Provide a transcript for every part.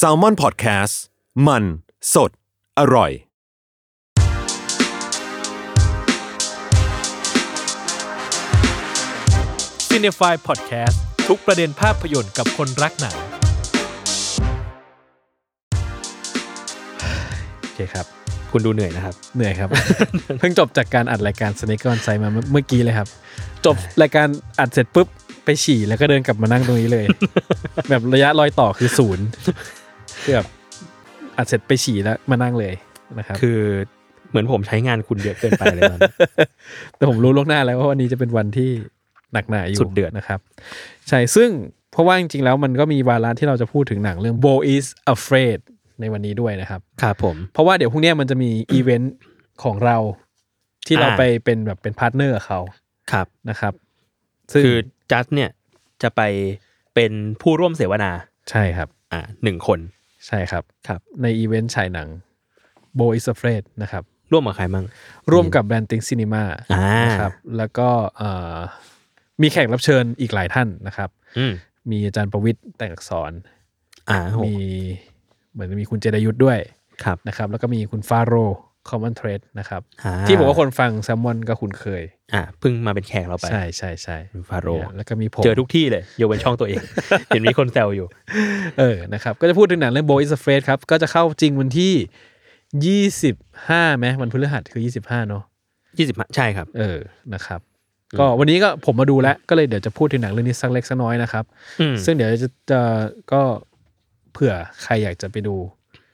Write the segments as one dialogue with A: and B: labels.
A: s a l m o n PODCAST มัน สด อร่อย
B: c i n e f y Podcast ทุกประเด็นภาพยนตร์กับคนรักหนัง
C: โอเคครับ คุณดูเหนื่อยนะครับ
B: เหนื่อยครับ เพิ่งจบจากการอัดรายการ Snake on Site มาเมื่อเมื่อกี้เลยครับ จบรายการอัดเสร็จปุ๊บ ไปฉี่แล้วก็เดินกลับมานั่งตรงนี้เลย แบบระยะรอยต่อคือศูนย์ คือแบบอัดเสร็จไปฉี่แล้วมานั่งเลยนะครับ
C: คือเหมือนผมใช้งานคุณเยอะเกินไปเลยมัน
B: แต่ผมรู้ล่วงหน้าแล้วว่าวันนี้จะเป็นวันที่หนักหนาอยู่
C: สุดเดือด
B: นะครับ ใช่ ซึ่งเพราะว่าจริงๆแล้วมันก็มีวาระที่เราจะพูดถึงหนังเรื่อง Bo is Afraid ในวันนี้ด้วยนะครับ
C: ครับผม
B: เพราะว่าเดี๋ยวพรุ่งเนี้ยมันจะมีอีเวนต์ของเรา ที่เรา
C: อ่า
B: ไปเป็นแบบเป็นพาร์ทเนอร์กับเขา
C: ครับ
B: นะครับ ซึ่ง
C: คือจัสเนี่ยจะไปเป็นผู้ร่วมเสวนา
B: ใช่ครับ
C: อ่าหนึ่งคน
B: ใช่ครับ
C: ครับ
B: ในอีเวนต์ฉายหนัง โบอิสเฟรดนะครับ
C: ร่วมกับใครมั่ง
B: ร่วมกับแบรนด์ติงซีนีมา
C: อ่าน
B: นะครับ แล้วก็เอ่อมีแขกรับเชิญอีกหลายท่านนะครับ
C: อืม
B: มีอาจารย์ประวิทย์แต่งอักษร
C: อ่าโห
B: มีเหมือนมีคุณเจดายุทธด้วย
C: ครับ
B: นะครับ แล้วก็มีคุณฟาโรคอมมอนเทรดนะครับ
C: อ่
B: ที่ผมว่าคนฟังแซมมอนก็คุ้นเคย
C: อ่าเพิ่งมาเป็นแขกเราไป
B: ใช่ใช่ใช่
C: ฟาโรห์
B: แล้วก็มีผม
C: เจอทุกที่เลยยกเว้นช่องตัวเอง เห็นมีคนแซวอยู่
B: เออนะครับก็จะพูดถึงหนังเรื่อง Boy is Afraid ครับ ก็จะเข้าจริงวันที่ 25ไหมวันพฤหัสคือ 25 เนาะ
C: ยี่สิบใช่ครับ
B: เออนะครับ ก็วันนี้ก็ผมมาดูแล้ว ก็เลยเดี๋ยวจะพูดถึงหนังเรื่องนี้สักเล็กสักน้อยนะครับ
C: อืม
B: ซึ่งเดี๋ยวจะจะก็เผื่อใครอยากจะไปดู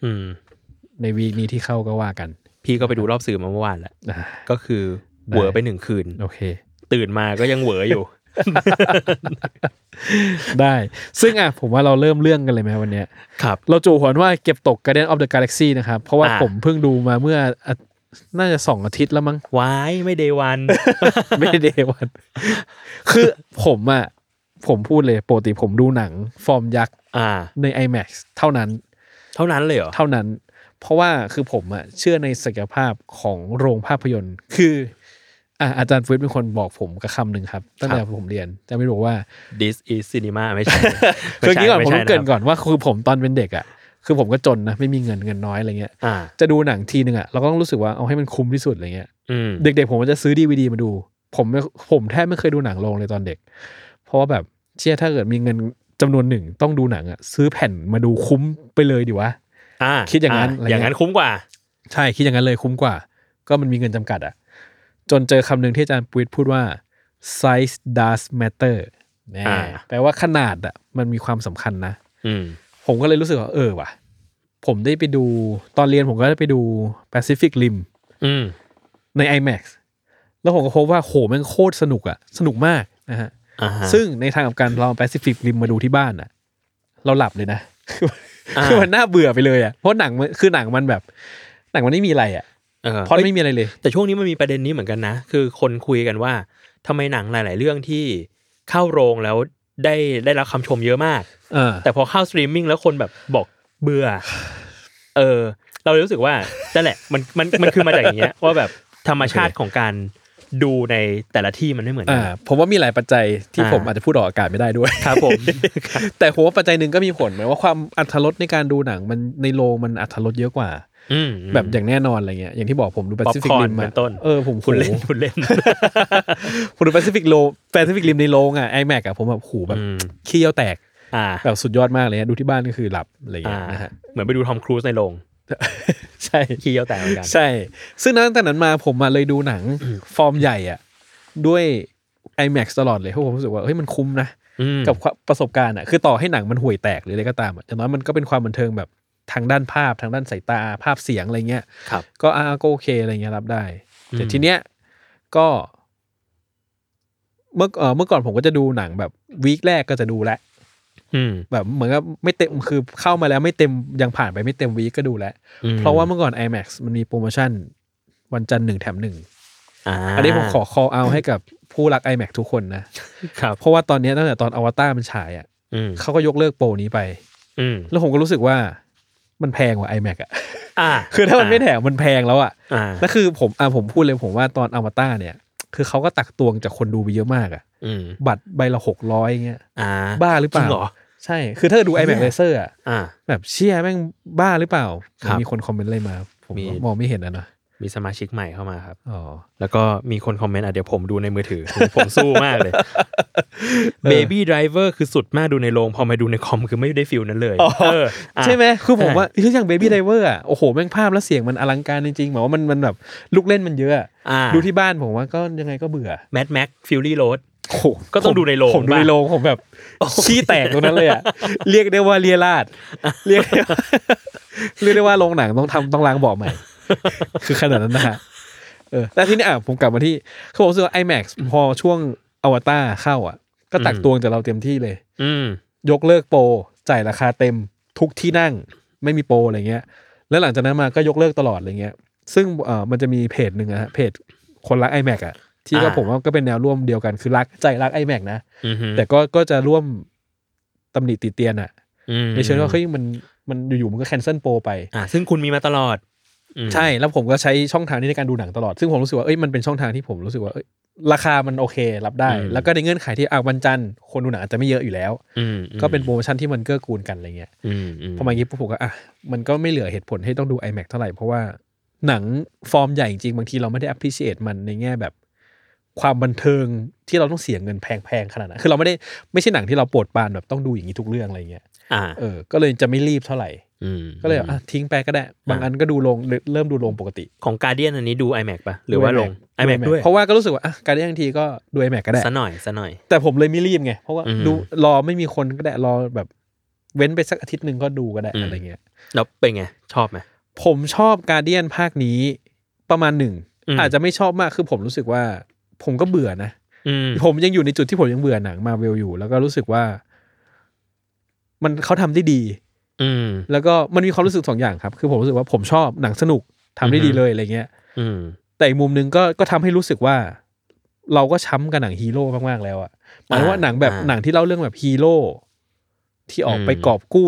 C: อืม
B: ในวีคนี้ที่เข้าก็ว่ากัน
C: พี่ก็ไปดูรอบสื่อมาเมื่อวานแล้ว
B: อ่า
C: ก็คือ
B: ได้
C: เหวอไปหนึ่งคืน
B: โอเค
C: ตื่นมาก็ยังเหวออยู่
B: ได้ ซึ่งอ่ะผมว่าเราเริ่มเรื่องกันเลยไหมวันเนี้ย
C: ครับ
B: เราจู่หัวว่าเก็บตก Guardian of the Galaxy นะครับ เพราะว่า
C: อ่า
B: ผมเพิ่งดูมาเมื่ออ่ะน่าจะสองอาทิตย์แล้วมั้ง
C: วายไม่เดวัน
B: ไม่ได้เดวัน คือผมอะผมพูดเลยปกติผมดูหนัง ฟอร์มยักษ์
C: อ่า
B: ใน IMAX เท่านั้น
C: เท่านั้นเลยเหรอ
B: เท่านั้น เพราะว่าคือผมอะเชื่อในศักยภาพของโรงภาพยนตร์ คืออ่ะอาจารย์ฟุตเป็นคนบอกผมกับคำหนึ่งครับ ตั้งแต่ผมเรียนจะไม่บอกว่า
C: This is cinema ไม่ใช่
B: คืออย่างนี้ก่อนผมต้องเกริน
C: ไใช่ะครับ
B: ก่อนว่าคือผมตอนเป็นเด็กอะคือผมก็จนนะไม่มีเงินเงินน้อยอะไรเงี้ย
C: อ่า
B: จะดูหนังทีนึงอะเราก็ต้องรู้สึกว่าเอาให้มันคุ้มที่สุดอะไรเงี้ย
C: อืม
B: เด็กๆผมก็จะซื้อดีวดีมาดู ผมไม่ผมแทบไม่เคยดูหนังโรงเลยตอนเด็ก เพราะว่าแบบเชื่อถ้าเกิดมีเงินจำนวนหนึ่งต้องดูหนังอะซื้อแผ่นมาดูคุ้มไปเลยดีวะ
C: อ่า
B: คิดอย่างนั้นอะไรเงี้ย
C: อย่างนั้นคุ้มกว่า
B: ใช่คิดอย่างนั้นเลยคุ้มกว่า ก็มันมีเงินจำกัดอะจนเจอคำหนึ่งที่อาจารย์ปุ้ยพูดว่า size does matter แน่
C: อ่า
B: แปลว่าขนาดอะมันมีความสำคัญนะ
C: อืม
B: ผมก็เลยรู้สึกว่าเออว่ะ ผมได้ไปดูตอนเรียนผมก็ได้ไปดู Pacific Rim
C: อืม
B: ใน IMAX แล้วผมก็พบว่าโหแม่งโคตรสนุกอะสนุกมากนะฮะ
C: อ่าฮะ
B: ซึ่งในทางกลับการเรา Pacific Rim มาดูที่บ้านอะเราหลับเลยนะ
C: อ่า
B: คือมันน่าเบื่อไปเลยอะเพราะหนังมันคือหนังมันแบบ หนังมันไม่มีอะไรอะ
C: เออ
B: พอด
C: เอ้ย
B: ไม่มีอะไรเลย
C: แต่ช่วงนี้มันมีประเด็นนี้เหมือนกันนะ คือคนคุยกันว่าทำไมหนังหลาย ๆ เรื่องที่เข้าโรงแล้วได้ได้รับคำชมเยอะมาก
B: เออ
C: แต่พอเข้าสตรีมมิ่งแล้วคนแบบบอกเบื่อ เออ เราเลยรู้สึกว่านั่นแหละมันมันมันคือมาจากอย่างเงี้ย ว่าแบบธรรมชาติของการดูในแต่ละที่มันไม่เหมือนกั
B: อ่า
C: น
B: ผมว่ามีหลายปัจจัยที่
C: อ่า
B: ผมอาจจะพูดออกอากาศไม่ได้ด้วย
C: ครับผม
B: แต่ผมว่าปัจจัยหนึ่งก็มีผลหมายว่าความอัธรสในการดูหนังมันในโรงมันอัธรสเยอะกว่า
C: อืม
B: แบบอย่างแน่นอนอะไรเงี้ยอย่างที่บอกผมดู Pacific
C: Popcorn
B: Rim
C: เป็
B: มาน
C: ต้น
B: เออผม
C: คุณเล่น
B: โห
C: คุณเล่น
B: ผมดู Pacific โล Pacific Rim ในโรงอ่ะ iMac อ่ะผมแบบหูแบบ
C: อืม
B: เคี้ยวแตก
C: อ่า
B: แบบสุดยอดมากเลยฮะดูที่บ้านก็คือหลับอะไรอย่าง
C: อ่า
B: เงี้ยนะฮะ
C: เหมือนไปดูทอมครูซในโรง
B: ใช่
C: ขี้เยี่ยวแตกเหมือนกัน
B: ใช่ ซึ่งตั้งแต่นั้นมาผมมาเลยดูหนังฟอร์มใหญ่อ่ะ ด้วย iMac ตลอดเลยเพราะผมรู้สึกว่าเฮ้ยมันคุ้มนะ
C: อืม
B: กับความประสบการณ์อ่ะคือต่อให้หนังมันห่วยแตกหรืออะไรก็ตามอะอย่างน้อยมันก็เป็นความบันเทิงแบบทางด้านภาพทางด้านสายตาภาพเสียงอะไรเงี้ย
C: ครับ
B: ก็อ่าก็โอเคอะไรเงี้ยรับได้
C: อืม
B: แต่ทีเนี้ยก็ เมื่อเอ่อเมื่อก่อนผมก็จะดูหนังแบบวีคแรกก็จะดูแลว
C: อืม
B: แบบเหมือนกับไม่เต็มคือเข้ามาแล้วไม่เต็มยังผ่านไปไม่เต็มวีคก็ดูแล้ว
C: อืม
B: เพราะว่าเมื่อก่อน iMac มันมีโปรโมชั่น วันจันทร์หนึ่งแถมหนึ่ง
C: อา
B: อันนี้ผมขอ call out ให้กับผู้รัก iMac ทุกคนนะครับ เพราะว่าตอนเนี้ยตั้งแต่ตอนอวตารมันฉายอ่ะ
C: อืม
B: เขาก็ยกเลิกโปรนี้ไป
C: อืม
B: แล้วผมก็รู้สึกว่ามันแพงกว่า iMac อ่ะ
C: อ่า
B: คือถ้ามันไม่แถมมันแพงแล้วอ่ะ
C: อ่า
B: แล้วคือผมอ่ะผมพูดเลยผมว่าตอนอวตารเนี่ย คือเขาก็ตักตวงจากคนดูไปเยอะมากอ่ะ
C: อืม
B: บัตรใบละหกร้อยเงี้ย
C: อ่า
B: บ้าหรือเปล่า
C: จงเหรอ
B: ใช่ คือถ้าดู iMac Laser อ่ะ
C: อ่า
B: แบบเชี่ยแม่งบ้าหรือเปล่า
C: ครับ
B: มีคนคอมเมนต์อะไรมา ผม
C: มี
B: ก็มองไม่เห็นนะนะ
C: มีสมาชิกใหม่เข้ามาครับ
B: อ๋อ
C: แล้วก็มีคนคอมเมนต์อ่ะเดี๋ยวผมดูในมือ ถือ ผมผมสู้มากเลย Baby Driver คือสุดมากดูในโรงพอมาดูในคอมคือไม่ได้ฟิลนั้นเลย
B: อ๋อ
C: เอออ่ะ
B: ใช่ไหมคือผม
C: อ่ะ
B: ว่าคืออย่าง Baby Driver อ่ะ โอ้โห แม่งภาพและเสียงมันอลังการจริงๆหมายว่ามันมันแบบลูกเล่นมันเยอะอะ
C: อ่า
B: ดูที่บ้านผมว่าก็ยังไงก็เบื่อ
C: แมดแม็กฟิลลี่โรด
B: โอ้โห
C: ก็ต้องดูในโรง
B: ผมดู
C: บ้าง
B: ในโรงผมแบบขี้แตกตรงนั้นเลยอ่ะ เรียกได้ว่าเรียราดเรียกได้ว่า เรียกได้ว่าโรงหนังต้องทำต้องล้างเบาะใหม่ คือขนาดนั้นนะฮะเออแต่ที่นี่อ่ะผมกลับมาที่เขาบอกว่า iMac พอช่วงอวตารเข้าอ่ะ ก็ตักตวงจากเราเต็มที่เลย
C: อืม
B: ยกเลิกโปรจ่ายราคาเต็มทุกที่นั่งไม่มีโปรอะไรเงี้ย แล้วหลังจากนั้นมาก็ยกเลิกตลอดอะไรเงี้ย ซึ่งเอ่อมันจะมีเพจหนึ่งอะฮะเพจคนรัก iMac อะที่ก็
C: อ่า
B: ผมว่าก็เป็นแนวร่วมเดียวกันคือรักใจรัก iMac นะ
C: อืม
B: แต่ก็ก็จะร่วมตำหนิติเตียนอะ
C: อืม
B: ในเชิงว่าเฮ้ยมันมันอยู่ๆมันก็แคนเซิลโปรไป
C: อ่าซึ่งคุณมีมาตลอดอืม
B: ใช่แล้วผมก็ใช้ช่องทางนี้ในการดูหนังตลอด ซึ่งผมรู้สึกว่าเอ้ยมันเป็นช่องทางที่ผมรู้สึกว่าเอ้ยราคามันโอเครับได้ แล้วก็ในเงื่อนไขที่อ่ะวันจันทร์คนดูหนังอาจจะไม่เยอะอยู่แล้ว
C: อืม
B: ก็เป็นโปรโมชั่นที่มันเกื้อกูลกันอะไรเงี้ย
C: อืมอืม
B: พอมาอย่างนี้ปุ๊บผมก็อ่ะมันก็ไม่เหลือเหตุผลให้ต้องดู iMac เท่าไหร่ เพราะว่าหนังฟอร์มใหญ่จริงๆ บางทีเราไม่ได้ appreciate มันในแง่แบบ ความบันเทิงที่เราต้องเสียเงินแพงๆ ขนาดนั้นคือเราไม่ได้ไม่ใช่หนังที่เราโปรดปรานแบบต้องดูอย่างนี้ทุกเรื่องอะไรเงี้ย
C: อ่า
B: เออก็เลยจะไม่รีบเท่าไหร่
C: อืม
B: ก็เลยแบบอ่ะทิ้งไปก็ได้ บางอันก็ดูลงหรือเริ่มดูลงปกติ
C: ของการเดียนอันนี้ดู iMac ป่ะ หรือว่าลง iMac ด้วย
B: เพราะว่าก็รู้สึกว่าอ่ะการได้ทันทีก็ดู iMac ก็ได้
C: ซะหน่อยซะหน่อย
B: แต่ผมเลยไม่รีบไงเพราะว่า
C: อืม
B: ดูรอไม่มีคนก็ได้รอแบบ เว้นไปสักอาทิตย์หนึ่งก็ดูก็ได้
C: อืม
B: อะไรเงี้ย
C: แล้วเป็นไง ชอบไหม
B: ผมชอบการเดียนภาคนี้ประมาณหนึ่ง
C: อืม
B: อาจจะไม่ชอบมากคือผมรู้สึกว่า ผมก็เบื่อนะ
C: อืม
B: ผมยังอยู่ในจุดที่ผมยังเบื่อหนังมาเวลอยู่ แล้วก็รู้สึกว่า มันเขาทำได้ดี
C: อืม
B: แล้วก็มันมีความรู้สึกสองอย่างครับ คือผมรู้สึกว่าผมชอบหนังสนุกทำได้ดี
C: อือฮึ
B: เลยอะไรเงี้ย
C: อืม
B: แต่อีกมุมหนึ่งก็ก็ทำให้รู้สึกว่า เราก็ช้ำกับหนังฮีโร่มากๆแล้วอะหมายถึงว่าหนังแบบ
C: อ่า
B: หนังที่เล่าเรื่องแบบฮีโร่ที่ออกไป
C: อืม
B: กอบกู้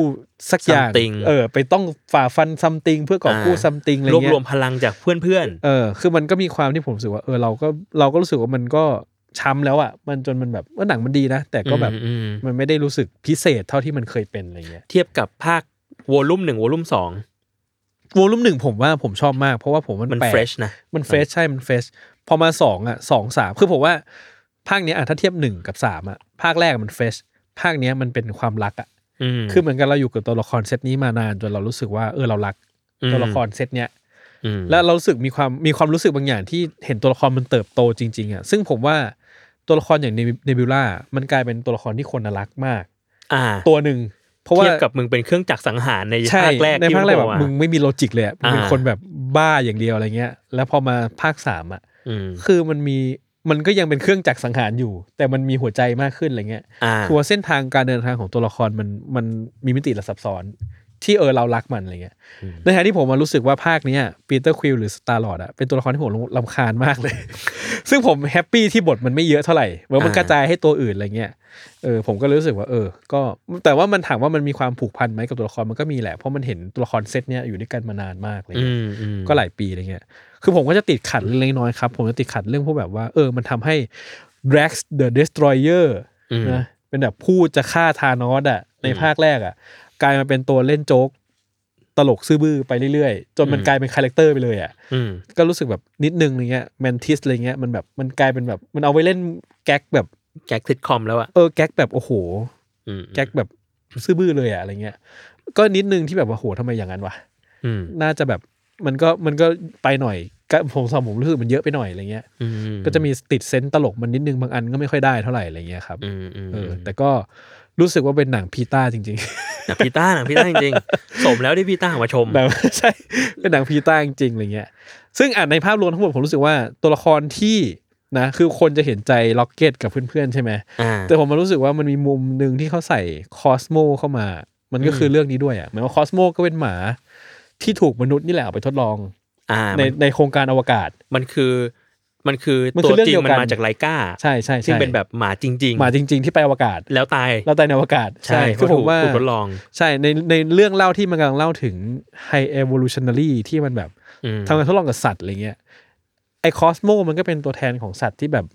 B: สักอย่าง
C: Something
B: เออ ไปต้องฝ่าฟันซัมติงเพื่อกอบกู้
C: อ่า
B: ซัมติงอะไร
C: รวบ
B: เงี้
C: ร
B: ย
C: วมพลังจากเพื่อนเพื่อนๆ
B: เออ คือมันก็มีความที่ผมรู้สึกว่า เออ เราก็ เราก็รู้สึกว่ามันก็ช้ำแล้วอะ่ะ มันจนมันแบบว่าหนังมันดีนะ แต่ก็แบบ
C: อืมอืม
B: มันไม่ได้รู้สึกพิเศษเท่าที่มันเคยเป็นอะไรเงี้ย
C: เทียบกับภาควอลลุ่มหนึ่งวอลลุ่มสอง
B: วอลลุ่มหนึ่งผมว่าผมชอบมาก เพราะว่าผมมัน
C: มัน
B: แปลก
C: เฟรชนะ
B: มันเฟรชใช่ มันเฟรช พอมาสองอ่ะสองสามคือผมว่า ภาคเนี้ยอ่ะถ้าเทียบหนึ่งกับสามอ่ะ ภาคแรกมันเฟรช ภาคเนี้ยมันเป็นความรักอ่ะ
C: อืม
B: คือเหมือนกันเราอยู่กับตัวละครเซตนี้มานานจนเรารู้สึกว่า เออ เรารัก
C: อืม
B: ตัวละครเซตเนี้ย
C: ม
B: แล้วเรารู้สึกมีความมีความรู้สึกบางอย่างที่เห็นตัวละครมันเติบโตจริงๆอ่ะซึ่งผมว่าตัวละครอย่างเนบิวล่ามันกลายเป็นตัวละครที่คนน่ารักมาก
C: อ่า
B: ตัวหนึ่งเพราะว่า
C: เทียบกับมึงเป็นเครื่องจักรสังหารใน
B: ใช่
C: ภาคแรก
B: ในภาคแรก
C: ที่
B: แบ
C: ง
B: บ
C: บอก
B: มึง
C: ว่า
B: ไม่มีโลจิกเลยอะมึงเป็น
C: อ่า
B: คนแบบบ้าอย่างเดียวอะไรเงี้ย แล้วพอมาภาคสามอ่ะ
C: อืม
B: คือมันมีมันก็ยังเป็นเครื่องจักรสังหารอยู่ แต่มันมีหัวใจมากขึ้นอะไรเงี้ย
C: อ่า
B: คือว่าเส้นทางการเดินทางของตัวละครมันมันมีมิติและซับซ้อน ที่เออเรารักมันอะไรเงี้ยในขณะที่ผมมารู้สึกว่าภาคเนี้ยปีเตอร์ควิลหรือสตาร์ลอดอะเป็นตัวละครที่ผมรำคาญมากเลย ซึ่งผมแฮปปี้ที่บทมันไม่เยอะเท่าไหร่เหมือนมันกระจายให้ตัวอื่นอะไรเงี้ยเออผมก็เลยรู้สึกว่าเออ ก็แต่ว่ามันถามว่ามันมีความผูกพันไหมกับตัวละครมันก็มีแหละเพราะมันเห็นตัวละครเซตเนี้ยอยู่ด้วยกันมานานมากเลย
C: อืมอืม
B: ก็หลายปีอะไรเงี้ย คือผมก็จะติดขัดเรื่องเล็กน้อยครับ ผมจะติดขัดเรื่องพวกแบบว่า เออ มันทำให้ Drax the Destroyer
C: อืม
B: นะ เป็นแบบผู้จะฆ่าธานอสอ่ะ ในภาคแรกอ่ะ กลายมาเป็นตัวเล่นโจ๊ก ตลกซื่อบื้อไปเรื่อยๆ จนมัน
C: อืม
B: กลายเป็นคาแรคเตอร์ไปเลยอ่ะ
C: อืม
B: ก็รู้สึกแบบนิดนึงอะไรเงี้ย แมนทิสอะไรเงี้ย มันแบบ มันกลายเป็นแบบ มันเอาไว้เล่นแก๊กแบบ
C: แก๊กซิทคอมแล้วอะ
B: เออ แก๊กแบบ โอ้โห
C: อืม
B: แก๊กแบบซื่อบื้อเลยอ่ะ อะไรเงี้ย ก็นิดนึงที่แบบว่าโหทำไมอย่างนั้นวะ
C: อืม
B: น่าจะแบบมันก็มันก็ไปหน่อยก็ผมสำหรับผมรู้สึกมันเยอะไปหน่อยอะไรเงี้ย
C: อื
B: ก็จะมีติดเซนต์ตลกมันนิดนึงบางอันก็ไม่ค่อยได้เท่าไหร่อะไรเงี้ยครับ
C: อืมอืม
B: เออแต่ก็รู้สึกว่าเป็นหนังพีต้าจริง
C: หนังพีต้าหนังพีต้าจริง ๆ สมแล้วที่พีต้ามาชม
B: ๆ แบบ ใช่ เป็นหนังพีต้าจริงๆอะไรเงี้ย ซึ่งอ่านในภาพรวมทั้งหมดผมรู้สึกว่าตัวละครที่ นะ คือคนจะเห็นใจล็อกเก็ตกับเพื่อนๆใช่ไหม
C: อ่า
B: แต่ผมมารู้สึกว่ามันมีมุมหนึ่งที่เขาใส่คอสโมเข้ามา มันก็คือเรื่องนี้ด้วยอ่ะหมายว่าคอสโมก็เป็นหมาที่ถูกมนุษย์นี่แหละเอาไปทดลอง
C: อ่า
B: ใน
C: มัน
B: ในโครงการอวกาศ
C: มันคือมันคือ
B: มัน
C: ตั
B: คื
C: ว
B: อเรื่อง
C: จริง
B: เดียวกั
C: มัน นมาจากไลกา
B: ใช่ใช่
C: ซึ่ง
B: ใช่
C: เป็นแบบหมาจริง
B: หมาจริง ๆ ที่ไปอวกาศ
C: ๆ แล้วตาย
B: เราตายในอวกาศ
C: เพ
B: คือ
C: ระ
B: ผ
C: ถู
B: ม
C: ก
B: ว่า
C: ถูกทดลอง
B: ใช่ในในเรื่องเล่าที่มันกำลังเล่าถึง high evolutionary ที่มันแบบ
C: อืม
B: ทำการทดลองกับสัตว์อะไรเงี้ยไอคอสโมมันก็เป็นตัวแทนของสัตว์ที่แบบ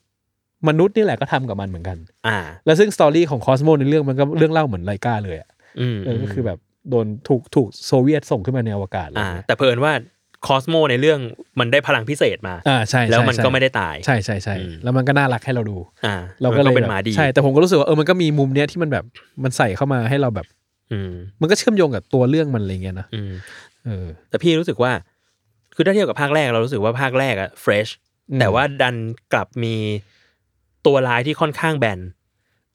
B: มนุษย์นี่แหละก็ทำกับมันเหมือนกัน
C: อ่า
B: แล้วซึ่งสตอรี่ของคอสโมในเรื่องมันก็เรื่องเล่าเหมือนไลกาเลยอะ
C: อืม
B: เออก็คือแบบโดนถูกถูกโซเวียตส่งขึ้นมาในอวกาศอะไร
C: อ่า
B: เงี้ย
C: แต่เพอิญว่าคอสโมในเรื่องมันได้พลังพิเศษมา
B: อ่าใช่ใช่
C: แล้วมัน
B: ใช่
C: ก็ไม่ได้ตาย
B: ใช่ใช่ใช่
C: อืม
B: แล้วมันก็น่ารักให้เราดู
C: อ่า
B: เราก็เลย
C: นเป็น
B: แบบ
C: หมาดี
B: ใช่แต่ผมก็รู้สึกว่าเออมันก็มีมุมเนี้ยที่มันแบบมันใส่เข้ามาให้เราแบบ
C: อืม
B: มันก็เชื่อมโยงกับตัวเรื่องมันอะไรเงี้ยนะ
C: อืม
B: เออ
C: แต่พี่รู้สึกว่า คือถ้าเทียบกับภาคแรกเรารู้สึกว่าภาคแรกอะเฟรช
B: อืม
C: แต่ว่าดันกลับมีตัวร้ายที่ค่อนข้างแบน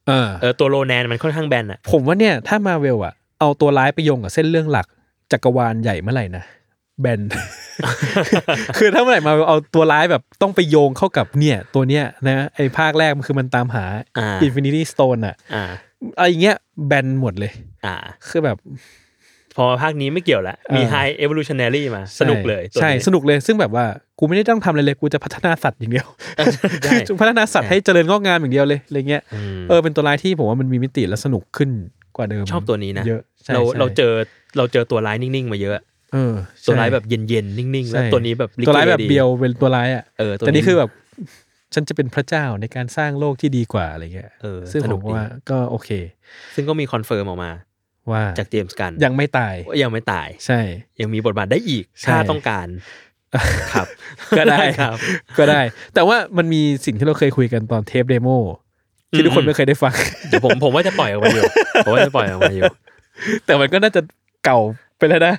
B: เออ
C: เออตัวโรแนนมันค่อนข้างแบนอะ
B: ผมว่าเนี่ยถ้ามาเวลอะเอาตัวร้ายไปโยงกับเส้นเรื่องหลักจักรวาลใหญ่เมื่อไหร่นะแบน คือถ้าเมื่อไหร่มาเวลเอาตัวร้ายแบบต้องไปโยงเข้ากับเนี่ย ตัวเนี้ยนะไอ้ภาคแรกมันคือมันตามหา
C: อ่า
B: อินฟินิตี้สโตนอะ
C: อ่า
B: อะไรอย่างเงี้ยแบนหมดเลย
C: อ่า
B: คือแบบ
C: พอมาภาคนี้ไม่เกี่ยวละ มี
B: เออ
C: High Evolutionary มา สนุกเลยตัว
B: ใช่
C: นี้
B: สนุกเลยซึ่งแบบว่ากูไม่ได้ต้องทำอะไรเลยกูจะพัฒนาสัตว์อย่างเดียว
C: ได้
B: คือ พัฒนาสัตว์ให้เจริญงอกงามอย่างเดียวเลยอะไรเงี้ย
C: ม
B: เออเป็นตัวร้ายที่ผมว่ามันมีมิติและสนุกขึ้นกว่าเดิม
C: ชอบตัวนี้นะ
B: เยอะใช่
C: เรา
B: ใช่
C: เราเจอเราเจอตัวร้ายนิ่งๆ มาเยอะ
B: เออใช่
C: ตัวร้ายแบบเย็นๆ นิ่งๆ แล้ว
B: ใช่
C: ตัวนี้แบบลิเก
B: ตัวร้ายแบบ
C: ดี
B: เบียวเป็นตัวร้ายอ่ะ
C: เออตัว
B: แต่นี่คือแบบ ฉันจะเป็นพระเจ้าในการสร้างโลกที่ดีกว่าอะไรเงี้ย
C: เออ
B: ซึ่ง
C: ส
B: ผ
C: นุก
B: ม
C: ดี
B: ว่าก็โอเค
C: ซึ่งก็มีคอนเฟิร์มออกมา
B: ว่า
C: จากเจมส์กัน
B: ยังไม่ตาย
C: ว่ายังไม่ตาย
B: ใช่
C: ยังมีบทบาทได้อีก
B: ใช่
C: ถ้าต้องการ ครับ
B: ก็ได้
C: ครับ
B: ก็ได้ แต่ว่ามันมีสิ่งที่เราเคยคุยกันตอนเทปเดโมที่ทุกคนไม่เคยได้ฟัง
C: เดี๋ยวผมผมว่าจะปล่อยออกมาอยู่ ผมว่าจะปล่อยออกมาอยู่
B: แต่มันก็น่าจะเก่าไปแล้วนะ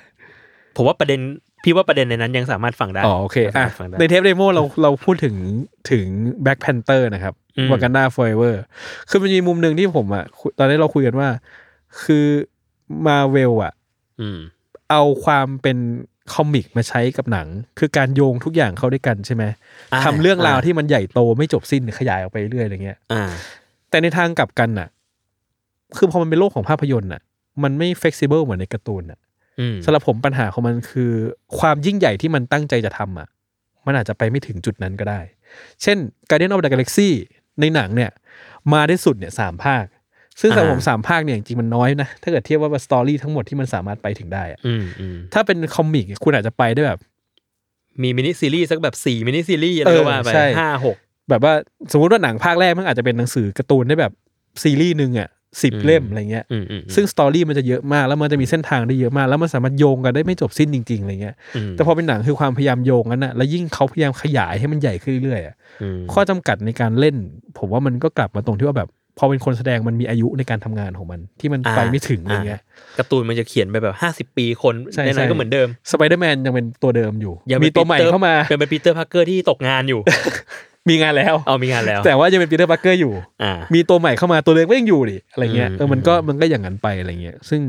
C: ผมว่าประเด็นพี่ว่าประเด็นในนั้นยังสามารถฟังได้
B: อ๋อโอเคอ่ะ
C: ฟังได้
B: ในเทปเดโมเราเราพูดถึงถึงแบ็คแพนเตอร์นะครับ
C: อืม
B: วากันดาฟอร์เวอร์คือมันมีมุมหนึ่งที่ผมอ่ะคุยตอนนี้เราคุยกันว่า คือมาเวลอ่ะ
C: อืม
B: เอาความเป็นคอมิกมาใช้กับหนัง คือการโยงทุกอย่างเข้าด้วยกันใช่ไหม
C: อ่า
B: ทำเรื่องราวที่มันใหญ่โตไม่จบสิ้นขยายออกไปเรื่อยอะไรเงี้ย
C: อ่า
B: แต่ในทางกลับกันน่ะ คือพอมันเป็นโลกของภาพยนตร์น่ะ มันไม่เฟกซิเบิลเหมือนในการ์ตูนน่ะ
C: อืม
B: สำหรับผมปัญหาของมันคือ ความยิ่งใหญ่ที่มันตั้งใจจะทำอ่ะ มันอาจจะไปไม่ถึงจุดนั้นก็ได้ เช่น Guardian of the Galaxy ในหนังเนี่ย มาได้สุดเนี่ยสามภาค ซึ่งสำหรับผมสามภาคเนี่ยจริงๆมันน้อยนะถ้าเกิดเทียบว่าสตอรี่ทั้งหมดที่มันสามารถไปถึงได้อะ
C: อืมอืม
B: ถ้าเป็นคอมิกคุณอาจจะไปได้แบบ
C: มีมินิซีรีส์สักแบบสี่มินิซีรีส์อะไร
B: เออ
C: ก็ว่าไป
B: ใช่
C: ห้าหก
B: แบบว่าสมมติว่าหนังภาคแรกมันอาจจะเป็นหนังสือการ์ตูนได้แบบซีรีส์หนึ่งอ่ะสิบ
C: อืม
B: เล่มอะไรเงี้ย
C: อืมอืม
B: ซึ่งสตอรี่มันจะเยอะมาก แล้วมันจะมีเส้นทางได้เยอะมาก แล้วมันสามารถโยงกันได้ไม่จบสิ้นจริงๆอะไรเงี้ย
C: ม
B: แต่พอเป็นหนังคือความพยายามโยงนั้นน่ะแล้วยิ่งเขาพยายามขยายให้มันใหญ่ขึ้นเรื่อยๆอะ
C: ม
B: ข้อจำกัดในการเล่น ผมว่ามันก็กลับมาตรงที่ว่าแบบ พอเป็นคนแสดงมันมีอายุในการทำงานของมัน ที่มันไปไม่ถึงอะไรเงี้ย
C: การ์ตูนมันจะเขียนไปแบบห้าสิบ50 ปีคน
B: ใช่
C: ในนั้น
B: ใช่
C: ก็เหมือนเดิม
B: สไปเดอร์แมนยังเป็นตัวเดิมอยู่
C: ยังป็
B: มี
C: น
B: ตัวใหม่
C: ปีตอร์
B: เข้ามา
C: ยังเป็นปีเตอร์พาร์เกอร์ที่ตก งานอยู่
B: มีงานแล้ว
C: เอามีงานแล้ว
B: แต่ว่ายังเป็นปีเตอร์พาร์เกอร์อยู่
C: อ่า
B: มีตัวใหม่เข้ามาตัวเล็กก็ยังอยู่ดิอะไรเงี้ย
C: อืม
B: เออมันก็
C: อืม
B: มันก็อย่างนั้นไปอะไรเงี้ยซึ่ง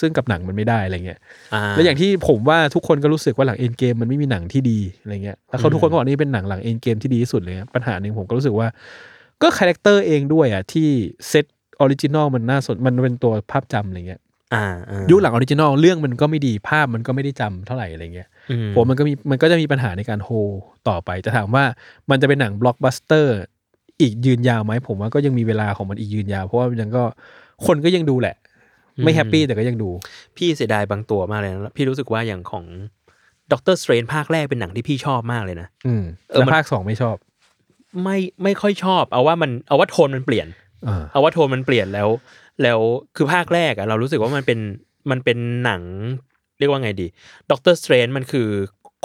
B: ซึ่งกับหนังมันไม่ได้อะไรเงี้ย
C: อ่า
B: แล้วอย่างที่ผมว่าทุกคนก็รู้สึกว่าหลังเอ็นเกมมันไม่มีหนังที่ดีอะไรเงี้ยแล้วเขา
C: อืม
B: ทุกคนก็บอกนี่เป็นหนังหลังเอ็นเกมที่ดีที่สุดเลยนะปัญหาหนึ่งผมก็รู้สึกว่า ก็คาแรคเตอร์เองด้วยอ่ะที่เซตออริจินอลมันน่าสนมันเป็นตัวภาพจำอะไรเงี้ย
C: อ่า
B: ยุคหลังออริจินอลเรื่องมันก็ไม่ดีภาพมันก็ไม่ได้จำเท่าไหร่อะไรเงี้ยผมมันก็มีมันก็จะมีปัญหาในการโฮต่อไปจะถามว่ามันจะเป็นหนังบล็อกบัสเตอร์ อีกยืนยาวไหมผมว่าก็ยังมีเวลาของมันอีกยืนยาว เพราะว่ามันยังก็คนก็ยังดูแหละ ไม่แฮปปี้แต่ก็ยังดู
C: พี่เสียดายบางตัวมากเลยนะพี่รู้สึกว่าอย่างของด็อกเตอร์สเตรนภาคแรกเป็นหนังที่พี่ชอบมากเลยนะ
B: อืม
C: เออ
B: แล้ว
C: มัน
B: ภาคสองไม่ชอบ
C: ไม่ไม่ค่อยชอบ เอาว่ามันเอาว่าโทนมันเปลี่ยน
B: อ่า
C: เอาว่าโทนมันเปลี่ยนแล้ว แล้วคือภาคแรกอะเรารู้สึกว่ามันเป็นมันเป็นหนังเรียกว่าไงดีด็อกเตอร์สเตรนมันคือ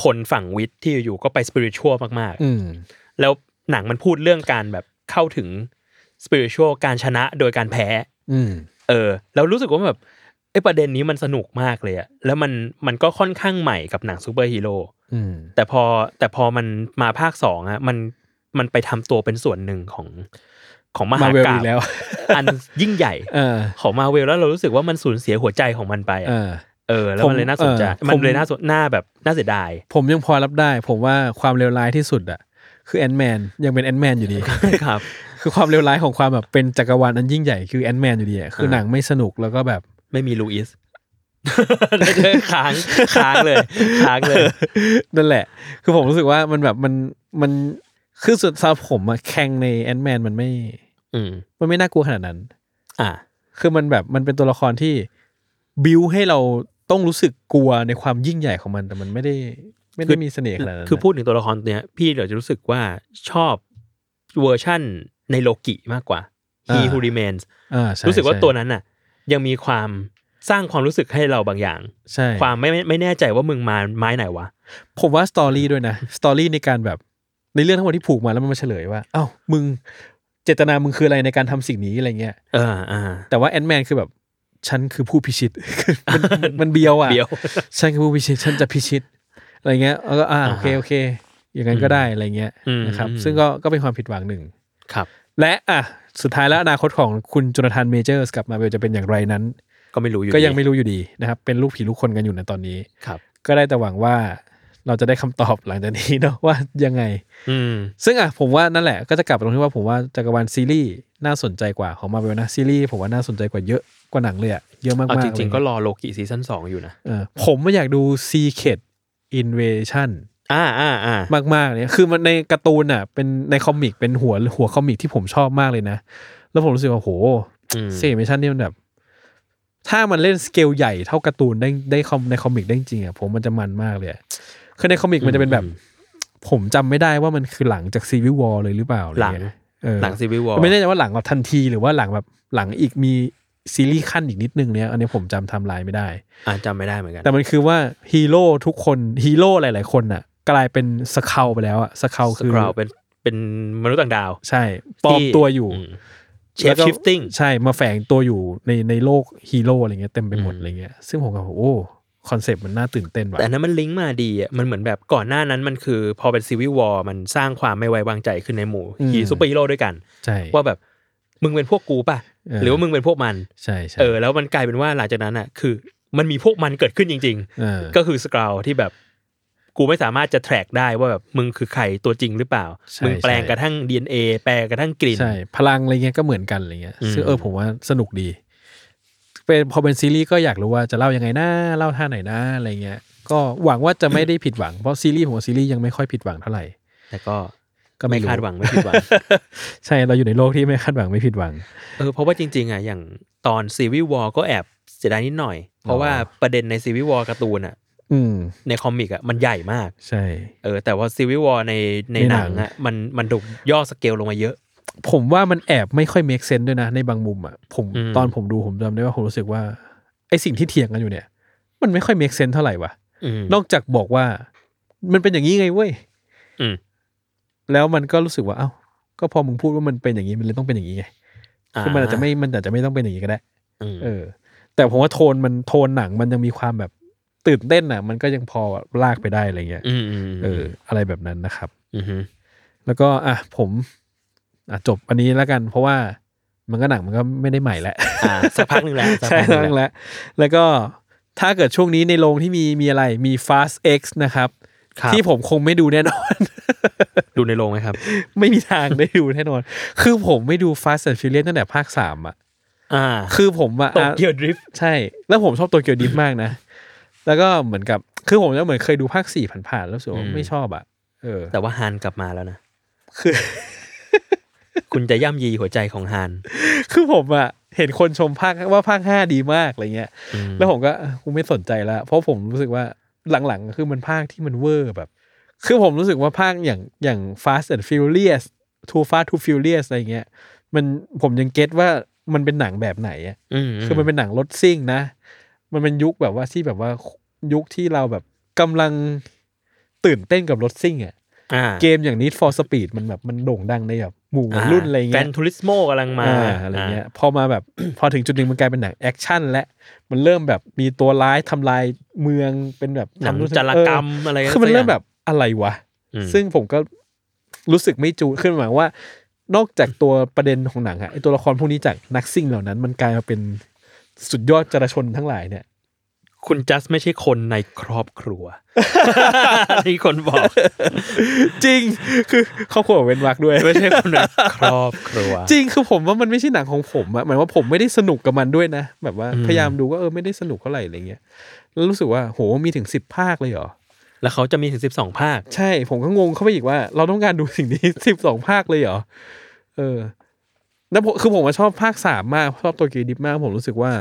C: คนฝั่งวิทย์ที่อยู่ๆก็ไปสปิริตชัวมาก
B: อืม
C: ๆ แล้วหนังมันพูดเรื่องการแบบเข้าถึงสปิริตชัวการชนะโดยการแพ้
B: อืม
C: เออแล้วรู้สึกว่าแบบไอ้ประเด็นนี้มันสนุกมากเลยอะแล้วมันมันก็ค่อนข้างใหม่กับหนังซูเปอร์ฮีโร่
B: อืม
C: แต่พอแต่พอมันมาภาคสองอะมันมันไปทำตัวเป็นส่วนหนึ่งของของมหา
B: Marvel
C: กา
B: อี
C: พย์
B: กแล้ว
C: อันยิ่งใหญ่
B: เออ
C: ของมาเวลแล้วเรารู้สึกว่ามันสูญเสียหัวใจของมันไปอะ
B: เออ
C: เออแล้ว
B: ผม
C: มันเลยน่าสนใจ
B: เออ
C: มัน
B: ผม
C: เลยน่าสนน่าแบบน่าเสียดาย
B: ผมยังพอรับได้ ผมว่าความเลวร้ายที่สุดอะ คือแอนแมนยังเป็นแอนแมนอยู่ดี
C: ครับ
B: คือความเลวร้ายของความแบบเป็นจักรวาลอันยิ่งใหญ่คือแอนแมนอยู่ดีอะคือหนังไม่สนุกแล้วก็แบบ
C: ไม่มีลูอิส ค้างค้างเลยค้างเลย
B: นั่นแหละ คือผมรู้สึกว่ามันแบบมันมันคือสุดซาผมอะแข่งในแอนแมนมันไม่
C: อืม
B: มันไม่น่ากลัวขนาดนั้น
C: อ่า
B: คือมันแบบมันเป็นตัวละครที่บิวให้เราต้องรู้สึกกลัวในความยิ่งใหญ่ของมัน แต่มันไม่ได้ไม่ได้มีเสน่ห์ขนาดนั้นนะ
C: คือพูดถึงตัวละครตัวเนี้ย พี่เดี๋ยวจะรู้สึกว่าชอบเวอร์ชั่นในโลกิมากกว่า He Who Remains
B: อ่าใช่
C: รู้สึกว่า
B: ใช่
C: ตัวนั้นน่ะ ยังมีความสร้างความรู้สึกให้เราบางอย่าง
B: ใช่
C: ความไม่ไม่ไม่แน่ใจว่ามึงมาไม้ไหนวะ
B: ผมว่าสตอรี่ด้วยนะสตอรี่ในการแบบในเรื่องทั้งหมดที่ผูกมาแล้วมันมาเฉลยว่าเอ้ามึงเจตนามึงคืออะไรในการทำสิ่งนี้อะไรเงี้ย
C: เอออ่า
B: แต่ว่าแอนแมนคือแบบ ฉันคือผู้พิชิต มันมันเบียวอ่ะ
C: เบียว
B: ฉันคือผู้พิชิต ฉันจะพิชิต อะไรเงี้ยแล้วก็อ่าโอเคโอเค อย่างนั้นก็ได้อะไรเงี้ย
C: อืม
B: นะครับ
C: อืม
B: ซึ่งก็ก็เป็นความผิดหวังหนึ่ง
C: ครับ
B: และอ่ะสุดท้ายแล้วอนาคตของคุณจนทานเมเจอร์สกับมาเวลจะเป็นอย่างไรนั้น
C: ก็ไม่รู้อยู่
B: ก็ยังไม่
C: ดี
B: รู้อยู่ดีนะครับ เป็นลูกผีลูกคนกันอยู่ในตอนนี้
C: ครับ
B: ก็ได้แต่หวังว่าเราจะได้คำตอบหลังจากนี้เนาะว่ายังไง
C: อืม
B: ซึ่งอ่ะผมว่านั่นแหละก็จะกลับไปตรงที่ว่าผมว่าจักรวาลซีรีส์น่าสนใจกว่าของมาเวลนะซีรีส์ผมว่าน่าสนใจกว่าเยอะกว่าหนังเลยอะเยอะมาก
C: เอา
B: ๆ
C: จริง ๆ ก็
B: เลย
C: รอโลกิซีซั่นสองอยู่นะ
B: เออผมไม่อยากดู Secret Invasion
C: อ่าอ่าอ่าม
B: ากๆเนี่ยคือมันในการ์ตูนอ่ะเป็นในคอมิกเป็นหัวหัวคอมิกที่ผมชอบมากเลยนะ แล้วผมรู้สึกว่าโห
C: อืม
B: ซีเมชันนี่มันแบบ ถ้ามันเล่นสเกลใหญ่เท่าการ์ตูนได้ได้คอมในคอมิกได้จริงอ่ะผมมันจะมันมากเลยอะคือในคอมิกมันจะเป็นแบบ ผมจำไม่ได้ว่ามันคือหลังจากซีวิววอลเลยหรือเปล่าอะไร
C: หลัง
B: เยเออ
C: หลังซีวิวอ
B: ไม่แน่ใจว่าหลังแบบทันทีหรือว่าหลังแบบหลังอีกมีซีรีส์ขั้นอีกนิดนึงเนี้ยอันนี้ผมจำไทำลายไม่ได้
C: อ่าจำไม่ได้เหมือนกัน
B: แต่มันคือว่าฮีโร่ทุกคนฮีโร่หลาย ๆ คนน่ะ กลายเป็นสเคาไปแล้วอะสเคา
C: ส
B: คือ
C: คราวเป็นเป็นมนุษย์ต่างดาว
B: ใช่ปลอมตัวอยู่
C: เชฟ
B: แล้วก็
C: ชิฟติ้ง
B: ใช่มาแฝงตัวอยู่ในในโลกฮีโร่อะไรเงี้ยเต็มไปหมด
C: อืม
B: อะไรเงี้ยซึ่งผมก็โอ้คอนเซปต์มันน่าตื่นเต้นว่ะ
C: แต่อันนั้นมันลิงก์มาดีอ่ะมันเหมือนแบบก่อนหน้านั้นมันคือ พอเป็นซีวิวอร์มันสร้างความไม่ไว้วางใจขึ้นในหมู่ฮีซูเปอร์ฮีโร่ด้วยกัน
B: ใช่
C: ว่าแบบมึงเป็นพวกกูป่ะ
B: เออ
C: หรือว่ามึงเป็นพวกมัน
B: ใช่ใช่
C: เออ แล้วมันกลายเป็นว่าหลังจากนั้นอ่ะ คือ มันมีพวกมันเกิดขึ้นจริง
B: เออ
C: ๆ ก็คือสกราวที่แบบกูไม่สามารถจะแทร็กได้ว่าแบบมึงคือใครตัวจริงหรือเปล่า
B: ใช่
C: มึงแปลงกระ
B: ใช่
C: ทั่ง DNA แปลงกระทั่งกลิ่น
B: ใช่พลังอะไรเงี้ยก็เหมือนกันอะไรเงี้ย
C: อืม
B: ซึ่งเออผมว่าสนุกดีเป็นพอเป็นซีรีส์ก็อยากรู้ว่าจะเล่ายังไงนะเล่าท่าไหนนะอะไรเงี้ย ก็หวังว่าจะไม่ได้ผิดหวังเพราะซีรีส์ผมว่าซีรีส์ยังไม่ค่อยผิดหวังเท่าไหร่
C: แต่ก็
B: ก็ไม่
C: ไม่
B: รู้
C: คาดหวังไม่ผิ ดหวัง
B: ใช่เราอยู่ในโลกที่ไม่คาดหวังไม่ผิดหวัง
C: เออเพราะว่าจริงๆอ่ะอย่างตอนซีวิวอก็แอบเสียดายนิดหน่อย เพราะว่าประเด็นในซีวิวอการ์ตูนอ่ะ
B: อืม
C: ในคอมิกอ่ะมันใหญ่มาก
B: ใช่
C: เออแต่ว่าซีวิวอในใน
B: ในห
C: ห
B: นั
C: นั
B: ง
C: งอ่ะมันมันถูกย่อสเกลลงมาเยอะ
B: ผมว่ามันแอบไม่ค่อยเมคเซนด้วยนะในบางมุมอ่ะผม
C: อืม
B: ตอนผมดูผมจำได้ว่าผมรู้สึกว่าไอสิ่งที่เถียงกันอยู่เนี่ย มันไม่ค่อยเมคเซนเท่าไหร่วะ
C: ม
B: นอกจากบอกว่า มันเป็นอย่างนี้ไงเว้ย
C: อืม
B: แล้วมันก็รู้สึกว่าเอ้าก็พอมึงพูดว่ามันเป็นอย่างนี้มันเลยต้องเป็นอย่างนี้ไงคือมันอาจจะไม่มันอาจจะไม่ต้องเป็นอย่างนี้ก็ได้
C: อืม
B: เออ แต่ผมว่าโทนมันโทนหนังมันยังมีความแบบตื่นเต้นอ่ะ มันก็ยังพอลากไปได้อะไรเงี้ย
C: มอืม
B: เออ อะไรแบบนั้นนะครับ
C: อืมฮึ
B: แล้วก็อ่ะผมอ่ะจบอันนี้แล้วกัน เพราะว่ามันก็หนังมันก็ไม่ได้ใหม่ แล้ว
C: อ่าสักพักหนึ่งแล้วสัก
B: ใช่
C: พักห
B: แล้
C: นึ่
B: ว
C: งแล้ว
B: แล้วแล้วก็ถ้าเกิดช่วงนี้ในโรงที่มีมีอะไรมี Fast X นะครับ
C: ครับ
B: ที่ผมคงไม่ดูแน่น อน
C: ดูในโรงไหมครับ
B: ไม่มีทางได้ดูแน่นอน คือผมไม่ดู Fast and Furious ตั้งแต่ภาคสามอ่ะ
C: อ่า
B: คือผมอ่ะ
C: โตเกียวดริฟต์
B: ใช่ แล้วผมชอบโตัวเกียวดิฟมากนะ แล้วก็เหมือนกับ คือผมจะเหมือนเคยดูภาคสี่ผ่านๆแล้วรู้สึกว่าไม่ชอบอ่ะ เออ
C: แต่ว่าฮานกลับมาแล้วนะ
B: คือ
C: คุณจะย่ำยีหัวใจของฮาน
B: คือผมอ่ะ เห็นคนชมภาคว่าภาคห้าดีมากอะไรเงี้ย
C: อืม
B: แล้วผมก็เอ้อกูไม่สนใจละ เพราะผมรู้สึกว่าหลังๆ คือมันภาคที่มันเวอร์แบบ คือผมรู้สึกว่าภาคอย่างอย่าง Fast and Furious Too Fast Too Furious อะไรเงี้ย มันผมยังเก็ตว่ามันเป็นหนังแบบไหนอ่ะ
C: อื
B: คือมันเป็นหนังรถซิ่งนะ มันเป็นยุคแบบว่าที่แบบว่ายุคที่เราแบบกำลังตื่นเต้นกับรถซิ่งอ่ะ
C: อ่า
B: เกมอย่าง Need for Speed มันแบบมันโด่งดังในแบบหมู่วัยรุ่นอะไร
C: แกร
B: เงี้ย
C: นทูริสโมกำลังมา
B: อ่าอะไรเงี้ย พอมาแบบ พอถึงจุดหนึ่งมันกลายเป็นหนังแอคชั่นและ มันเริ่มแบบมีตัวร้ายทำลายเมืองเป็นแบบ
C: หนัง
B: ทำ
C: จารกรรมอะไร
B: เออคือมันเริ่มแบบอะไรวะ
C: ซึ่
B: ซึ่
C: ง
B: งผมก็รู้สึกไม่จูขึ้นหมายว่า นอกจากตัวประเด็นของหนังอะไอตัวละครพวกนี้จากนักซิ่งเหล่านั้น มันกลายมาเป็นสุดยอดจราชนทั้งหลายเนี่ย
C: คุณจัสไม่ใช่คนในครอบค รัว ที่คนบอก
B: จริง คือครอบครัวเว้นวักด้วย
C: ไม่ใช่คนในครอบครัว
B: จริงคือผมว่ามันไม่ใช่หนังของผมอะหมายว่าผมไม่ได้สนุกกับมันด้วยนะ แบบว่า
C: อืม
B: พยายามดูก็เออไม่ได้สนุกเท่าไหร่อะไรเงี้ยแล้วรู้สึกว่าโหมีถึงสิบภาคเลยเหรอ
C: แล้วเขาจะมีถึงสิบสองภาค
B: ใช่ ผมก็งงเข้าไปอีกว่า เราต้องการดูสิ่งนี้ สิบสองภาคเลยเหรอ เออแล้วผมคือผมว่าชอบภาคสามมากชอบตัวเกดิบมาก ผมรู้สึกว่า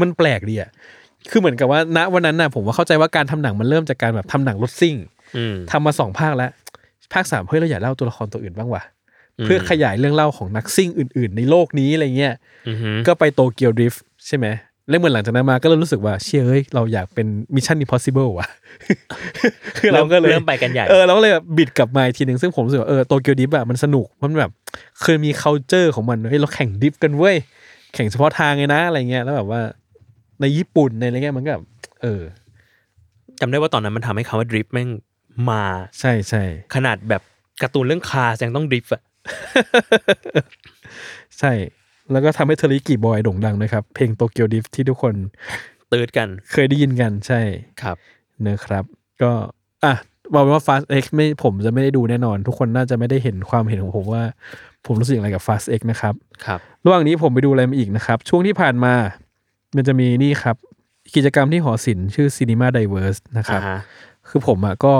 B: มันแปลกดีอะคือเหมือนกับว่า ณวันนั้นน่ะ ผมว่าเข้าใจว่าการทำหนังมันเริ่มจากการแบบทำหนังรถซิ่ง
C: อืม
B: ทำมาสองภาคแล้ว ภาคสามเฮ้ยเราอยากเล่าตัวละครตัวอื่นบ้างว่ะ เพื่อขยายเรื่องเล่าของนักซิ่งอื่น ๆ ในโลกนี้อะไรเงี้ย
C: อือฮึ
B: ก็ไปโตเกียวดริฟท์ใช่ไหม แล้วเหมือนหลังจากนั้นมาก็เริ่มรู้สึกว่าเชื่อเฮ้ยเราอยากเป็นมิชชั่นอิ p พอสิเบิลว่ะ คือเราก็เลย
C: เริ่มไปกันใหญ่
B: เออเราก็เลยแบบบิดกลับมาอีกทีหนึ่งซึ่งผมรู้สึกว่าเออโตเกียวดิฟอะมันสนุกมันแบบเคยมี c u เจอร์ของมันเฮ้ยเราแข่งดิฟกันเว้ย แข่งเฉพาะทางไงนะอะไรเงี้ยแล้วแบบว่าในญี่ปุ่นในอะไรเงี้ยมันก็แบบเออ
C: จำได้ว่าตอนนั้นมันทำให้คำว่าดริฟต์แม่งมา
B: ใช่ใช่
C: ขนาดแบบการ์ตูนเรื่องคาร์ยังต้องดริฟต์อะ
B: ใช่ แล้วก็ทำให้เทอริกิบอยโด่งดังนะครับ เพลงโตเกียวดิฟที่ทุกคน
C: ตืดกัน
B: เคยได้ยินกันใช่
C: ครับ
B: เนอะครับ ก็อ่ะบอกเป็นว่า Fast X ไม่ผมจะไม่ได้ดูแน่นอน ทุกคนน่าจะไม่ได้เห็นความเห็นของผมว่า ผมรู้สึกอย่างไรกับ Fast X นะครับ
C: ครับ
B: ระหว่างนี้ผมไปดูอะไรมาอีกนะครับ ช่วงที่ผ่านมา มันจะมีนี่ครับ กิจกรรมที่หอศิลป์ชื่อ Cinema Diverse นะครับ
C: อ่าฮะ
B: คือผมอ่ะก็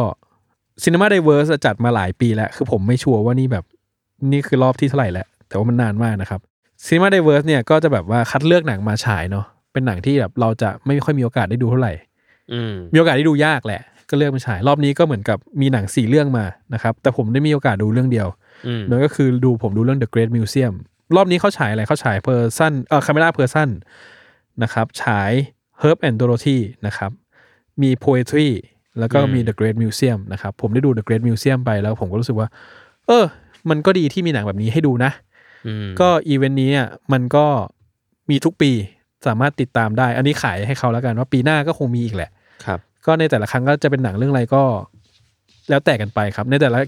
B: Cinema Diverse อะจัดมาหลายปีแล้ว คือผมไม่ชัวร์ว่านี่แบบ นี่คือรอบที่เท่าไหร่แล้ว แต่ว่ามันนานมากนะครับ Cinema Diverse เนี่ยก็จะแบบว่าคัดเลือกหนังมาฉายเนาะเป็นหนังที่แบบเราจะไม่ค่อยมีโอกาสได้ดูเท่าไหร่
C: อืม
B: มีโอกาสได้ดูยากแหละ ก็เลือกมาฉายรอบนี้ก็เหมือนกับมีหนังสี่เรื่องมานะครับ แต่ผมได้มีโอกาสดูเรื่องเดียว
C: อืม
B: นั่นก็คือดูผมดูเรื่อง The Great Museum รอบนี้เขาฉายอะไรเขาฉายเพอร์ซันเอ่อคาเมล่าเพอร์ซันนะครับ ฉาย Herb and Dorothy นะครับ มี Poetry แล้วก็มี The Great Museum นะครับ ผมได้ดู The Great Museum ไปแล้วผมก็รู้สึกว่า เออ มันก็ดีที่มีหนังแบบนี้ให้ดูนะ
C: อืม
B: ก็อีเวนต์นี้อ่ะมันก็มีทุกปีสามารถติดตามได้ อันนี้ขายให้เขาแล้วกันว่าปีหน้าก็คงมีอีกแหละ
C: ครับ
B: ก็ในแต่ละครั้งก็จะเป็นหนังเรื่องอะไรก็ แล้วแต่กันไปครับ ในแต่ละ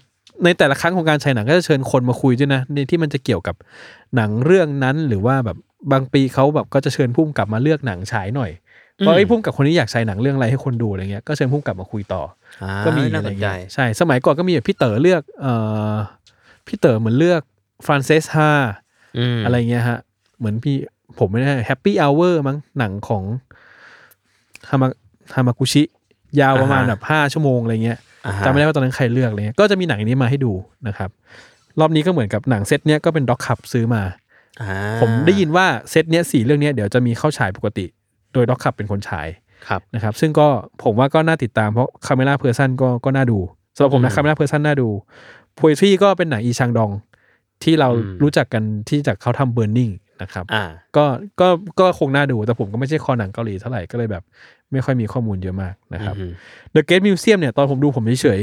B: ในแต่ละครั้งของการฉายหนังก็จะเชิญคนมาคุยด้วยนะในที่มันจะเกี่ยวกับหนังเรื่องนั้นหรือว่าแบบบางปีเขาแบบก็จะเชิญพุ่มกลับมาเลือกหนังฉายหน่อยว่าไอ้ยพุ่มกับคนนี้อยากฉายหนังเรื่องอะไรให้คนดูอะไรเงี้ยก็เชิญพุ่มกลับมาคุยต่อ
C: อ่า
B: อก็มี
C: น่า
B: อะไร
C: สนใจ
B: เงี้ยใช่สมัยก่อนก็มีแบบพี่เต๋อเลือกเอ่อพี่เต๋อเหมือนเลือกฟรานเซสฮา
C: อืม
B: อะไรเงี้ยฮะ เหมือนพี่ผมไม่แน่แฮปปี้อเวอร์มั้งหนังของฮามาฮามากุชิ ยาวประมาณแบบห้าชั่วโมงอะไรเงี้ย
C: อ่าฮะ
B: จำไม่ได้ว่าตอนนั้นใครเลือกอะไรเลยก็จะมีหนังอันนี้มาให้ดูนะครับ รอบนี้ก็เหมือนกับหนังเซตเนี้ยก็เป็นด็อกคับซื้อมา
C: อ่า
B: ผมได้ยินว่าเซตเนี้ยสี่เรื่องเนี้ยเดี๋ยวจะมีเข้าฉายปกติ โดยด็อกคับเป็นคนฉาย
C: ครับ
B: นะครับ ซึ่งก็ผมว่าก็น่าติดตามเพราะคาเมล่าเพอร์ซันก็ก็น่าดูสำหรับผมนะ
C: อืม
B: คาเมล่าเพอร์ซันน่าดูโพเอทรีก็เป็นหนังอีชังดองที่เรา
C: อืม
B: รู้จักกันที่จากเขาทำเบอร์นิงนะครับ
C: อ่า
B: ก็ก็ก็คงน่าดูแต่ผมก็ไม่ใช่คอหนังเกาหลีเท่าไหร่ก็เลยแบบ ไม่ค่อยมีข้อมูลเยอะมากนะครับ
C: อืม
B: The Great Museum เนี่ยตอนผมดูผมเฉย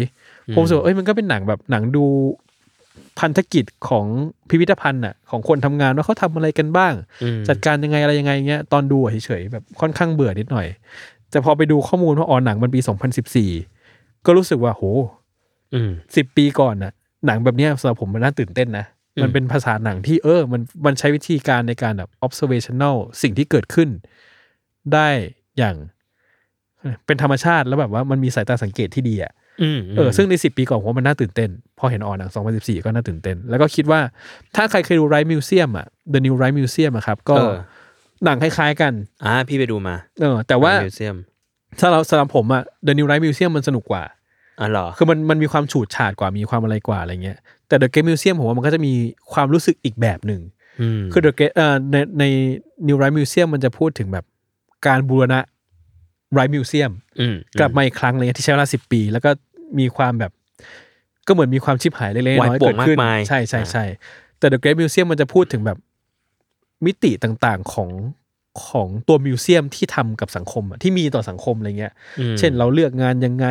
C: อื
B: ๆผมรู้สึกว่าเอ้ยมันก็เป็นหนังแบบหนังดูพันธกิจของพิพิธภัณฑ์น่ะของคนทำงานว่าเขาทำอะไรกันบ้าง
C: อืม
B: จัดการยังไงอะไรยังไงเงี้ยตอนดูอะเฉยๆแบบค่อนข้างเบื่อนิดหน่อย แต่พอไปดูข้อมูลว่าอ๋อหนังมันปี 2014 ก็รู้สึกว่าโห
C: อืม
B: สิบปีก่อนน่ะหนังแบบเนี้ยสำหรับผมมันน่าตื่นเต้นนะ
C: อืม
B: มันเป็นภาษาหนังที่เออ มันมันใช้วิธีการในการแบบ observational สิ่งที่เกิดขึ้น ได้อย่าง เป็นธรรมชาติแล้วแบบว่ามันมีสายตาสังเกตที่ดีอะ
C: อืม
B: เออซึ่งในสิบปีก่อนผมว่ามันน่าตื่นเต้น พอเห็นออนหนังสองพันสิบสี่ก็น่าตื่นเต้น แล้วก็คิดว่าถ้าใครเคยดูไรมิวเซียมอะ The New Right Museum อะครับ ก็
C: เออ
B: หนังคล้ายๆกัน
C: อ่าพี่ไปดูมา
B: เออแต่ว่า
C: ในมิวเซียม
B: สำหรับสำหรับผมอะ The New Right Museum มันสนุกกว่า
C: อ่าเหรอ
B: คือมันมันมีความฉูดฉาดกว่ามีความอะไรกว่าอะไรเงี้ยแต่ The Great Museum ผมว่ามันก็จะมีความรู้สึกอีกแบบหนึ่ง
C: อืม
B: คือ The Great เอ่อในใน New Right Museum มันจะพูดถึงแบบการบูรณะ Right Museum
C: อืม
B: กลับมาอีกครั้งอะไรเลยที่ใช้เวลาสิบปี แล้วก็มีความแบบ ก็เหมือนมีความชิบหายเล็กๆ
C: วาย
B: น้อยๆ
C: ป่ว
B: เกิ
C: ง
B: ด
C: มา
B: ขึ้
C: ก
B: น
C: มาย
B: ใช่ใช่ใช่แต่ The Great Museum มันจะพูดถึงแบบมิติต่างๆของของตัวมิวเซียมที่ทำกับสังคมอะที่มีต่อสังคมอะไรเงี้ย
C: อืม
B: เช่นเราเลือกงานยังไง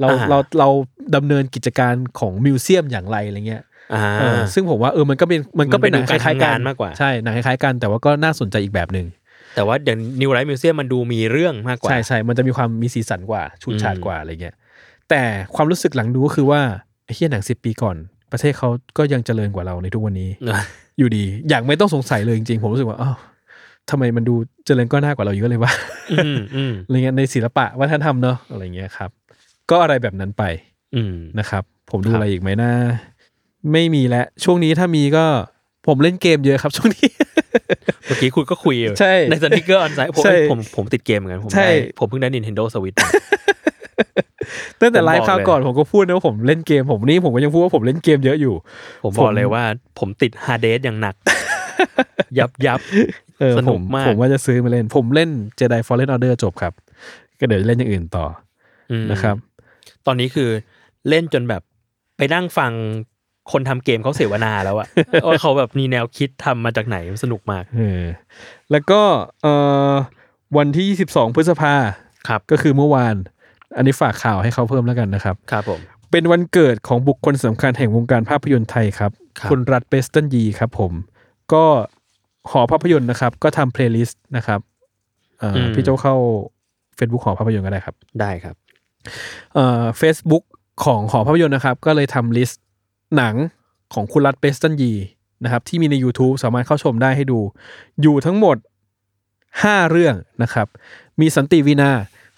B: เรา
C: อ่า
B: เราเราดำเนินกิจการของมิวเซียมอย่างไรอะไรเงี้ย
C: อ่า
B: เออซึ่งผมว่าเออมันก็เป็นมันก็เป็นหนัง
C: มัน
B: ค
C: เป็นดูการ
B: ล้ายๆกัน
C: ทำงานมากกว่า
B: ใช่หนังคล้ายๆกันแต่ว่าก็น่าสนใจอีกแบบหนึ่ง
C: แต่ว่าเดี๋ยวนิวไรท์มิวเซียมมันดูมีเรื่องมากกว่า
B: ใช่ใช่มันจะมีความมีสีสันกว่าชูดฉาด
C: อืม
B: กว่าอะไรเงี้ยแต่ความรู้สึกหลังดูก็คือว่าไอ้เฮียหนังสิบปีก่อน ประเทศเขาก็ยังเจริญกว่าเราในทุกวันนี้
C: เออ
B: อยู่ดี อย่างไม่ต้องสงสัยเลยจริงๆผมรู้สึกว่าอ้าวทำไมมันดูเจ ริญก้าวหน้ากว่าเราเยอะเลย ว่า
C: อืมอืม
B: อะไรเงี้ยในศิลปะวัฒนธรรมเนอะอะไรเงี้ยครับ ก็อะไรแบบนั้นไป
C: อืม
B: นะครับ ผมดู
C: ครับ
B: อะไรอีกไหมนะ ไม่มีแล้วช่วงนี้ถ้ามีก็ผมเล่นเกมเยอะครับ ช่วงนี้
C: เมื่อกี้คุณก็คุยอยู่
B: ใช่
C: ในสติกเกอร์ออนไซต์ผม
B: ใช่
C: ผมผมติดเกมเหมือนกันผม
B: ใช่
C: ได้ผมเพิ่งได้ Nintendo Switch มา
B: ตั้งแต่ไลฟ์
C: ผมบอก
B: คราวก่อน
C: เลย
B: ผมก็พูดนะว่าผมเล่นเกม ผมนี่ผมก็ยังพูดว่าผมเล่นเกมเยอะอยู่
C: ผม
B: ผม
C: บอกเลยว่าผมติดฮาเดสอย่างหนั ก ยับยับ
B: เออ
C: สนุ
B: ผ
C: ก
B: ม
C: มาก
B: ผมว่าจะซื้อมาเล่น ผมเล่น Jedi Fallen Order จบครับ ก็เดี๋ยวจะเล่นอย่างอื่นต่อ
C: อื
B: อ
C: ม
B: นะครับ
C: ตอนนี้คือเล่นจนแบบไปนั่งฟังคนทำเกมเขาเสวนา แล้วอะ ว่าเขาแบบมีแนวคิดทำมาจากไหนสนุกมาก
B: เออแล้วก็เออวันที่ 22 พฤษภา
C: ครับ
B: ก็คือเมื่อวาน อันนี้ฝากข่าวให้เขาเพิ่มแล้วกันนะครับ
C: ครับผม
B: เป็นวันเกิดของบุคคลสำคัญแห่งวงการภาพยนตร์ไทยครับ
C: ครับ
B: คุณรัฐเบสตันยีครับผม ก็หอภาพยนตร์นะครับ ก็ทำเพลย์ลิสต์นะครับเอ่ออ
C: ม
B: พี่โจเข้า Facebook หอภาพยนตร์ก็ได้ครับ
C: ได้ครับ
B: เอ่อ Facebook ของหอภาพยนตร์นะครับ ก็เลยทำลิสต์หนังของคุณรัฐเบสตันยีนะครับ ที่มีใน YouTube สามารถเข้าชมได้ให้ดู อยู่ทั้งหมด 5 เรื่องนะครับ มีสันติวีนา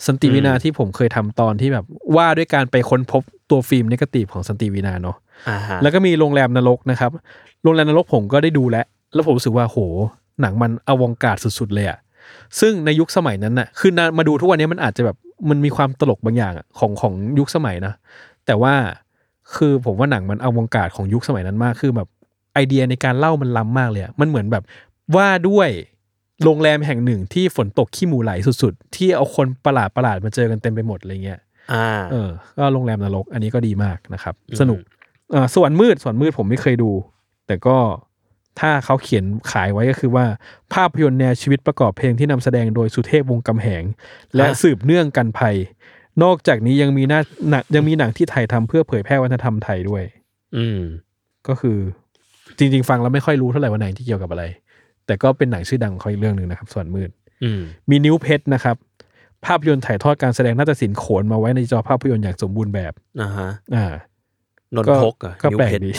B: สันติวีนา
C: อืม
B: ที่ผมเคยทำตอนที่แบบว่าด้วยการไปค้นพบตัวฟิล์มเนกาตีฟของสันติวีนาเนาะ
C: อ่าฮะ
B: แล้วก็มีโรงแรมนรกนะครับ โรงแรมนรกผมก็ได้ดูแล้ว แล้วผมรู้สึกว่าโห หนังมันอวองการสุดๆเลยอะซึ่งในยุคสมัยนั้นน่ะ คือนามาดูทุกวันนี้มันอาจจะแบบมันมีความตลกบางอย่างอะของของยุคสมัยนะ แต่ว่าคือผมว่าหนังมันอวองการของยุคสมัยนั้นมาก คือแบบไอเดียในการเล่ามันล้ำมากเลยอะมันเหมือนแบบว่าด้วยโรงแรมแห่งหนึ่งที่ฝนตกขี้หมูไหลสุดๆ ที่เอาคนประหลาดประหลาดๆมาเจอกันเต็มไปหมดอะไรเงี้ย
C: อ่า
B: เออ ก็โรงแรมนรก อันนี้ก็ดีมากนะครับ
C: อืม
B: สนุกเอ่อส่วนมืด ส่วนมืดผมไม่เคยดู แต่ก็ถ้าเขาเขียนขายไว้ก็คือว่า ภาพยนตร์แนวชีวิตประกอบเพลงที่นำแสดงโดยสุเทพวงศ์กำแหง และสืบเนื่องกันภัย นอกจากนี้ยังมีหน้าหนังยังมีหนังที่ไทยทำเพื่อเผยแพร่วัฒนธรรมไทยด้วย
C: อืม
B: ก็คือจริง ๆ ฟังแล้วไม่ค่อยรู้เท่าไหร่ว่าหนังที่เกี่ยวกับอะไร แต่ก็เป็นหนังชื่อดังของเขาอีกเรื่องหนึ่งนะครับ ส่วนมืด
C: อืม
B: มีนิ้วเพชรนะครับ ภาพยนตร์ถ่ายทอดการแสดงนาฏศิลป์โขนมาไว้ในจอภาพยนตร์อย่างสมบูรณ์แบบ
C: อ่าฮะ
B: อ่าน
C: น
B: ก็
C: ทกเหรอ่ะ
B: ก็แปลกดี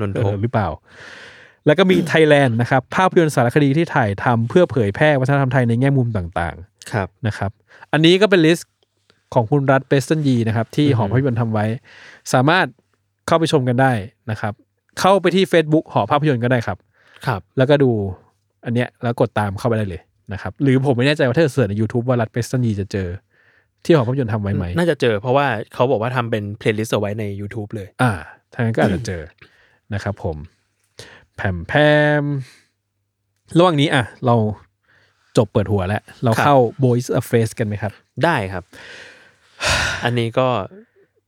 C: นน
B: เอ
C: ท
B: อก หรือเปล่า แล้วก็มี ไทยแลนด์นะครับ ภาพยนตร์สารคดีที่ถ่ายทำเพื่อเผยแพร่วัฒนธรรมไทยในแง่มุมต่าง
C: ครับ
B: ๆนะครับ อันนี้ก็เป็นลิสต์ของคุณรัฐเบสตันยีนะครับ ที่
C: อือ
B: ห
C: ฮึ
B: อภาพยนตร์ทำไว้ สามารถเข้าไปชมกันได้นะครับ เข้าไปที่ Facebook หอภาพยนตร์ก็ได้ครับ
C: ครับ
B: แล้วก็ดูอันเนี้ยแล้วกดตามเข้าไปได้เลยนะครับ หรือผมไม่แน่ใจว่าถ้าเสิร์ชใน YouTube ว่ารัฐเบสตันยีจะเจอ ที่หอภาพยนตร์ทำไว้ไหม
C: น่าจะเจอเพราะว่าเขาบอกว่าทำเป็นเพลย์ลิสต์เอาไว้ใน YouTube เลย
B: อ่าทางนั้นก็อาจจะเจอ นะครับผม แผ่มแพมระหว่างนี้อ่ะ เราจบเปิดหัวแล้ว เราเข้า Boys of Face กันไหมครับ
C: ได้ครับ อันนี้ก็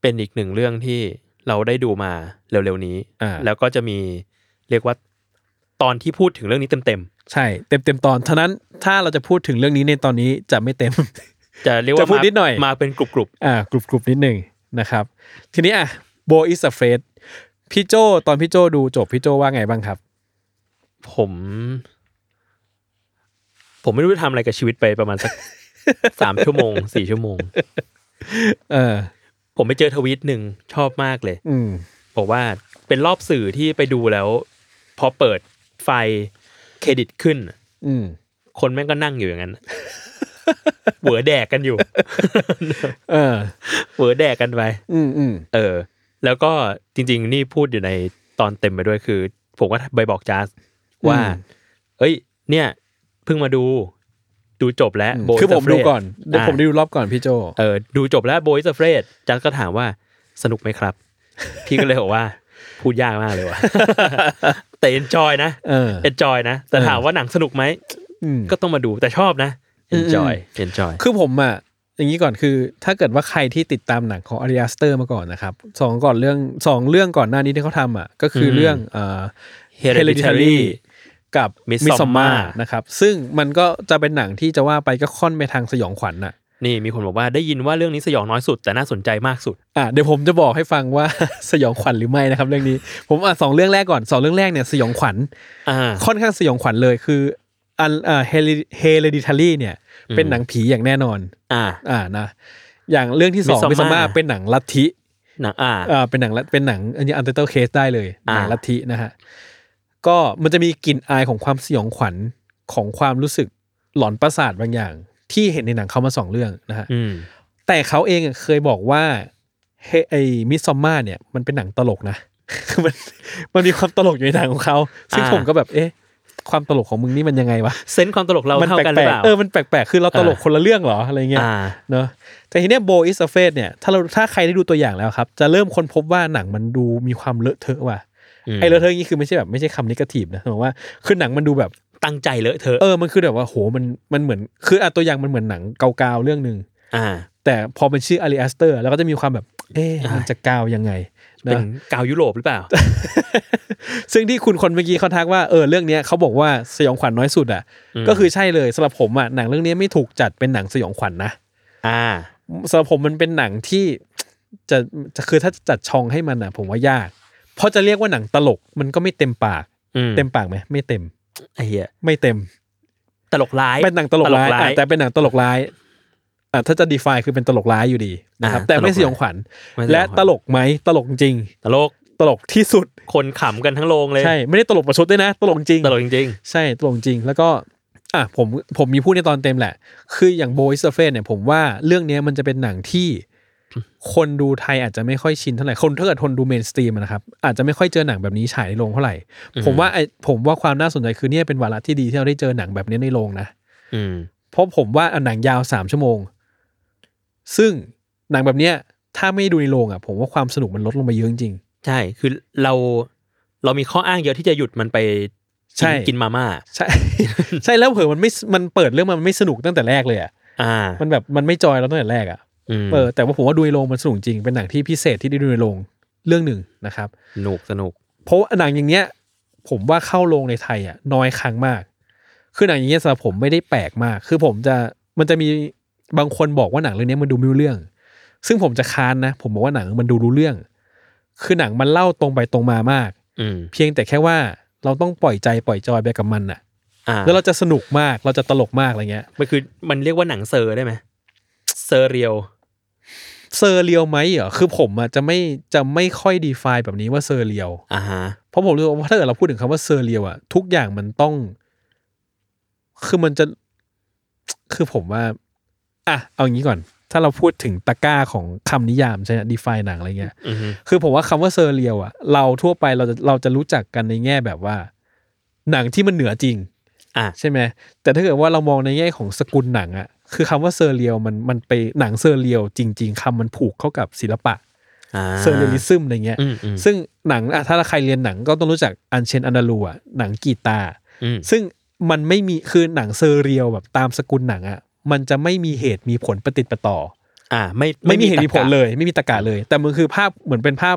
C: เป็นอีกหนึ่งเรื่องที่เราได้ดูมาเร็วๆนี้
B: อ่า
C: แล้วก็จะมีเรียกว่าตอนที่พูดถึงเรื่องนี้เต็ม
B: ใช่ เต็มเต็มๆตอนฉะนั้นถ้าเราจะพูดถึงเรื่องนี้ในตอนนี้จะไม่เต็ม
C: ๆ จะเรียกว่า
B: จะพูด
C: มา
B: นิดหน่อย
C: มาเป็นกลุ่ม
B: อ่ากรุบกรุบนิดหนึ่งนะครับ ทีนี้อ่ะ Boys of Face พี่โจตอนพี่โจดูจบพี่โจว่าไงบ้างครับ
C: ๆผม ผมไม่รู้จะทำอะไรกับชีวิตไปประมาณ สัก สามชั่วโมงสี่ชั่วโมง
B: เออ
C: ผมไปเจอทวีตหนึ่งชอบมากเลย
B: อืม
C: บอกว่าเป็นรอบสื่อที่ไปดูแล้ว พอเปิดไฟเครดิตขึ้น
B: อืม
C: คนแม่งก็นั่งอยู่อย่างนั้น เหวอแดกกันอยู่
B: เออ
C: เหวอแดกกันไป
B: อืมอืม
C: เออ แล้วก็จริง ๆ นี่พูดอยู่ในตอนเต็มไปด้วยคือ ผมก็ไปบอกจาสว่า เอ้ย เนี่ย เพิ่งมาดู ดูจบแล้ว Boys
B: คือผมดู
C: Afraid
B: ก่อนเดี๋ยวผมได้ดูรอบก่อนพี่โจ
C: เออ ดูจบแล้ว Boys Afraid จัสก็ถามว่าสนุกไหมครับ พี่ก็เลยบอกว่า พูดยากมากเลยว่ะ แต่ enjoy นะ
B: เออ
C: enjoy นะ แต่ถามว่าหนังสนุกไหม
B: อืม
C: ก็ต้องมาดูแต่ชอบนะ enjoy enjoy
B: คือผมอ่ะอย่างนี้ก่อนคือถ้าเกิดว่าใครที่ติดตามหนังของอาริอัสเตอร์มาก่อนนะครับสองก่อนเรื่องสองเรื่องก่อนหน้านี้ที่เขาทำอ่ะก็คืออ
C: ม
B: เรื่องเอ่อ
C: hereditary
B: กับ
C: Midsommar
B: มิสซอมมานะครับซึ่งมันก็จะเป็นหนังที่จะว่าไปก็ค่อนไปทางสยองขวัญน่ะ
C: นี่มีคนบอกว่าได้ยินว่าเรื่องนี้สยองน้อยสุด แต่น่าสนใจมากสุด
B: อ่ะเดี๋ยวผมจะบอกให้ฟังว่า สยองขวัญหรือไม่นะครับเรื่องนี้ผมอ่ะสองเรื่องแรกก่อนสองเรื่องแรกเนี่ยสยองขวัญ
C: อ่า
B: ค่อนข้างสยองขวัญเลยคืออันเอ่อเฮเลดิทารีเนี่ยเป็น
C: อืม
B: หนังผีอย่างแน่นอน
C: อ่า
B: อ่านะอย่างเรื่องที่สอง
C: Midsommar
B: มิสซอมมาเป็นหนังลัทธิ
C: หนังอ่า
B: อ่าเป็นหนังละเป็นหนังอันนี้อันเตอร์เคสได้เลยห
C: อ่า
B: นังลัทธินะฮะก็มันจะมีกลิ่นอายของความสยองขวัญของความรู้สึก หลอนประสาทบางอย่าง ที่เห็นในหนังเขามาสองเรื่องนะฮะ
C: อืม
B: แต่เขาเองอะเคยบอกว่าเฮไอมิซอมมาเนี่ยมันเป็นหนังตลกนะ คือมันมันมีความตลกอยู่ในหนังของเขาซึ่ง
C: อ่า
B: ผมก็แบบเอ๊ะ ความตลกของมึงนี่มันยังไงวะ
C: เซนส์ความตลกเรา
B: มั
C: เท่า
B: แปล
C: กันหรือก เปล่า
B: ๆเออมันแปลกๆคือเราตลก
C: อ่า
B: คนละเรื่องเหรออะไรเงี้ย
C: อ่า
B: เนาะแต่ทีเนี้ยโบอิสเฟสเนี่ยถ้าเราถ้าใครได้ดูตัวอย่างแล้วครับ จะเริ่มค้นพบว่าหนังมันดูมีความเลอะเทอะว่ะไอเลอะเทอะนี่คือไม่ใช่แบบไม่ใช่คำนิเกทีฟนะหมายว่าคือหนังมันดูแบบ
C: ตั้งใจเลอะเทอะ
B: เออมันคือแบบว่าโหมันมันเหมือนคืออ่ะตัวอย่างมันเหมือนหนังเกาๆเรื่องหนึ่ง
C: ่า
B: แต่พอเป็นชื่ออาริอสเตอร์แล้วก็จะมีความแบบ เอ๊ะ
C: อ่ามั
B: มันจะกาวยังไง
C: เป็
B: นะ
C: น กาวยุโรปหรือเปล่า
B: ซึ่งที่คุณคนเมื่อกี้เขาทักว่าเออเรื่องเนี้ยเขาบอกว่าสยองขวัญน้อยสุดอ่ะ
C: อืม
B: ก็คือใช่เลยสำหรับผมอ่ะหนังเรื่องเนี้ยไม่ถูกจัดเป็นหนังสยองขวัญนะ
C: อ่า
B: สำหรับผมมันเป็นหนังที่ จะจะคือถ้าจะจัดช่องให้มันอ่ะ ผมว่ายาก เพราะจะเรียกว่าหนังตลกมันก็ไม่เต็มปาก
C: อืม
B: เต็มปากไหมไม่เต็ม
C: ไอ้เหี้ย
B: ไม่เต็ม
C: ตลกร้าย
B: เป็นหนังตลกร้ายอ่ะแต่เป็นหนังตลกร้ายอ่ะถ้าจะ define คือเป็นตลกร้ายอยู่ดีนะครับ
C: อ่า
B: แต่ไม่
C: ตลกร้าย
B: สยองขวัญ
C: ไม่
B: และตลกไหมตลกจริง
C: ตลก
B: ตลกที่สุด
C: คนขำกันทั้งโรงเลย
B: ใช่ ไม่ได้ตลกประชดด้วยนะ ตลกจริง
C: ตลกจริง
B: ใช่ตลกจริง แล้วก็อ่ะผมผมมีพูดในตอนเต็มแหละ คืออย่างโบยเซเฟนเนี่ยผมว่าเรื่องเนี้ยมันจะเป็นหนังที่ คนดูไทยอาจจะไม่ค่อยชินเท่าไหร่คนถ้าเกิดทนดูเมนสตรีมนะครับ อาจจะไม่ค่อยเจอหนังแบบนี้ฉายในโรงเท่าไหร่
C: อืม
B: ผมว่าไอผมว่าความน่าสนใจคือเนี่ยเป็นวาระที่ดีที่เราได้เจอหนังแบบนี้ในโรงนะ
C: ๆ อืม
B: เพราะผมว่าอ่ะหนังยาวสามชั่วโมง ซึ่งหนังแบบเนี้ยถ้าไม่ดูในโรงอ่ะ ผมว่าความสนุกมันลดลงไปเยอะจริง
C: ใช่ คือเราเรามีข้ออ้างเยอะที่จะหยุดมันไปกิน
B: ใช่
C: กินมาม่า
B: ใช่ ใช่แล้วเผื่อมันไม่มันเปิดเรื่องมามันไม่สนุกตั้งแต่แรกเลยอ่ะ
C: อ่า
B: มันแบบมันไม่จอยเราตั้งแต่แรกอ่ะ
C: ม
B: เออแต่ว่าผมว่าดูในโรงมันสนุกจริงเป็นหนังที่พิเศษที่ได้ดูในโรงเรื่องหนึ่งนะครับ
C: สนุกสนุก
B: เพราะว่าหนังอย่างเนี้ย ผมว่าเข้าโรงในไทยอ่ะน้อยครั้งมาก คือหนังอย่างเงี้ยสำหรับผมไม่ได้แปลกมาก คือผมจะมันจะมีบางคนบอกว่าหนังเรื่องเนี้ยมันดูไม่รู้เรื่อง ซึ่งผมจะค้านนะ ผมบอกว่าหนังมันดูรู้เรื่อง คือหนังมันเล่าตรงไปตรงมามาก
C: อืม
B: เพียงแต่แค่ว่าเราต้องปล่อยใจปล่อยจอยไปกับมันอ่ะ
C: อ่า
B: แล้วเราจะสนุกมาก เราจะตลกมากอะไรเงี้ย
C: มันคือมันเรียกว่าหนังเซอร์ได้ไหมเซอร์เรียล
B: เซอร์เรียลไหมเหรอ คือผมอะจะไม่จะไม่ค่อยดีฟายแบบนี้ว่าเซอร์เรียล
C: อ่าฮะ
B: เพราะผมรู้สึกว่าถ้าเกิดเราพูดถึงคำว่าเซอร์เรียลอะทุกอย่างมันต้อง คือมันจะ คือผมว่า อ่ะ เอางี้ก่อน ถ้าเราพูดถึงตะกร้าของคำนิยามใช่ไหมดีฟายหนังอะไรเงี้ย
C: อือฮึ
B: คือผมว่าคำว่าเซอร์เรียลอะเราทั่วไปเราจะเราจะรู้จักกันในแง่แบบว่า หนังที่มันเหนือจริง
C: อ่า
B: ใช่ไหมแต่ถ้าเกิดว่าเรามองในแง่ของสกุลหนังอะคือคำว่าเซอร์เรียลมันมันไปหนังเซอร์เรียลจริง ๆคำมันผูกเข้ากับศิลปะ
C: อ่า
B: เซอร์เรียลิซึมอะไรเงี้ย
C: อืมอืม
B: ซึ่งหนังอะถ้าใครเรียนหนังก็ต้องรู้จักอันเชนอันดาลูอะหนังกีตาร์
C: อืม
B: ซึ่งมันไม่มีคือหนังเซอร์เรียลแบบตามสกุลหนังอะมันจะไม่มีเหตุมีผลประติดประต่อ
C: อ่า ไม่
B: ไม่มีเหตุมีผล
C: ตรรกะ
B: เลยไม่มีตะกาเลย แต่มันคือภาพเหมือนเป็นภาพ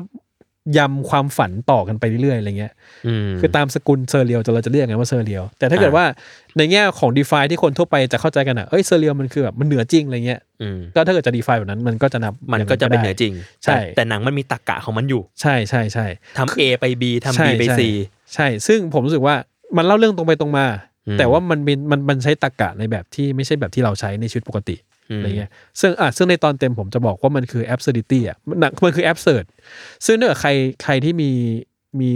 B: ยำความฝันต่อกันไปเรื่อยๆอะไรเงี้ย
C: อืม
B: คือตามสกุลเซอร์เรียลจะเราจะเรียกไงว่าเซอร์เรียลแต่ถ้าเกิด
C: อ่า
B: ว่าในแง่ของ d e f i ที่คนทั่วไปจะเข้าใจกันอ่ะเอ้ยเซอร์เรียลมันคือแบบมันเหนือจริงอะไรเงี้ย
C: อืม
B: ก็ถ้าเกิดจะ d e f i แบบนั้นมันก็จะนับ
C: มัน
B: ย่าง
C: ก็จะเป็นเหนือ
B: ได้
C: จริง
B: ใช่
C: แต่แต่หนังมันมีตรรกะของมันอยู่
B: ใช่ใช่ใช่
C: ทำ A ไป B ทำ
B: ใช่
C: B ไป
B: ใช่
C: C
B: ใช่ ซึ่งผมรู้สึกว่ามันเล่าเรื่องตรงไปตรงมา
C: อืม
B: แต่ว่ามันเป็นมันมันใช้ตรรกะในแบบที่ไม่ใช่แบบที่เราใช้ในชีวิตปกติ
C: อืม
B: อะไรเงี้ยซึ่งอ่ะซึ่งในตอนเต็มผมจะบอกว่ามันคือ absurdity อ่ะมันหนักมันคือ absurd ซึ่งถ้าเกิดใครใครที่มีมี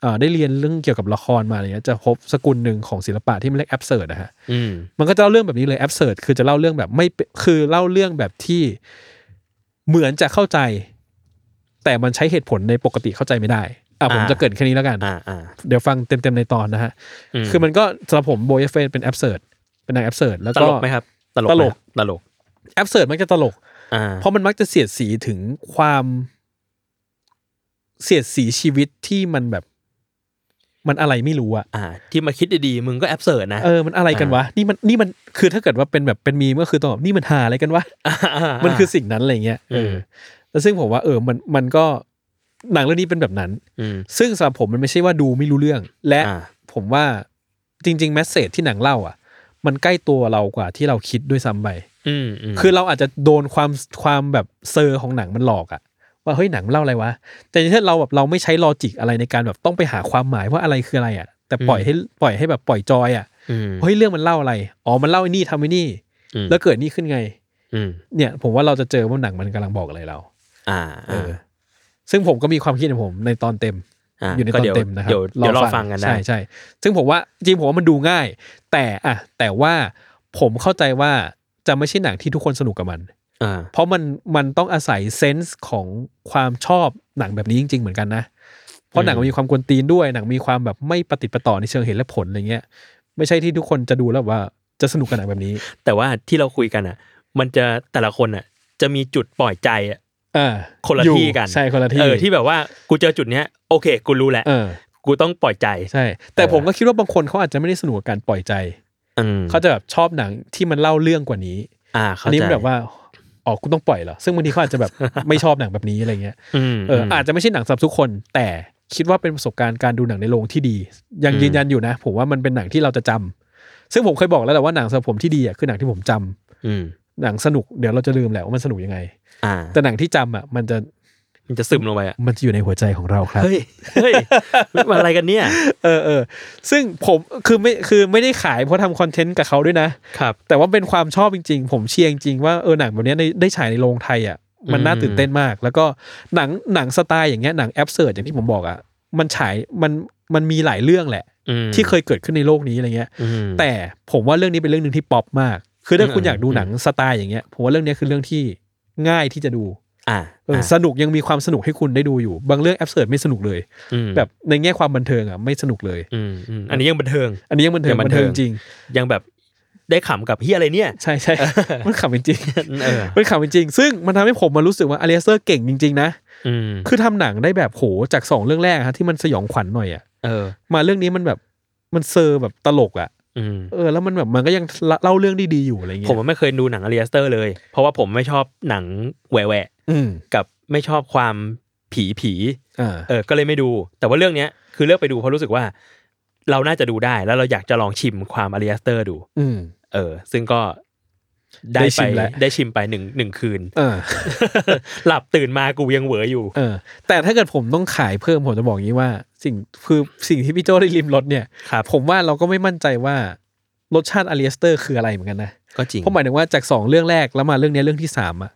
B: เอ่อได้เรียนเรื่องเกี่ยวกับละครมาอะไรเงี้ยจะพบสกุลหนึ่งของศิลปะที่มันเรียก absurd นะฮะ
C: อืม
B: มันก็จะเล่าเรื่องแบบนี้เลยแอบเ r ิร์ดคือจะเล่าเรื่องแบบไม่เป็นคือเล่าเรื่องแบบที่เหมือนจะเข้าใจ แต่มันใช้เหตุผลในปกติเข้าใจไม่ได้อ่ะผม
C: อ่า
B: จะเกรินแค่นี้แล้วกัน
C: อ่าอ่า
B: เดี๋ยวฟังเต็มๆในตอนนะฮะ คือมันก็สำหรับผมโบยเฟนเป็นแอบเ r ิร์ดเป็นหนางแอบเ r ิร์ดแล้ว
C: ต
B: ก็
C: ลกไหมครับตลก
B: ตลก
C: ไหมครับตลก
B: แอบเ r ิร์ดมันจะตลก
C: อ่า
B: เพราะมันมักจะเสียดสีถึงความเสียดสีชีวิตที่มันแบบ มันอะไรไม่รู้อะ
C: อ่า ที่มาคิดดีๆ มึงก็แอบเสิร์ตนะ
B: เออ มันอะไรกันวะ นี่มัน นี่มัน คือถ้าเกิดว่าเป็นแบบเป็นมีมก็คือต้องแบบนี่มันหาอะไรกันวะ มันคือสิ่งนั้นอะไรเงี้ย เออ แล้วซึ่งผมว่าเออ มัน มันก็หนังเรื่องนี้เป็นแบบนั้น
C: ม
B: ซึ่งสำหรับผมมันไม่ใช่ว่าดูไม่รู้เรื่อง และ
C: อ่า
B: ผมว่าจริงๆแมสเซจที่หนังเล่าอ่ะ มันใกล้ตัวเรากว่าที่เราคิดด้วยซ้ำไป
C: อืมม
B: คือเราอาจจะโดนความความแบบเซอร์ของหนังมันหลอกอะว่าเฮ้ยหนังมันเล่าอะไรวะ แต่ถ้าเราแบบเราไม่ใช้ลอจิกอะไรในการแบบต้องไปหาความหมายว่าอะไรคืออะไรอะแต่ปล่อยให้ปล่อยให้แบบปล่อยจอยอะ
C: อืม
B: เฮ้ยเรื่องมันเล่าอะไร อ๋อ มันเล่าไอ้นี่ทำไอ้นี่
C: อืม
B: แล้วเกิดนี่ขึ้นไง
C: อืม
B: เนี่ย ผมว่าเราจะเจอว่าหนังมันกำลังบอกอะไรเรา
C: อ่า
B: เออ ซึ่งผมก็มีความคิดของผมในตอนเต็ม
C: า
B: อยู่ใน
C: ก็
B: ตอน
C: ดี๋ว
B: เต็มนะครับ
C: เดี๋ยวเดี๋ยวรอฟังกันนะ
B: ใช่ใช่ ซึ่งผมว่าจริงผมว่ามันดูง่าย แต่อะแต่ว่า ผมเข้าใจว่าจะไม่ใช่หนังที่ทุกคนสนุกกับมัน
C: อ่า
B: เพราะมันมันต้องอาศัยเซนส์ของความชอบหนังแบบนี้จริง ๆ เหมือนกันนะ เพราะหนังมันมีความกวนตีนด้วยหนังมีความแบบไม่ปฏิดประต่อในเชิงเหตุและผลอะไรเงี้ย ไม่ใช่ที่ทุกคนจะดูแล้วแบบว่าจะสนุกกับหนังแบบนี้
C: แต่ว่าที่เราคุยกันอ่ะ มันจะแต่ละคนอ่ะ จะมีจุดปล่อยใจอ่ะ
B: อ่า
C: คนละ
B: อยู่
C: ที่กัน
B: ใช่คนละที่
C: เออที่แบบว่ากูเจอจุดเนี้ยโอเค กูรู้แหละ
B: เออ
C: กูต้องปล่อยใจ
B: ใช่ แต่
C: เออ
B: ผมก็คิดว่าบางคนเขาอาจจะไม่ได้สนุกกับการปล่อยใจ
C: อืม
B: เขาจะแบบชอบหนังที่มันเล่าเรื่องกว่านี้
C: อ่า
B: อั
C: เข้าน ใจ
B: นี้มันแบบว่าอ๋อคุณต้องปล่อยเหรอซึ่งบางทีเขาอาจจะแบบ ไม่ชอบหนังแบบนี้อะไรเงี้ย
C: อืม
B: เออออาจจะไม่ใช่หนังสำหรับทุกคน แต่คิดว่าเป็นประสบการณ์การดูหนังในโรงที่ดี ยังยืนยันอยู่นะ ผมว่ามันเป็นหนังที่เราจะจำซึ่งผมเคยบอกแล้วแหละว่าหนังสำหรับผมที่ดีอ่ะคือหนังที่ผมจำ
C: อืม
B: หนังสนุกเดี๋ยวเราจะลืมแหละว่ามันสนุกยังไง
C: อ่า
B: แต่หนังที่จำอ่ะมันจะ
C: มันจะซึมลงไปอ่ะ
B: มันจะอยู่ในหัวใจของเราครับ
C: เฮ้ยเฮ้ยมันอะไรกันเนี่ย
B: เออเออซึ่งผมคือไม่คือไม่ได้ขายเพราะทำคอนเทนต์กับเขาด้วยนะ
C: ครับ
B: แต่ว่าเป็นความชอบจริง ๆ ผมเชียร์จริงๆว่าเออหนังแบบเนี้ยในได้ฉายในโรงไทยอ่ะมันน่า
C: อืม
B: ตื่นเต้นมาก แล้วก็หนังหนังสไตล์อย่างเงี้ยหนังแอปเสิร์อย่างที่ผมบอกอ่ะมันฉายมันมันมีหลายเรื่องแหละ
C: อืม
B: ที่เคยเกิดขึ้นในโลกนี้อะไรเงี้ย
C: อืม
B: แต่ผมว่าเรื่องนี้เป็นเรื่องหนึ่งที่ป๊อปมาก คือถ้าคุณ
C: อืม
B: อยากดูหนังสไตล์อย่างเงี้ยผมว่าเรื่องเนี้ยคือเรื่องที่ง่ายที่จะดู
C: อ่า
B: เอออสนุกยังมีความสนุกให้คุณได้ดูอยู่ บางเรื่องแอปเสิร์ไม่สนุกเลย
C: อืม
B: แบบในแง่ความบันเทิงอ่ะไม่สนุกเลย
C: อืมอืมอันนี้ยังบันเทิง
B: อันนี้ยังบันเทิ
C: ยัง งบั
B: บั
C: น
B: น
C: เทิ
B: เทิ
C: ง
B: ง จริง
C: ยังแบบได้ขำกับเฮียอะไรเนี่ย
B: ใช่ใช่ มันขำจริง
C: เออ
B: มันขำจริง ซึ่งมันทำให้ผมมารู้สึกว่าอเลสเตอร์เก่งจริง ๆ นะ
C: อืม
B: คือทำหนังได้แบบโหจากสองเรื่องแรกฮะที่มันสยองขวัญหน่อยอะ
C: เออ
B: มาเรื่องนี้มันแบบมันเซอร์แบบตลกอะ
C: อืม
B: เออแล้วมันแบบมันก็ยังเล่าเรื่องดีๆอยู่อะไรเงี้ย
C: ผมไม่เคยดูหนังอเลียสเตอร์เลย เพราะว่าผมไม่ชอบหนังแหวะ
B: อืม
C: ๆกับไม่ชอบความผีผีๆ
B: อ่า
C: เออ ก็เลยไม่ดู แต่ว่าเรื่องเนี้ยคือเลือกไปดูเพราะรู้สึกว่า เราน่าจะดูได้ แล้วเราอยากจะลองชิมความอาริอัสเตอร์ดู
B: อืม
C: เออ ซึ่งก็ได้
B: ได้ชิ
C: ไป
B: มแล้ว
C: ได้ชิมไปหนึ่งหนึ่งคืน
B: เออ
C: หลับตื่นมากูยังเหวออยู่
B: เออ แต่ถ้าเกิดผมต้องขายเพิ่มผมจะบอกอย่างนี้ว่า สิ่งคือสิ่งที่พี่โจได้ริมรสเนี่ย
C: ครับ
B: ผมว่าเราก็ไม่มั่นใจว่ารสชาติอเลสเตอร์คืออะไรเหมือนกันนะ
C: ก็จริง
B: เพราะหมายถึงว่าจากสองเรื่องแรกแล้วมาเรื่องเนี้ยเรื่องที่สามอะ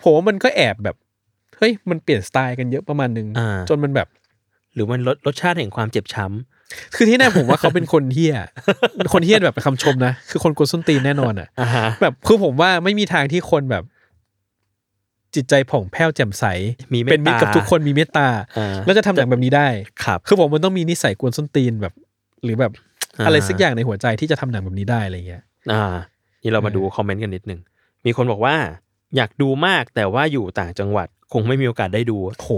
B: ผมว่ามันก็แอบแบบเฮ้ยมันเปลี่ยนสไตล์กันเยอะประมาณนึง
C: อ่า
B: จนมันแบบ
C: หรือมันรสรสชาติแห่งความเจ็บช้
B: คือที่แน่ผมว่าเขาเป็นคนเฮี้ย คนเฮี้ยแบบเป็นคำชมนะ คือคนกวนส้นตีนแน่นอนอะ
C: ำอ่าฮะ
B: แบบคือผมว่าไม่มีทางที่คนแบบ จิตใจผ่องแผ้วแจ่มใส
C: มีตตา
B: เป็นมิตรกับทุกคนมีเมตตา
C: อ่า
B: แล้วจะทำหนังแบบนี้ได้
C: ครับ
B: คือผมมันต้องมีนิสัยกวนส้นตีนแบบ หรือแบบ
C: า
B: อะไรสักอย่างในหัวใจที่จะทำหนังแบบนี้ได้อะไรเงี้ย
C: อ่า นี่เรามา
B: เออ
C: ดูคอมเมนต์กันนิดนึงมีคนบอกว่า อยากดูมากแต่ว่าอยู่ต่างจังหวัดคงไม่มีโอกาสได้ดู
B: โห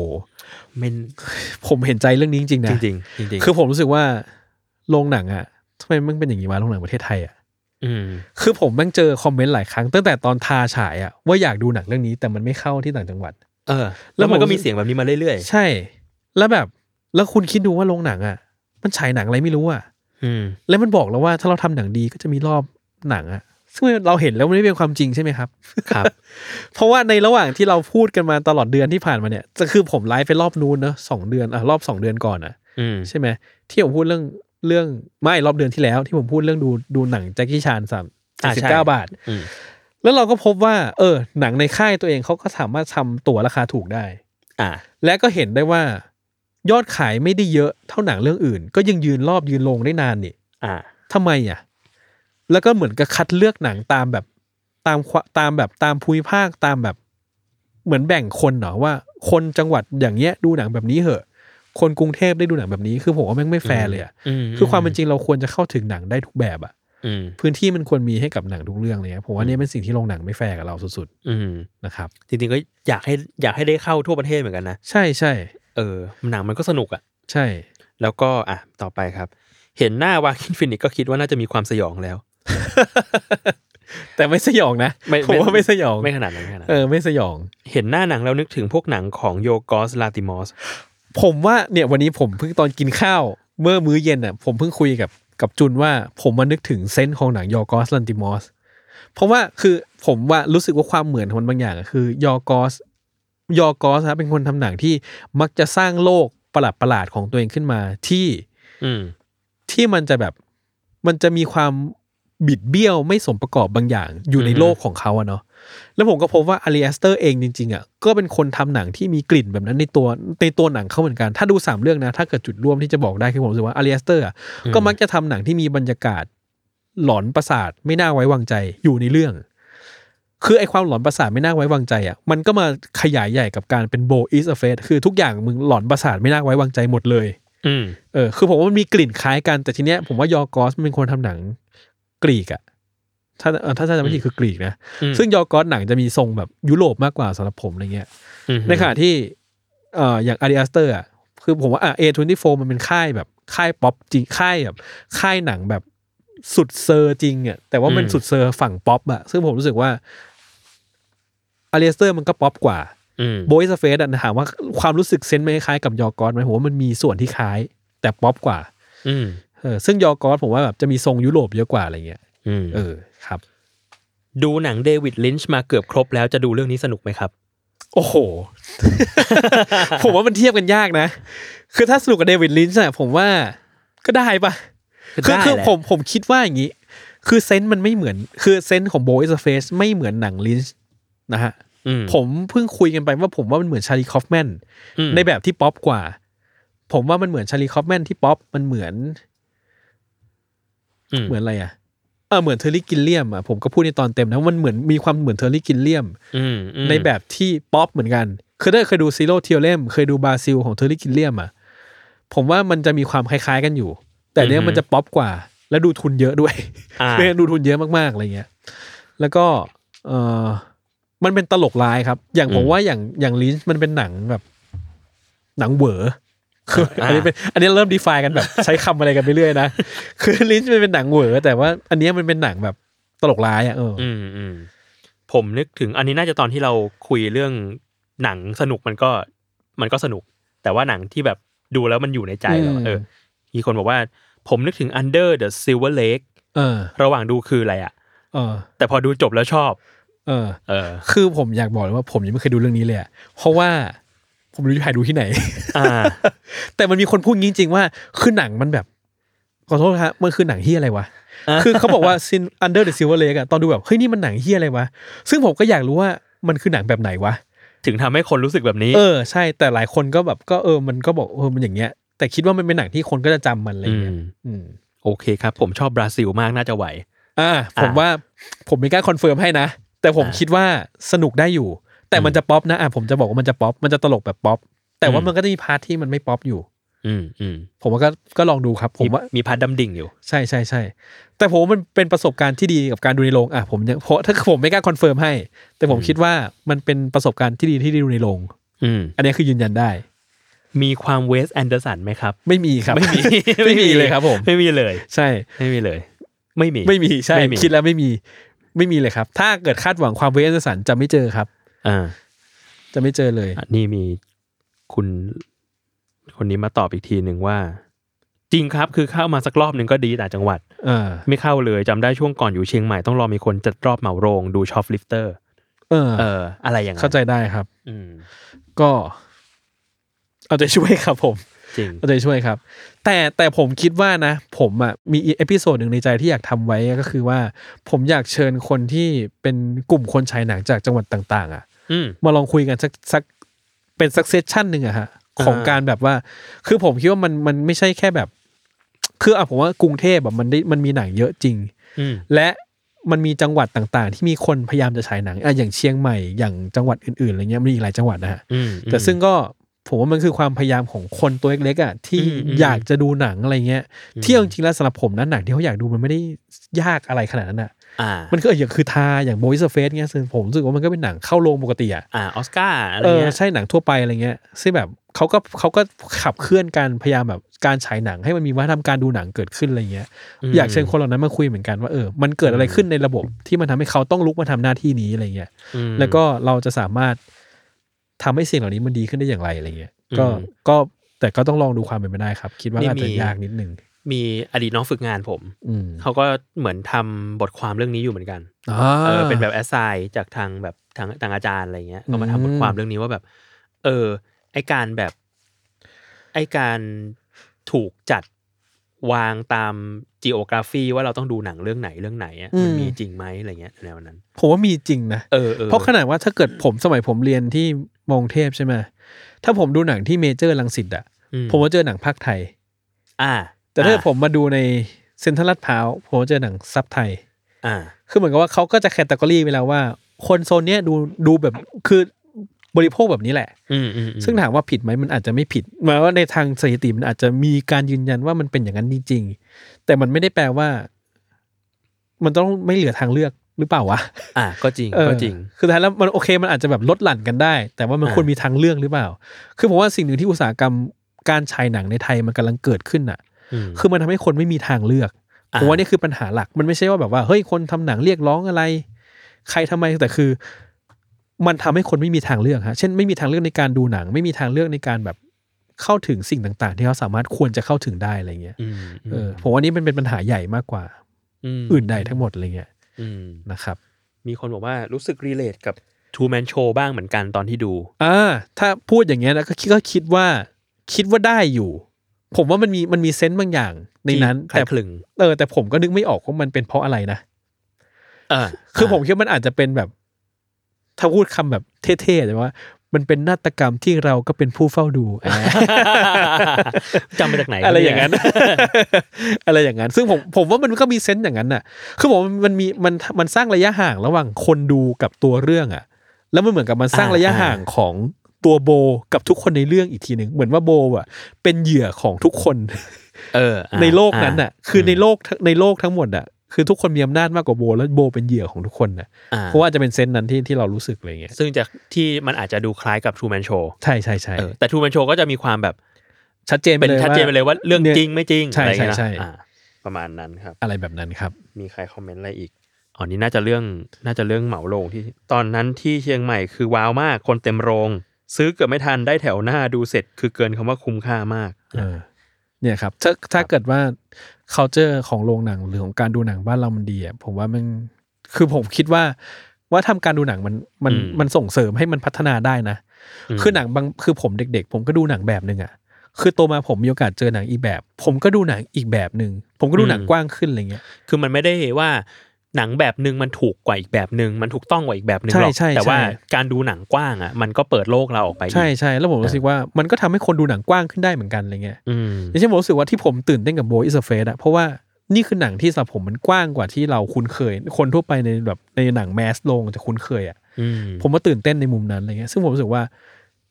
C: เป็น
B: ผมเห็นใจเรื่องนี้จริงๆ
C: จ
B: นะ
C: ริงจริงๆจริงๆ
B: คือผมรู้สึกว่าโรงหนังอ่ะทำไมมันเป็นอย่างนี้วะโรงหนังประเทศไทยอ่ะ
C: อืม
B: คือผมแม่งเจอคอมเมนต์หลายครั้งตั้งแต่ตอนทาฉายอ่ะว่าอยากดูหนังเรื่องนี้แต่มันไม่เข้าที่ต่างจังหวัด
C: เออ
B: แล้
C: แล้ว
B: ว
C: มันก็
B: ผม
C: มีเสียงแบบนี้มาเรื่อย
B: ใช่ แล้วแบบ แล้วคุณคิดดูว่าโรงหนังอ่ะ มันฉายหนังอะไรไม่รู้อ่ะ
C: ๆอืม
B: แล้วมันบอกแล้วว่าถ้าเราทำหนังดีก็จะมีรอบหนังอ่ะซึ่งเราเห็นแล้วมันไม่เป็นความจริงใช่ไหมครับ
C: ครับ
B: เพราะว่าในระหว่างที่เราพูดกันมาตลอดเดือนที่ผ่านมาเนี่ยจะคือผมไลฟ์ไปรอบนู้นเนอะสองเดือนอ่ะรอบสองเดือนก่อนอ่ะ
C: อืม
B: ใช่ไหมที่ผมพูดเรื่องเรื่องไม่รอบเดือนที่แล้ว ที่ผมพูดเรื่องดูดูหนังแจ็คกี้ชานสามสิบเก้าบาท
C: อืม
B: แล้วเราก็พบว่า เออ หนังในค่ายตัวเองเขาก็สามารถทำตั๋วราคาถูกได้
C: อ่า
B: และก็เห็นได้ว่า ยอดขายไม่ได้เยอะเท่าหนังเรื่องอื่น ก็ยังยืนรอบยืนลงได้นานนี่
C: อ่า
B: ทำไมอ่ะ แล้วก็เหมือนกับคัดเลือกหนังตามแบบตามควตามแบบตามภูมิภาคตามแบบ เหมือนแบ่งคนเนาะว่า คนจังหวัดอย่างเงี้ยดูหนังแบบนี้เหอะ คนกรุงเทพได้ดูหนังแบบนี้คือผมว่าแม่งไม่แฟร์เลยอะ
C: อืม
B: คือความเป็นจริงเราควรจะเข้าถึงหนังได้ทุกแบบอะ
C: อืม
B: พื้นที่มันควรมีให้กับหนังทุกเรื่องเลยครับผมว่าเนี่ยเป็นสิ่งที่โรงหนังไม่แฟร์กับเราสุด
C: อืม
B: ๆนะครับ
C: จริงๆก็อยากให้อยากให้ได้เข้าทั่วประเทศเหมือนกันนะ
B: ใช่ใช่
C: เออหนังมันก็สนุกอ่ะ
B: ใช่
C: แล้วก็อ่ะต่อไปครับ เห็นหน้าวาคินฟินิกก็คิดว่าน่าจะมีความสยองแล้ว
B: แต่ไม่สยองนะ
C: ไม่
B: ผมว่า
C: ไม่
B: ไม่สยอง
C: ไม่ขนาดนั้นไม่ขนาด
B: เอ
C: นั้น
B: อไม่สยอง
C: เห็นหน้าหนังแล้วนึกถึงพวกหนังของโยกอสลาติมอส
B: ผมว่าเนี่ยวันนี้ผมเพิ่งตอนกินข้าว เมื่อมื้อเย็นอ่ะผมเพิ่งคุยกับกับจุนว่าผมมานึกถึงเซนส์ของหนังยอร์กอสลันติมอสเพราะว่าคือผมว่ารู้สึกว่าความเหมือนของมันบางอย่างอะคือยอร์กอสยอร์กอสนะครับเป็นคนทำหนังที่มักจะสร้างโลกประหลาดประหลาดๆของตัวเองขึ้นมาที่
C: อืม
B: ที่มันจะแบบมันจะมีความบิดเบี้ยวไม่สมประกอบบางอย่างอยู่ใน
C: อือฮึ
B: โลกของเขาอะเนาะแล้วผมก็พบว่าอาริอสเตอร์เองจริงๆอะก็เป็นคนทำหนังที่มีกลิ่นแบบนั้นในตัวในตัวหนังเขาเหมือนกัน ถ้าดูสามเรื่องนะ ถ้าเกิดจุดร่วมที่จะบอกได้คือผมรู้สึกว่าอาริอสเตอร์ก็มักจะทำหนังที่มีบรรยากาศ หลอนประสาทไม่น่าไว้วางใจอยู่ในเรื่อง คือไอความหลอนประสาทไม่น่าไว้วางใจอ่ะมันก็มาขยายใหญ่กับการเป็นโบอิสเฟสคือทุกอย่างมึงหลอนประสาทไม่น่าไว้วางใจหมดเลย
C: อืม
B: เออคือผมว่ามันมีกลิ่นคล้ายกันแต่ทีเนี้ยผมว่ายอร์กอสมันเป็นคนทำหนังกรีกอะถ้าเอ่อถ้าจะไม่ผิดคือกรีกนะ
C: อืม
B: ซึ่งยอร์กอสหนังจะมีทรงแบบยุโรปมากกว่าสำหรับผมอะไรเงี้ย
C: อืม
B: ในขณะที่เอ่ออย่างอาริอัสเตอร์อะคือผมว่าอ่ะ A24 มันเป็นค่ายแบบค่ายป๊อปจริงค่ายแบบค่ายหนังแบบสุดเซอร์จริงอะแต่ว่ามันสุดเซอร์ฝั่งป๊อปอะซึ่งผมรู้สึกว่าอาริอัสเตอร์มันก็ป๊อปกว่า
C: อืม
B: โบยสเฟสถามว่าความรู้สึกเซนส์มันคล้ายกับยอร์กอสไหมผมว่ามันมีส่วนที่คล้าย แต่ป๊อปกว่า
C: อืม
B: เออซึ่งยอกอสผมว่าแบบจะมีทรงยุโรปเยอะกว่าอะไรเงี้ย
C: อืม
B: เออครับ
C: ดูหนังเดวิดลินช์มาเกือบครบแล้วจะดูเรื่องนี้สนุกไหมครับ
B: โอ้โห ผมว่ามันเทียบกันยากนะ คือถ้าสนุกกับเดวิดลินช์อะผมว่าก็ได้ปะ
C: ก็ได้
B: คือคือ
C: แหละ
B: ผมผมคิดว่าอย่างนี้ คือเซนส์มันไม่เหมือน คือเซนส์ของโบอิสเฟสไม่เหมือนหนังลินช์นะฮะ
C: อืม
B: ผมเพิ่งคุยกันไปว่าผมว่ามันเหมือนชาลีคอฟแมน
C: อืม
B: ในแบบที่ป๊อปกว่า ผมว่ามันเหมือนชาลีคอฟแมนที่ป๊อปมันเหมือน เหมือนอะไรอ่ะ เออเหมือนเทอร์รี่กิลเลียมอ่ะผมก็พูดในตอนเต็มนะว่ามันเหมือนมีความเหมือนเทอร์รี่กิลเลียม
C: อืมอืม
B: ในแบบที่ป๊อปเหมือนกันคือถ้าเคยดูซีโร่เทียเลมเคยดูบราซิลของเทอร์รี่กิลเลียมอ่ะผมว่ามันจะมีความคล้ายๆกันอยู่ แต่เนี้ยมันจะป๊อปกว่า และดูทุนเยอะด้วย
C: อ่า
B: เดูทุนเยอะมากๆอะไรเงี้ย แล้วก็เออมันเป็นตลกร้ายครับ อย่างผม
C: อืม
B: ว่าอย่างอย่างลินช์มันเป็นหนังแบบ หนังเหวอ คืออันนี้
C: อ่า
B: เป็นอันนี้เริ่มดีฟายกัน แบบ ใช้คำอะไรกันไปเรื่อยนะ คือลินช์มันเป็นหนังเหวอแต่ว่า อันเนี้ยมันเป็นหนังแบบตลกร้ายอ่ะเอออ
C: อืมอืมผมนึกถึงอันนี้น่าจะตอนที่เราคุยเรื่องหนังสนุกมันก็มันก็สนุก แต่ว่าหนังที่แบบดูแล้วมันอยู่ในใจเราเออ มีคนบอกว่า ผมนึกถึง Under the Silver Lake
B: เออ
C: ระหว่างดูคืออะไรอะ
B: เออ
C: แต่พอดูจบแล้วชอบ
B: เออ
C: เออ
B: คือผมอยากบอกเลยว่าผมยังไม่เคยดูเรื่องนี้เลยอะเพราะว่าผมไม่รู้จะถ่ายดูที่ไหน
C: อ่า
B: แต่มันมีคนพูดงี้จริงๆว่าคือหนังมันแบบขอโทษนะฮะมันคือหนังเฮียอะไรวะ คือเขาบอกว่าซิน Under the Silver Lake อะตอนดูแบบ เฮ้ย นี่มันหนังเฮียอะไรวะ ซึ่งผมก็อยากรู้ว่ามันคือหนังแบบไหนวะ
C: ถึงทำให้คนรู้สึกแบบนี้
B: เออ ใช่แต่หลายคนก็แบบก็เออมันก็บอกเออมันอย่างเงี้ย แต่คิดว่ามันเป็นหนังที่คนก็จะจำมันอะไรเงี้ย
C: อืม
B: อืม
C: โอเคครับ ผมชอบบราซิลมากน่าจะไหว
B: อ่า ผมว่าผมไม่กล้าคอนเฟิร์มให้นะ แต่ผม
C: อ่า
B: คิดว่าสนุกได้อยู่ แต่มันจะป๊อปนะอ่ะผมจะบอกว่ามันจะป๊อปมันจะตลกแบบป๊อปแต่ว่า
C: อืม
B: มันก็จะมีพาร์ทที่มันไม่ป๊อปอยู่
C: อืมอืม
B: ผมว่าก็ก็ลองดูครับ ผมว่า
C: มีพัดดำดิ่งอยู่
B: ใช่ใช่ใช่แต่ผมว่ามันเป็นประสบการณ์ที่ดีกับการดูในโรงอ่ะผมยังเพราะถ้าผมไม่กล้าคอนเฟิร์มให้ แต่ผม
C: อืม
B: คิดว่ามันเป็นประสบการณ์ที่ดีที่ได้ดูในโรง
C: อืม
B: อันนี้คือยืนยันได้
C: มีความเวสแอนเดอร์สันไหมครับ
B: ไม่มีครับ
C: ไม่มี
B: ไม่มีเลยครับผม
C: ไม่มีเลย
B: ใช่
C: ไม่มีเลย ไม่มี
B: ไม่มีใช่
C: ไม่มี
B: คิดแล้วไม่มีไม่มีเลยครับ ถ้าเกิดคาดหวังความเวสสันจะไม่เจอครับ
C: อ่า
B: จะไม่เจอเลย
C: อ่ะนี่มีคุณคนนี้มาตอบอีกทีหนึ่งว่า จริงครับคือเข้ามาสักรอบหนึ่งก็ดีแต่างจังหวัด
B: เออ
C: ไม่เข้าเลยจำได้ช่วงก่อนอยู่เชียงใหม่ต้องรอมีคนจัดรอบเหมาโรงดูชอปลิฟเตอร์
B: เออ
C: เออ อะไรอย่างนั้
B: เข้านใจได้ครับ
C: อืม
B: ก็เอาใจช่วยครับผม
C: จริง
B: ก็จะช่วยครับ แต่แต่ผมคิดว่านะ ผมอ่ะมีเอพิโซดหนึ่งในใจที่อยากทำไว้ก็คือว่า ผมอยากเชิญคนที่เป็นกลุ่มคนฉายหนังจากจังหวัดต่างๆ อ่ะ
C: อืม
B: มาลองคุยกันสักสักเป็นสักเซสชั่นหนึ่งอะฮะของ
C: อ่า
B: การแบบว่า คือผมคิดว่ามันมันไม่ใช่แค่แบบ คืออ่ะผมว่ากรุงเทพแบบมันได้มันมีหนังเยอะจริง
C: อืม
B: และมันมีจังหวัดต่างๆ ที่มีคนพยายามจะฉายหนังอ่ะอย่างเชียงใหม่อย่างจังหวัดอื่นๆอะไรเงี้ยมันมีอีกหลายจังหวัดนะฮะ
C: อืม
B: แต่ซึ่งก็ผมว่ามันคือความพยายามของคนตัวเล็กๆอ่ะที่
C: อืมอืม
B: อยากจะดูหนังอะไรเงี้ยที่เอาจริงๆแล้วสำหรับผมนะหนังที่เขาอยากดูมันไม่ได้ยากอะไรขนาดนั้นอ่ะ
C: อ่า
B: มันก็อย่างคือทาอย่างโบ i สเฟสเงี้ยซึ่งผมรู้สึกว่ามันก็เป็นหนังเข้าโรงปกติอ่ะ
C: อ่าออสการ์อะไร
B: เออ
C: เงี้ย
B: ใช่หนังทั่วไปอะไรเงี้ยซึ่งแบบเขาก็เขาก็ขับเคลื่อนการพยายามแบบการฉายหนังให้มันมีวัฒนธรรมการดูหนังเกิดขึ้นอะไรเงี้ย
C: ม
B: อยากเชิญคนเหล่านั้นมาคุยเหมือนกันว่าเออมันเกิดอะไรขึ้นในระบบที่มันทำให้เขาต้องลุกมาทำหน้าที่นี้อะไรเงี้ย
C: อืม
B: แล้วก็เราจะสามารถทำให้สิ่งเหล่านี้มันดีขึ้นได้อย่างไรอะไรเงี้ย ก็
C: อืม
B: ก็แต่ก็ต้องลองดูความเป็นไปได้ครับ คิดว่า
C: นี่
B: อาจจะ
C: มี
B: ยากนิดนึง
C: มีอดีตน้องฝึกงานผม
B: อืม
C: เขาก็เหมือนทำบทความเรื่องนี้อยู่เหมือนกัน
B: อ่า
C: เออเป็นแบบแอสไซน์จากทางแบบทางทางอาจารย์อะไรเงี้ยก็มา
B: อืม
C: ทำบทความเรื่องนี้ว่าแบบ เออ ไอการแบบ ไอการถูกจัดวางตามจีโอกราฟีว่าเราต้องดูหนังเรื่องไหนเรื่องไหนอะมันมีจริงไหมอะไรเงี้ยแนวนั้น
B: ผมว่ามีจริงนะ
C: เออเออ
B: เพราะขนาดว่าถ้าเกิดผมสมัยผมเรียนที่มองเทพใช่ไหมถ้าผมดูหนังที่เมเจอร์ลังสิตอ่ะ
C: อื
B: ผมว่าเจอหนังภาคไทย
C: อ่า
B: แต่ถ้า
C: อ่
B: ผมมาดูใน เซ็นทรัลลาดพร้าวผมก็เจอหนังซับไทย
C: อ่า
B: คือเหมือนกับว่าเขาก็จะแคตตากรีไปแล้วว่า คนโซนเนี้ยดูดูแบบคือบริโภคแบบนี้แหละ
C: อืมอืม
B: ซึ่งถามว่าผิดไหมมันอาจจะไม่ผิดหมายว่าในทางสถิติมันอาจจะมีการยืนยันว่ามันเป็นอย่างนั้นจริงๆแต่มันไม่ได้แปลว่า มันต้องไม่เหลือทางเลือกหรือเปล่าวะ
C: อ่า ก็จริง
B: เออ
C: ก็จริง
B: คือท้ายแล้วมันโอเคมันอาจจะแบบลดหลั่นกันได้ แต่ว่ามัน
C: อ่า
B: ควรมีทางเลือกหรือเปล่า คือผมว่าสิ่งหนึ่งที่อุตสาหกรรมการฉายหนังในไทยมันกำลังเกิดขึ้นอ่ะ
C: ม
B: คือมันทำให้คนไม่มีทางเลือก
C: อ่า
B: ผมว่านี่คือปัญหาหลัก มันไม่ใช่ว่าแบบว่าเฮ้ยคนทำหนังเรียกร้องอะไร ใครทำไมแต่คือ มันทำให้คนไม่มีทางเลือกฮะเช่นไม่มีทางเลือกในการดูหนัง ไม่มีทางเลือกในการแบบเข้าถึงสิ่งต่าง ๆ ที่เขาสามารถควรจะเข้าถึงได้อะไรเงี้ย
C: ม
B: เออผมว่านี่มันเป็นปัญหาใหญ่มากกว่า
C: ม
B: อื่นใดทั้งหมดอะไรเงี้ย
C: อืม
B: นะครับ
C: มีคนบอกว่ารู้สึกรีเลทกับ Two Man Show บ้างเหมือนกันตอนที่ดู
B: อ่าถ้าพูดอย่างเงี้ยนะก็คิดก็คิดว่าคิดว่าได้อยู่ ผมว่ามันมีมันมีเซนส์บางอย่างในนั้น
C: ที่คล้า
B: แต่
C: ยคลึง
B: เออแต่ผมก็นึกไม่ออกว่ามันเป็นเพราะอะไรนะ
C: เออ
B: คือผมคิดว่ามันอาจจะเป็นแบบ ถ้าพูดคำแบบเท่ๆแต่ว่า มันเป็นนาฏกรรมที่เราก็เป็นผู้เฝ้า ดูอ่ะ
C: จำมาจากไหน
B: อะไรอย่าง นั้น อะไรอย่างนั้น ซึ่งผมผมว่ามันก็มีเซนส์อย่างนั้นน่ะ คือผมว่ามันมีมันมันสร้างระยะห่างระหว่างคนดูกับตัวเรื่องอ่ะ แล้วมันเหมือนกับมันสร้างระยะห่างของตัวโบกับทุกคนในเรื่องอีกทีหนึ่งเหมือนว่าโบอ่ะ เป็นเหยื่อของทุกคน
C: เอออ่ะ
B: ในโลกนั้น
C: อ่ะ
B: น่ะ คือในโลกทั้งในโลกทั้งหมดอ่ะ คือทุกคนมีอำนาจมากกว่าโบ แล้วโบเป็นเหยื่อของทุกคนน่ะ
C: อ่ะ
B: เพราะว่าจะเป็นเซนส์นั้นที่ที่เรารู้สึกอะไรเงี้ย
C: ซึ่งจากที่มันอาจจะดูคล้ายกับ Two Man Show
B: ใช่ใช่ใช่
C: เออแต่ Two Man Show ก็จะมีความแบบ
B: ชัดเจน
C: เป็น
B: ไลย
C: ชัดเจนไปเลยว่าเรื่อง
B: นี่ย
C: จริงไม่จริง
B: ใช่
C: อะไรอย่างเงี้ย
B: ใช่
C: นะ
B: ใช่
C: อ่าประมาณนั้นครับ
B: อะไรแบบนั้นครับ
C: มีใครคอมเมนต์อะไรอีกอ๋อนี่น่าจะเรื่องน่าจะเรื่องเหมาโรงที่ ตอนนั้นที่เชียงใหม่คือว้าวมากคนเต็มโรง ซื้อเกือบไม่ทันได้แถวหน้าดูเสร็จ คือเกินคำว่าคุ้มค่ามาก
B: เออ เนี่ยครับ ถ้าถ้าเกิดว่า culture ของโรงหนังหรือของการดูหนังบ้านเรามันดีอ่ะผมว่ามันคือผมคิดว่า ว่าทำการดูหนังมันมัน
C: อืม
B: มันส่งเสริมให้มันพัฒนาได้นะ
C: ม
B: คือหนังบางคือผมเด็ก ๆ ผมก็ดูหนังแบบหนึ่งอ่ะ คือโตมาผมมีโอกาสเจอหนังอีกแบบ ผมก็ดูหนังอีกแบบหนึ่งผมก็ดูหนังกว้างขึ้นอะไรเงี้ย
C: คือมันไม่ได้ว่าหนังแบบหนึ่งมันถูกกว่าอีกแบบหนึ่งมันถูกต้องกว่าอีกแบบหนึ่ง
B: ใช่
C: หรอก
B: ใช่
C: แต่ว่า
B: ใช่
C: การดูหนังกว้างอ่ะมันก็เปิดโลกเราออกไปอีก
B: ใช่ใช่แล้วผมรู้สึกว่ามันก็ทำให้คนดูหนังกว้างขึ้นได้เหมือนกันอะไรเงี้ย
C: อืม
B: อย่างเช่นผมรู้สึกว่าที่ผมตื่นเต้นกับโบอิสเฟสอะเพราะว่านี่คือหนังที่สำหรับผมมันกว้างกว่าที่เราคุ้นเคย คนทั่วไปในแบบในหนังแมสลงจะคุ้นเคยอะ
C: อืม
B: ผมว่าตื่นเต้นในมุมนั้นอะไรเงี้ยซึ่งผมรู้สึกว่า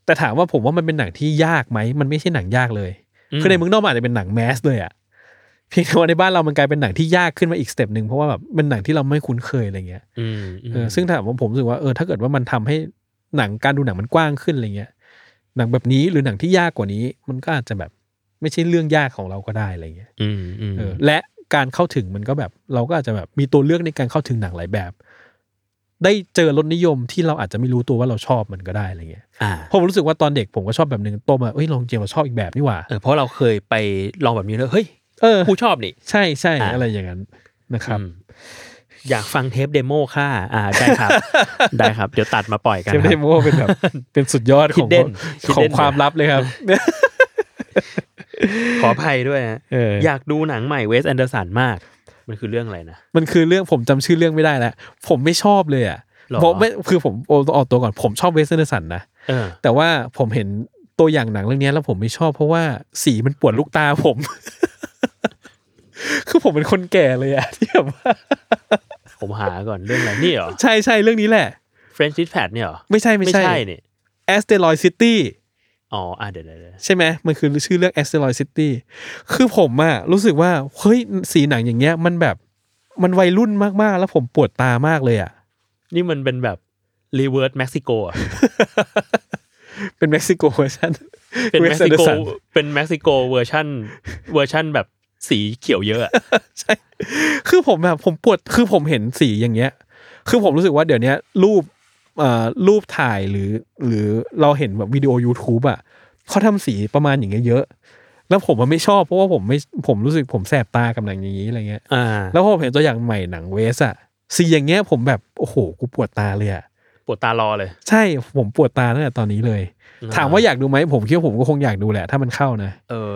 B: แต่ถามว่าผมว่ามันเป็นหนังที่ยากไหมมันไม่ใช่หนังยากเลย คือในเมืองนอกมันอาจจะเป็นหนังแมสเลยอะเพียงแต่ว่าในบ้านเรามันกลายเป็นหนังที่ยากขึ้นมาอีกสเต็ปหนึ่งเพราะว่าแบบเป็นหนังที่เราไม่คุ้นเคยอะไรเงี้ย
C: อืมอืม
B: เออซึ่งถามว่าผมรู้สึกว่าเออถ้าเกิดว่ามันทำให้หนังการดูหนังมันกว้างขึ้นอะไรเงี้ยหนังแบบนี้หรือหนังที่ยากกว่านี้ มันก็อาจจะแบบไม่ใช่เรื่องยากของเราก็ได้อะไรเงี้ย
C: อืมอืม
B: เออและการเข้าถึงมันก็แบบ เราก็อาจจะแบบมีตัวเลือกในการเข้าถึงหนังหลายแบบ ได้เจอรสนิยมที่เราอาจจะไม่รู้ตัวว่าเราชอบมันก็ได้อะไรเงี้ย
C: อ่า
B: ผมรู้สึกว่าตอนเด็กผมก็ชอบแบบหนึ่งโตมาเอ้ยลองเจมเราชอบอีกแบบนี่หว่า
C: เออเพราะเราเคยไปลองแบบนี้แล้วเฮ้ย
B: เออ
C: กูชอบนี่
B: ใช่ใช่
C: อ่า
B: อะไรอย่างนั้นนะครับ
C: อืมอยากฟังเทปเดโมค่ะ อ่าได้ ครับ ได้ครับ เดี๋ยวตัดมาปล่อยกัน
B: เทป
C: ค
B: เด
C: รับ
B: โมเป็นแบบ เป็นสุดยอดของ
C: Hidden
B: ของ
C: Hidden
B: ความลับเลยครับ
C: ขออภัยด้วยนะ
B: เออ
C: อยากดูหนังใหม่เวสแอนเดอร์สันมาก มันคือเรื่องอะไรนะ
B: มันคือเรื่องผมจำชื่อเรื่องไม่ได้แล้ว ผมไม่ชอบเลยอ่ะ
C: หรอ
B: ผมไม่คือผมโอออกตัวก่อนผมชอบเวสเ n อร์สันนะ
C: เออ
B: แต่ว่าผมเห็นตัวอย่างหนังเรื่องเนี้ยแล้วผมไม่ชอบเพราะว่าสีมันปวดลูกตาผม คือผมเป็นคนแก่เลยอะ ที่แบบว่า
C: ผมหาก่อนเรื่องอะไรนี่เหรอ
B: ใช่ใช่เรื่องนี้แหละ
C: French Dispatch เนี่ยเหรอ
B: ไม่ใช่ไม่ใช่
C: นี่
B: แอสเตรอยซิตี้
C: อ๋ออ่าเดี๋ยวเดี๋ยวเดี๋ยว
B: ใช่ไหมมันคือชื่อเรื่องแอสเตรอยซิตี้คือผมอะรู้สึกว่าเฮ้ยสีหนังอย่างเงี้ย มันแบบมันวัยรุ่นมากๆ แล้วผมปวดตามากเลยอะ
C: นี่มันเป็นแบบรีเวิร์สเม็กซิโกอะ
B: เป็นเม็กซิโกเวอร์ชัน
C: เป็น
B: Wes
C: เม็กซิโก
B: Anderson
C: เป็นเม็กซิโกเวอร์ชันเวอร์ชันแบบสีเขียวเยอะอะ
B: คือผมแบบผมปวดคือผมเห็นสีอย่างเงี้ย คือผมรู้สึกว่าเดี๋ยวเนี้ยรูปเอ่อรูปถ่ายหรือ หรือเราเห็นแบบวิดีโอ YouTube อ่ะเขาทำสีประมาณอย่างเงี้ยเยอะ แล้วผมมันไม่ชอบเพราะว่าผมไม่ผมรู้สึกผมแสบตากับหนังอย่างนี้อะไรเงี้ย
C: อ่า
B: แล้วพอผมเห็นตัวอย่างใหม่หนังเวสอ่ะสีอย่างเงี้ยผมแบบโอ้โหกูปวดตาเลยอ่ะ
C: ปวดตารอเลย
B: ใช่ผมปวดตาตั้งแต่ตอนนี้เลย ถามว่าอยากดูไหมผมคิดว่าผมก็คงอยากดูแหละ ถ้ามันเข้านะ
C: เออ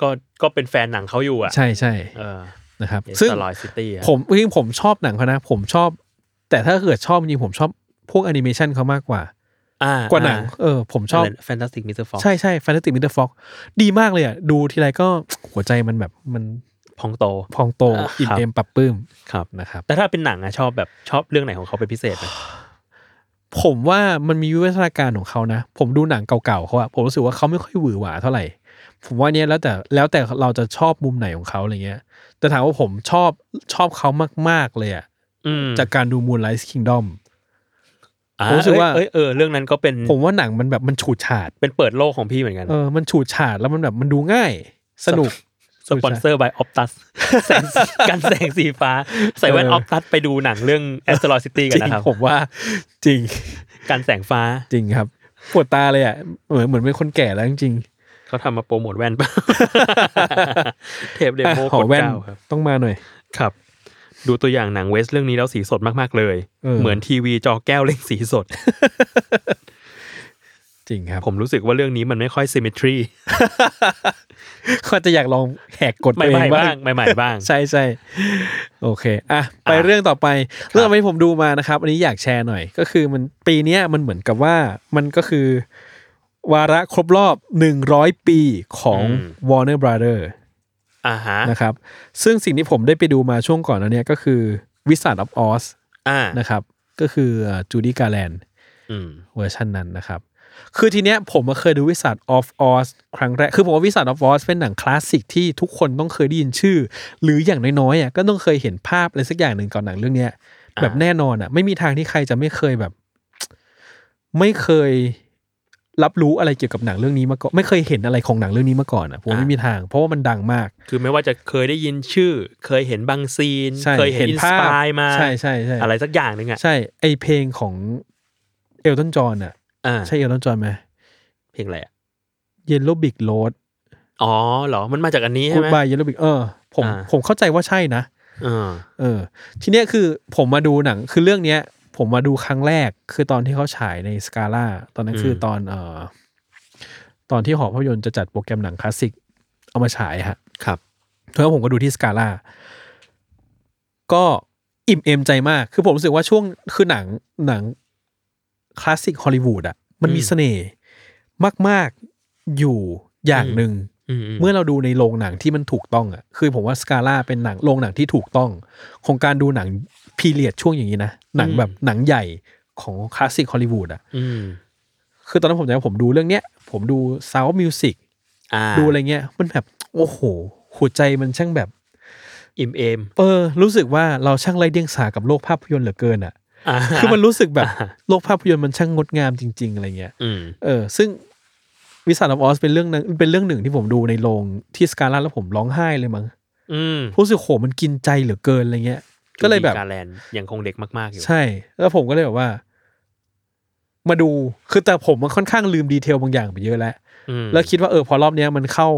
C: ก็ก็เป็นแฟนหนังเขาอยู่อ่ะ
B: ใช่ใช่
C: เออ
B: นะครับ
C: ซึ่
B: ซึ่
C: ง
B: ง
C: ลอยซิตี้
B: ผมจริงๆผมชอบหนังเขานะ ผมชอบ แต่ถ้าเกิดชอบจริงๆผมชอบพวกแอนิเมชันเขามากกว่า กว่าหนัง เออ ผมชอบ
C: แฟนตาสติกมิสเตอร์ฟอก
B: ใช่ใช่แฟนตาติมิเตอร์ฟ็อกดีมากเลยอ่ะ ดูทีไรก็ หัวใจมันแบบมัน
C: พองโต
B: พองโต
C: อ่า
B: อิ่ม
C: ครับ
B: เอมปับปื้ม
C: ครับ
B: นะครับ
C: แต่ถ้าเป็นหนังอะชอบแบบชอบเรื่องไหนของเขาเป็นพิเศษไหม
B: ผมว่ามันมีวิวัฒนาการของเขานะ ผมดูหนังเก่าๆเขาอะผมรู้สึกว่าเขาไม่ค่อยหวือหวาเท่าไหร่ ผมว่าเนี่ยแล้วแต่แล้วแต่เราจะชอบมุมไหนของเขาอะไรเงี้ย แต่ถามว่าผมชอบชอบเขามากๆเลยอะ
C: อืม
B: จากการดู Moonlight Kingdom
C: อ่
B: ผมรู้สึกว่า
C: เอ้ยเอ้ยเออเรื่องนั้นก็เป็น
B: ผมว่าหนังมันแบบมันฉูดฉาด
C: เป็นเปิดโลกของพี่เหมือนกัน
B: เออ มันฉูดฉาดแล้วมันแบบมันดูง่าย สนุก
C: สปอนเซอร์ by Optus แสงกันแสงสีฟ้า ใส่แว่น
B: เออ
C: Optus ไปดูหนังเรื่อง Asteroid City
B: จ
C: กัน
B: ริง
C: นะครับ
B: ผมว่าจริง
C: การแสงฟ้า
B: จริงครับ ปวดตาเลยอ่ะ เหมือนเหมือนเป็นคนแก่แล้วจริง
C: เขาทำมาโปรโมทแว่น ปะ เทปเด
B: ๆอ่ะ
C: โม
B: ข
C: ก
B: อ
C: ด
B: แว่น
C: เก้าครับ
B: ต้องมาหน่อย
C: ครับ ดูตัวอย่างหนังเวสเรื่องนี้แล้วสีสดมาก ๆ เลย
B: เออ
C: เหมือนทีวีจอแก้วเล่งสีสด
B: จริงครับ
C: ผมรู้สึกว่าเรื่องนี้มันไม่ค่อยซิม e ทรี
B: ก็จะอยากลองแหกกฎ
C: ให
B: ตัวเอ
C: ม่
B: ง
C: ๆ
B: บ้า
C: บ้าง
B: ง
C: ใหม่ๆบ้าง
B: ใช่ใช่โอเคอ่ะไป
C: อ่ะ
B: เรื่องต่อไป เรื่องต่อไปที่ผมดูมานะครับ อันนี้อยากแชร์หน่อย ก็คือมันปีเนี้ยมันเหมือนกับว่ามันก็คือ วาระครบรอบ 100 ปีของ
C: อืม
B: Warner Brother
C: อ่าฮะ
B: นะครับ ซึ่งสิ่งที่ผมได้ไปดูมาช่วงก่อนแล้วเนี่ยก็คือวิสัทอออส
C: อ่า
B: นะครับ ก็คือจูดี้กาแลน
C: อืม
B: เวอร์ชันนั้นนะครับ คือทีเนี้ยผมมาเคยดูวิสัทออฟออสครั้งแรก คือผมว่าวิสัทออฟออสเป็นหนังคลาสสิกที่ทุกคนต้องเคยได้ยินชื่อ หรืออย่างน้อยๆอ่ะก็ต้องเคยเห็นภาพอะไรสักอย่างหนึ่งก่อนหนังเรื่องเนี้ย แบบแน่นอนอ่ะ ไม่มีทางที่ใครจะไม่เคยแบบ ไม่เคยรับรู้อะไรเกี่ยวกับหนังเรื่องนี้มาก่อนไม่เคยเห็นอะไรของหนังเรื่องนี้มาก่อนอ่ะผมว่าไม่มีทาง เพราะว่ามันดังมาก
C: คือไม่ว่าจะเคยได้ยินชื่อ เคยเห็นบางซีน
B: ใช่
C: เคยเห็นอินสปายมา
B: ใช่ใช่ใช่
C: อะไรสักอย่างหนึ่งอ่ะ
B: ใช่ไอเพลงของเอลตันจอห์นอ่ะ
C: อ่า
B: ใช่เอลตันจอห์นไหม
C: เพลงอะไรอะ
B: เยลโลบิกโรด
C: อ๋อเหรอมันมาจากอันนี้
B: กู
C: ใช่ไหม
B: บายเยลโลบิกเออ ผม
C: อ่า
B: ผมเข้าใจว่าใช่นะ
C: อ่า
B: เออ ทีเนี้ยคือผมมาดูหนังคือเรื่องเนี้ย ผมมาดูครั้งแรกคือตอนที่เขาฉายในสกาล่าตอนนั้นคือตอนเอ่อตอนที่หอภาพยนตร์จะจัดโปรแกรมหนังคลาสสิกเอามาฉายฮะ
C: ครับ
B: แล้วผมก็ดูที่สกาล่าก็อิ่มเอมใจมาก คือผมรู้สึกว่าช่วงคือหนังหนังคลาสสิกฮอลลีวูดอะมันมี
C: อืม
B: เสน่ห์มาก ๆ อยู่อย่างหนึ่ง
C: อืม
B: เมื่อเราดูในโรงหนังที่มันถูกต้องอะคือผมว่าสกาล่าเป็นหนังโรงหนังที่ถูกต้อง ของการดูหนังพีเรียดช่วงอย่างนี้นะ หนังแบบหนังใหญ่ของคลาสสิกฮอลลีวูดอะ
C: อืม
B: คือตอนนั้นผมจำว่าผมดูเรื่องเนี้ย ผมดู Sound Music
C: อ่า
B: ดูอะไรเงี้ย มันแบบ โอ้โห หัวใจมันช่างแบบ
C: อิมเอม
B: เออรู้สึกว่าเราช่างไร้เดียงสากับโลกภาพยนตร์เหลือเกินอ่ะ
C: อ่า
B: คือมันรู้สึกแบบโลกภาพยนตร์มันช่างงดงามจริง ๆ อะไรเงี้ย
C: อืม
B: เออ ซึ่งวิสัทออสเป็นเรื่องนึงเป็นเรื่องหนึ่งที่ผมดูในโรงที่สกาล่าแล้วผมร้องไห้เลยมั้ง
C: อืม
B: รู้สึกโหมันกินใจเหลือเกินอะไรเงี้ย ก็เลยแบบ
C: จูดี้กาแลนด์ยังคงเด็กมากๆอยู่
B: ใช่ แล้วผมก็เลยแบบว่า มาดูคือแต่ผมมันค่อนข้างลืมดีเทลบางอย่างไปเยอะแล้ว
C: อืม
B: แล้วคิดว่าเออพอรอบเนี้ยมันเข้า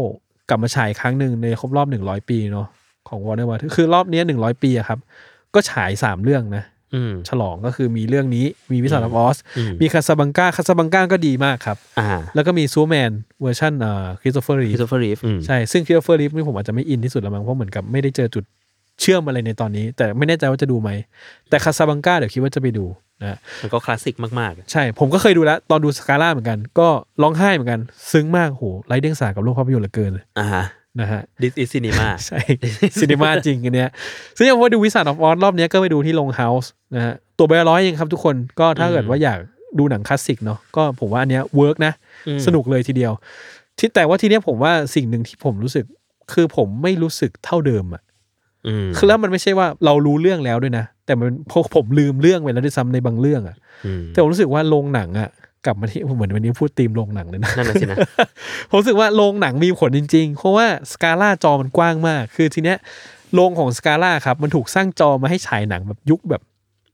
B: กลับมาฉายครั้งหนึ่งในครบรอบหนึ่งร้อยปีเนาะของวอร์เนอร์วัตคือรอบเนี้หนึ่งร้อย100 ปีอะครับ ก็ฉายสามเรื่องนะ
C: อืม
B: ฉลองก็คือมีเรื่องนี้มีวิสาลออส
C: อืม
B: มีคาซาบังกาคาซาบังกาก็ดีมากครับ
C: อ่า
B: แล้วก็มีซูแมนเวอร์ชันเอ่อคริสโตเฟอร์รี
C: พิซฟอรีฟอืม
B: ใช่ ซึ่งคริสโตเฟอร์รีฟนี่ผมอาจจะไม่อินที่สุดละมั้งเพราะเหมือนกับไม่ได้เจอจุดเชื่อมอะไรในตอนนี้ แต่ไม่แน่ใจว่าจะดูไหม แต่คาซาบังกาเดี๋ยวคิดว่าจะไปดูนะ
C: มันก็คลาสสิกมาก
B: ใช่ ผมก็เคยดูแล้ว ตอนดูสกาล่าเหมือนกัน ก็ร้องไห้เหมือนกัน ซึ้งมากโหไร้เดียงสากับโลกภาพยนตร์เหลือเกิน
C: ๆ อ่าฮะ
B: นะฮะ
C: This is cinema
B: ใช่ ซีนิมาจริงอันเนี้ยซึ่งผมว่าดูวิสัทออฟออนรอบเนี้ยก็ไปดูที่โรงเฮาส์นะฮะตัวใบละร้อยเองครับทุกคนก็ถ้าเกิดว่าอยากดูหนังคลาสสิกเนาะก็ผมว่าอันเนี้ยเวิร์กนะ
C: อืม
B: สนุกเลยทีเดียว ที่แต่ว่าทีเนี้ยผมว่าสิ่งหนึ่งที่ผมรู้สึก คือผมไม่รู้สึกเท่าเดิมอะ
C: อืม
B: คือแล้วมันไม่ใช่ว่าเรารู้เรื่องแล้วด้วยนะ แต่มันพวกผมลืมเรื่องไปแล้วด้วยซ้ำในบางเรื่องอะ
C: อืม
B: แต่ผมรู้สึกว่าโรงหนังอะกลับมาที่เหมือนวันนี้พูดธีมโรงหนังเลยนะ
C: นั่นน่ะสินะ
B: ผมรู้สึกว่าโรงหนังมีผลจริง ๆ เพราะว่าสกาล่าจอมันกว้างมาก คือทีเนี้ยโรงของสกาล่าครับ มันถูกสร้างจอมาให้ฉายหนังแบบยุคแบบ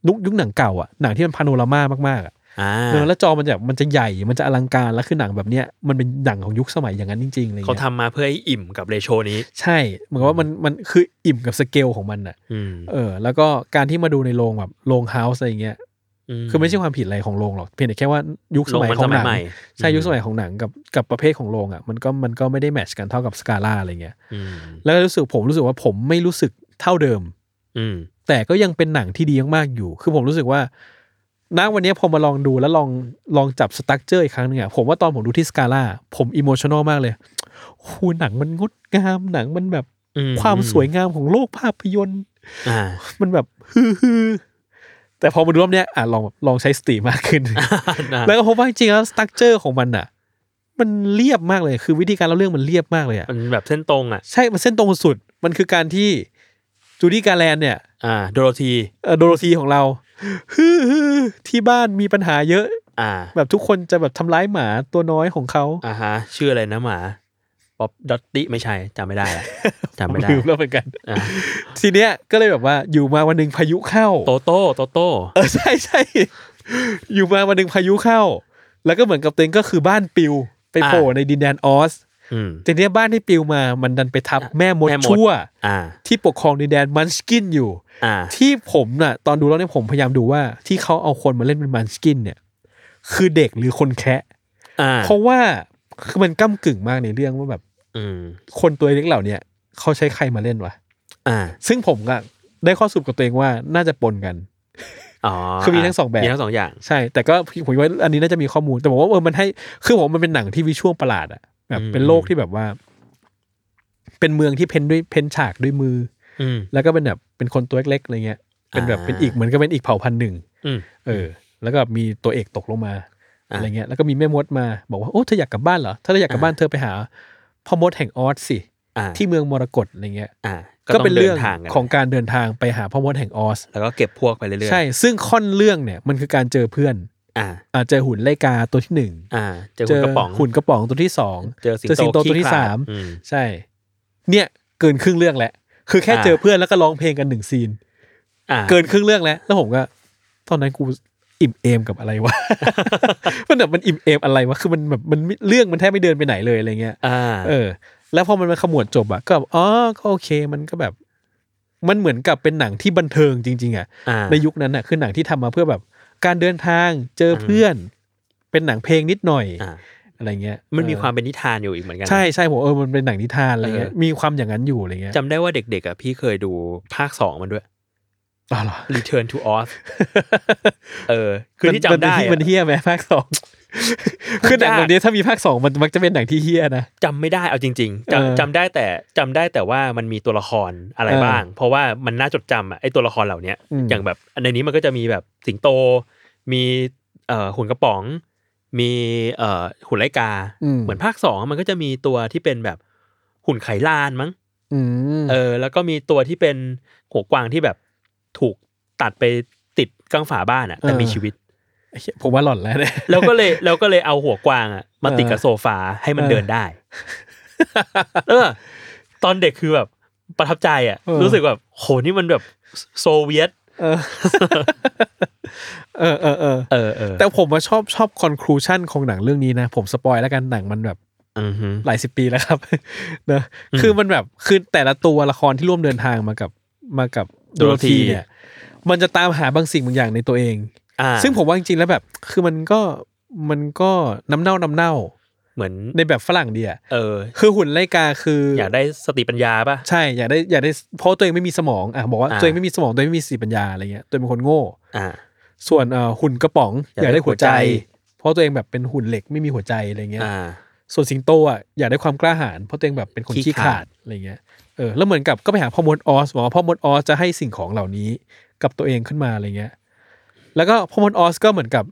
B: ยุคยุคหนังเก่าอะหนังที่มันพาโนรามามากๆอะ
C: อ่า
B: เออแล้วจอมันแบบมันจะใหญ่มันจะอลังการแล้วคือหนังแบบเนี้ยมันเป็นหนังของยุคสมัยอย่างนั้นจริงๆอะไร
C: เขา
B: เงี้ย
C: ทำมาเพื่อให้อิ่มกับเรโชนี้
B: ใช่เหมือนกับว่ามันมันคืออิ่มกับสเกลของมันอะ
C: อืม
B: เออ แล้วก็การที่มาดูในโรงแบบโรงเฮาส์อะไรเงี้ยคือไม่ใช่ความผิดอะไรของโรงหรอกเพียงแต่แค่ว่ายุคส
C: ลง
B: มัย
C: มัน
B: ขอ
C: ส
B: งห
C: มัย
B: นัง
C: ใหม่
B: ใช่ยุคสมัยของหนังกับกับประเภทของโรงอ่ะมันก็มันก็ไม่ได้แมทชกันเท่ากับสกาล่าอะไรเงี้ย
C: อืม
B: แล้วรู้สึกผมรู้สึกว่าผมไม่รู้สึกเท่าเดิม
C: อืม
B: แต่ก็ยังเป็นหนังที่ดีมากๆอยู่ คือผมรู้สึกว่าณวันนี้พอมาลองดูแล้วลองลองจับสตั๊กเจออีกครั้งหนึงอ่ะผมว่าตอนผมดูที่สกาล่าผมอิโมชันอลมากเลยโอ้โหหนังมันงดงามหนังมันแบบ
C: อื
B: ความสวยงามของโลกภาพยนตร์
C: อ่า
B: มันแบบ ฮือฮือแต่พอมาดูรอบเนี้ยอ่ะลองลองใช้สติมากขึ้น แล้วก็พบว่าจริงๆแล้วสตั๊กเจอร์ของมันอ่ะ มันเรียบมากเลย คือวิธีการเล่าเรื่องมันเรียบมากเลยอ่ะ
C: มันแบบเส้นตรงอ่ะ
B: ใช่มันเส้นตรงสุด มันคือการที่จูดี้การแลนเนี่ย
C: อ่า โดโรธี
B: เอ่อโดโรธีของเราฮือฮือที่บ้านมีปัญหาเยอะ
C: อ่า
B: แบบทุกคนจะแบบทำร้ายหมาตัวน้อยของเขา
C: อ่าฮะ ชื่ออะไรนะหมาป๊อบดอตตี้ไม่ใช่จำไม่ได้ละจำไม่ได้
B: ลืมแล้วเหมือนกัน
C: อ่า
B: ทีเนี้ยก็เลยแบบว่าอยู่มาวันหนึ่งพายุเข้า
C: โตโต้โตโต้
B: เออใช่ใช่ อยู่มาวันหนึ่งพายุเข้า แล้วก็เหมือนกับตัวเองก็คือบ้านปิว ไปโผล่ในดินแดนออส
C: อืม
B: แต่เนี้ยบ้านที่ปิวมามันดันไปทับ
C: อ่ะ
B: แม่มด
C: แม่มด
B: ชั่ว
C: อ่า
B: ที่ปกครองดินแดนมันสกินอยู่
C: อ่า
B: ที่ผมน่ะ ตอนดูแล้วเนี่ยผมพยายามดูว่าที่เขาเอาคนมาเล่นเป็นมันสกินเนี่ย คือเด็กหรือคนแคะ
C: อ่า
B: เพราะว่าคือมันก้ากึ่งมากในเรื่องว่าแบบ
C: อืม
B: คนตัวเล็กเหล่าเนี้ยเขาใช้ใครมาเล่นวะ
C: อ่า
B: ซึ่งผมก็ได้ข้อสรุปกับตัวเองว่าน่าจะปนกัน
C: อ๋อ
B: คือมีทั้งสองแบบ
C: มีทั้งสองอย่าง
B: ใช่ แต่ก็ผมว่าอันนี้น่าจะมีข้อมูล แต่ผมว่าเออมันให้คือผมว่ามันเป็นหนังที่วิชวลประหลาดอะแบบ
C: อืม
B: เป็นโลกที่แบบว่า เป็นเมืองที่เพ้นด้วยเพ้นฉากด้วยมือ
C: อืม
B: แล้วก็เป็นแบบเป็นคนตัวเล็กๆอะไรเงี้ยเป็นแบบ
C: อ่า
B: เป็นอีกเหมือนก็เป็นอีกเผ่าพันธุ์หนึ่ง
C: อืม
B: เออ แล้วก็มีตัวเอกตกลงมา
C: อ่า
B: อะไรเงี้ยแล้วก็มีแม่มดมา บอกว่าโอ้เธออยากกลับบ้านเหรอถ้าเธออยากกลับ
C: อ่า
B: บ้านเธอไปหาพ่อมดแห่งออสสิ
C: อ่า
B: ที่เมืองมรกตอะไรเงี้ย
C: อ่า
B: ก็เป็น
C: ต้ดิ
B: เรื่อง
C: ทางกัน
B: ของการเดินทางไปหาพ่อมดแห่งออส
C: แล้วก็เก็บพวกไปเรื่อยๆ
B: ใช่ ซึ่งค่อนเรื่องเนี่ยมันคือการเจอเพื่อน
C: อ่า
B: อ่าเจอหุ่นไลกาตัวที่หนึ่ง
C: อ่า เจอหุ่นกระป๋อง
B: หุ่นกระป๋องตัวที่สอง
C: เจอสิงโต
B: ตัวที่
C: ขี้ขลด
B: สาม
C: อืม
B: ใช่ เนี่ยเกินครึ่งเรื่องแล้วคือแค่
C: อ่า
B: เจอเพื่อนแล้วก็ร้องเพลงกันหนึ่งซีน
C: อ่า
B: เกินครึ่งเรื่องแล้วแล้วผมก็ ตอนนั้นกูอิ่มเอมกับอะไร วะ มันแบบมันอิ่มเอมอะไรวะคือมันแบบมันเรื่องมันแทบไม่เดินไปไหนเลยอะไรเงี้ย
C: อ่า
B: เออ แล้วพอมันมาขมวดจบอะก็แบบอ๋อก็โอเคมันก็แบบ มันเหมือนกับเป็นหนังที่บันเทิงจริงๆอะ
C: อ่า
B: ในยุคนั้นน่ะคือหนังที่ทำมาเพื่อแบบการเดินทางเจอเพื่อน เป็นหนังเพลงนิดหน่อย
C: อ่า
B: อะไรเงี้ย
C: มันมี
B: เออ
C: ความเป็นนิทานอยู่อีกเหมือนกันนะ
B: ใช่ใช่ผมเออมันเป็นหนังนิทานอะไรเงี้ย
C: เออ
B: มีความอย่างนั้นอยู่อะไรเงี้ย
C: จำได้ว่าเด็กๆอ่ะพี่เคยดูภาคสองมันด้วย
B: อ๋อเหรอ
C: Return to Oz เออ คือที่จำได้
B: มัน
C: อะ
B: มันเฮี้ยไหมภาคส องคือหนังแบบนี้ถ้ามีภาคสองมันมักจะเป็นหนังที่เฮี้ยนะ
C: จำไม่ได้เอาจริงๆ
B: เออ
C: จำจำได้แต่จำได้แต่ว่ามันมีตัวละครอะไร
B: เออ
C: บ้าง เพราะว่ามันน่าจดจำอ่ะไอตัวละครเหล่าเนี้ย
B: อืม
C: อย่างแบบในนี้มันก็จะมีแบบสิงโต มีเอ่อหุ่นกระป๋อง มีเอ่อหุ่นไลกา เหมือนภาคสองมันก็จะมีตัวที่เป็นแบบหุ่นไขลานมั้ง
B: อืม
C: เออแล้วก็มีตัวที่เป็นหัวกวางที่แบบถูกตัดไปติดกังฝาบ้านอะแต่มีชีวิต
B: เหี้ยผมว่าหล่อนแล้วเนี่ย
C: แล้วก็เลยแล้วก็เลยเอาหัวกวางอะมาติดกับโซฟาให้มัน
B: เออ
C: เดินได้ เออ ตอนเด็กคือแบบประทับใจอะ
B: เออ
C: รู้สึกแบบโหนี่มันแบบโซเวียต
B: เออเออเออเออ
C: เออเออ
B: แต่ผมว่าชอบชอบคอนคลูชันของหนังเรื่องนี้นะ ผมสปอยแล้วกันหนังมันแบบ
C: อือฮึ
B: หลายสิบปีแล้วครับ เนอะ
C: อืม
B: คือมันแบบคือแต่ละตัวละครที่ร่วมเดินทางมากับมากับโดโรธี
C: Dorothy
B: เนี่ย มันจะตามหาบางสิ่งบางอย่างในตัวเอง
C: อ่า
B: ซึ่งผมว่าจริงๆแล้วแบบ คือมันก็มันก็น้ำเน่าน้ำเน่า
C: เหมือน
B: ในแบบฝรั่งเดีย
C: เออ
B: คือหุ่นไลกาคืออย
C: อากได้สติปัญญาป่ะ
B: ใช่อยากได้อยากได้เพราะตัวเองไม่มีสมองอ่ะบอกว่า
C: อ่า
B: ตัวเองไม่มีสมองตัวเองไม่มีสติปัญญาอะไรเงี้ยตัวเองเป็นคนโง่
C: อ่า
B: ส่วนเอ่อหุ่นกระป๋อง
C: อยา
B: อยา
C: กได้
B: กได้หัวใจ
C: หัวใจ
B: เพราะตัวเองแบบเป็นหุ่นเหล็กไม่มีหัวใจอะไรเงี้ย
C: อ่า
B: ส่วนสิงโตอ่ะอยากได้ความกล้าหาญเพราะตัวเองแบบเป็นคน
C: ขี้
B: ขี้
C: ขลา
B: ขา
C: ด
B: ดอะไรเงี้ยเออแล้วเหมือนกับก็ไปหาพ่อมดออสบอกว่าพ่อมดออสจะให้สิ่งของเหล่านี้กับตัวเองขึ้นมาอะไรเงี้ยแล้วก็พ่อมดออสก็เหมือนกับ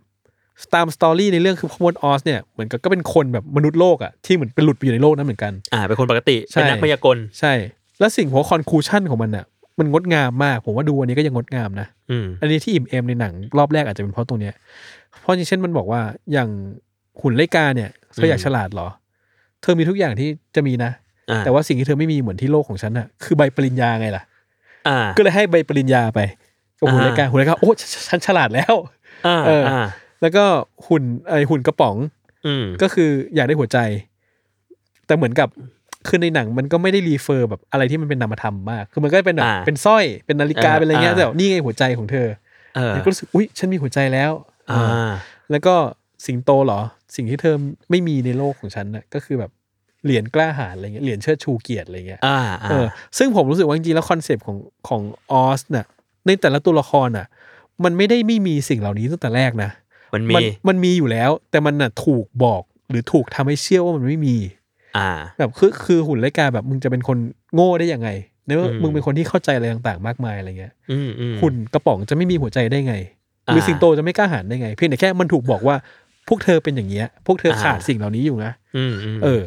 B: ตามสตอรี่ในเรื่องคือพ่อมดออสเนี่ยเหมือนกับก็เป็นคนแบบมนุษย์โลกอ่ะที่เหมือนเป็นหลุดไปอยู่ในโลกนั้นเหมือนกัน
C: อ่าเป็นคนปกติ
B: ใช่
C: เป็นนักพยากล
B: ใช่ แล้วสิ่งหัวคอนคูชั่นของมันอ่ะมันงดงามมากผมว่าดูอันนี้ก็ยังงดงามนะ
C: อืม
B: อันนี้ที่อิ่มเอมในหนังรอบแรกอาจจะเป็นเพราะตรงเนี้ย เพราะอย่างเช่นมันบอกว่าอย่างหุ่นไลกาเนี่ยเธออยากฉลาดเหรอ เธอมีทุกอย่างที่จะมีนะ
C: อ่
B: แต่ว่าสิ่งที่เธอไม่มีเหมือนที่โลกของฉันน่ะคือใบปริญญาไงล่ะ
C: อ่า
B: ก็เลยให้ใบปริญญาไปกับหุ่นไลกา
C: อ่า
B: หุ่นไลกาโอ้ฉฉฉันฉลาดแล้ว
C: อ่า
B: เอออ่
C: อ่า
B: แล้วก็หุ่นไอหุ่นกระป๋อง
C: อืม
B: ก็คืออยากได้หัวใจ แต่เหมือนกับคือในหนังมันก็ไม่ได้รีเฟอร์แบบอะไรที่มันเป็นนามธรรมมากคือมันก็เป็นแบบเป็นสร้อยเป็นนาฬิกาเป็นอะไรเงี้ยแต่ว่านี่ไงหัวใจของเธอ
C: เออ
B: แล้วก็รู้สึกอุ้ยฉันมีหัวใจแล้ว
C: อ่า
B: แล้วก็สิงโตเหรอ สิ่งที่เธอไม่มีในโลกของฉันน่ะก็คือแบบเหรียญกล้าหาญอะไรเงี้ยเหรียญเชิดชูเกียรติอะไรเงี้ย
C: อ่า
B: เอ
C: อ่า
B: อซึ่งผมรู้สึกว่าจริงๆแล้วคอนเซปต์ของของออสน่ะในแต่ละตัวละครน่ะ มันไม่ได้ไม่มีสิ่งเหล่านี้ตั้งแต่แรกนะ
C: มันมี
B: มันมีอยู่แล้ว แต่มันน่ะถูกบอกหรือถูกทำให้เชื่อว่ามันไม่มี
C: อ่า
B: แบบคือคือหุ่นไลกาแบบมึงจะเป็นคนโง่ได้ยังไงในเมื่อ
C: อืม
B: มึงเป็นคนที่เข้าใจอะไรต่างๆ มากมายอะไรเงี้ย
C: อืมอืม
B: หุ่นกระป๋องจะไม่มีหัวใจได้ไง หรืออา สิงโตจะไม่กล้าหาญได้ไง เพียงแต่แค่มันถูกบอกว่าพวกเธอเป็นอย่างเงี้ยพวกเธอ
C: อ่า
B: ขาดสิ่งเหล่านี้อยู่นะ
C: อืมอืม
B: เออ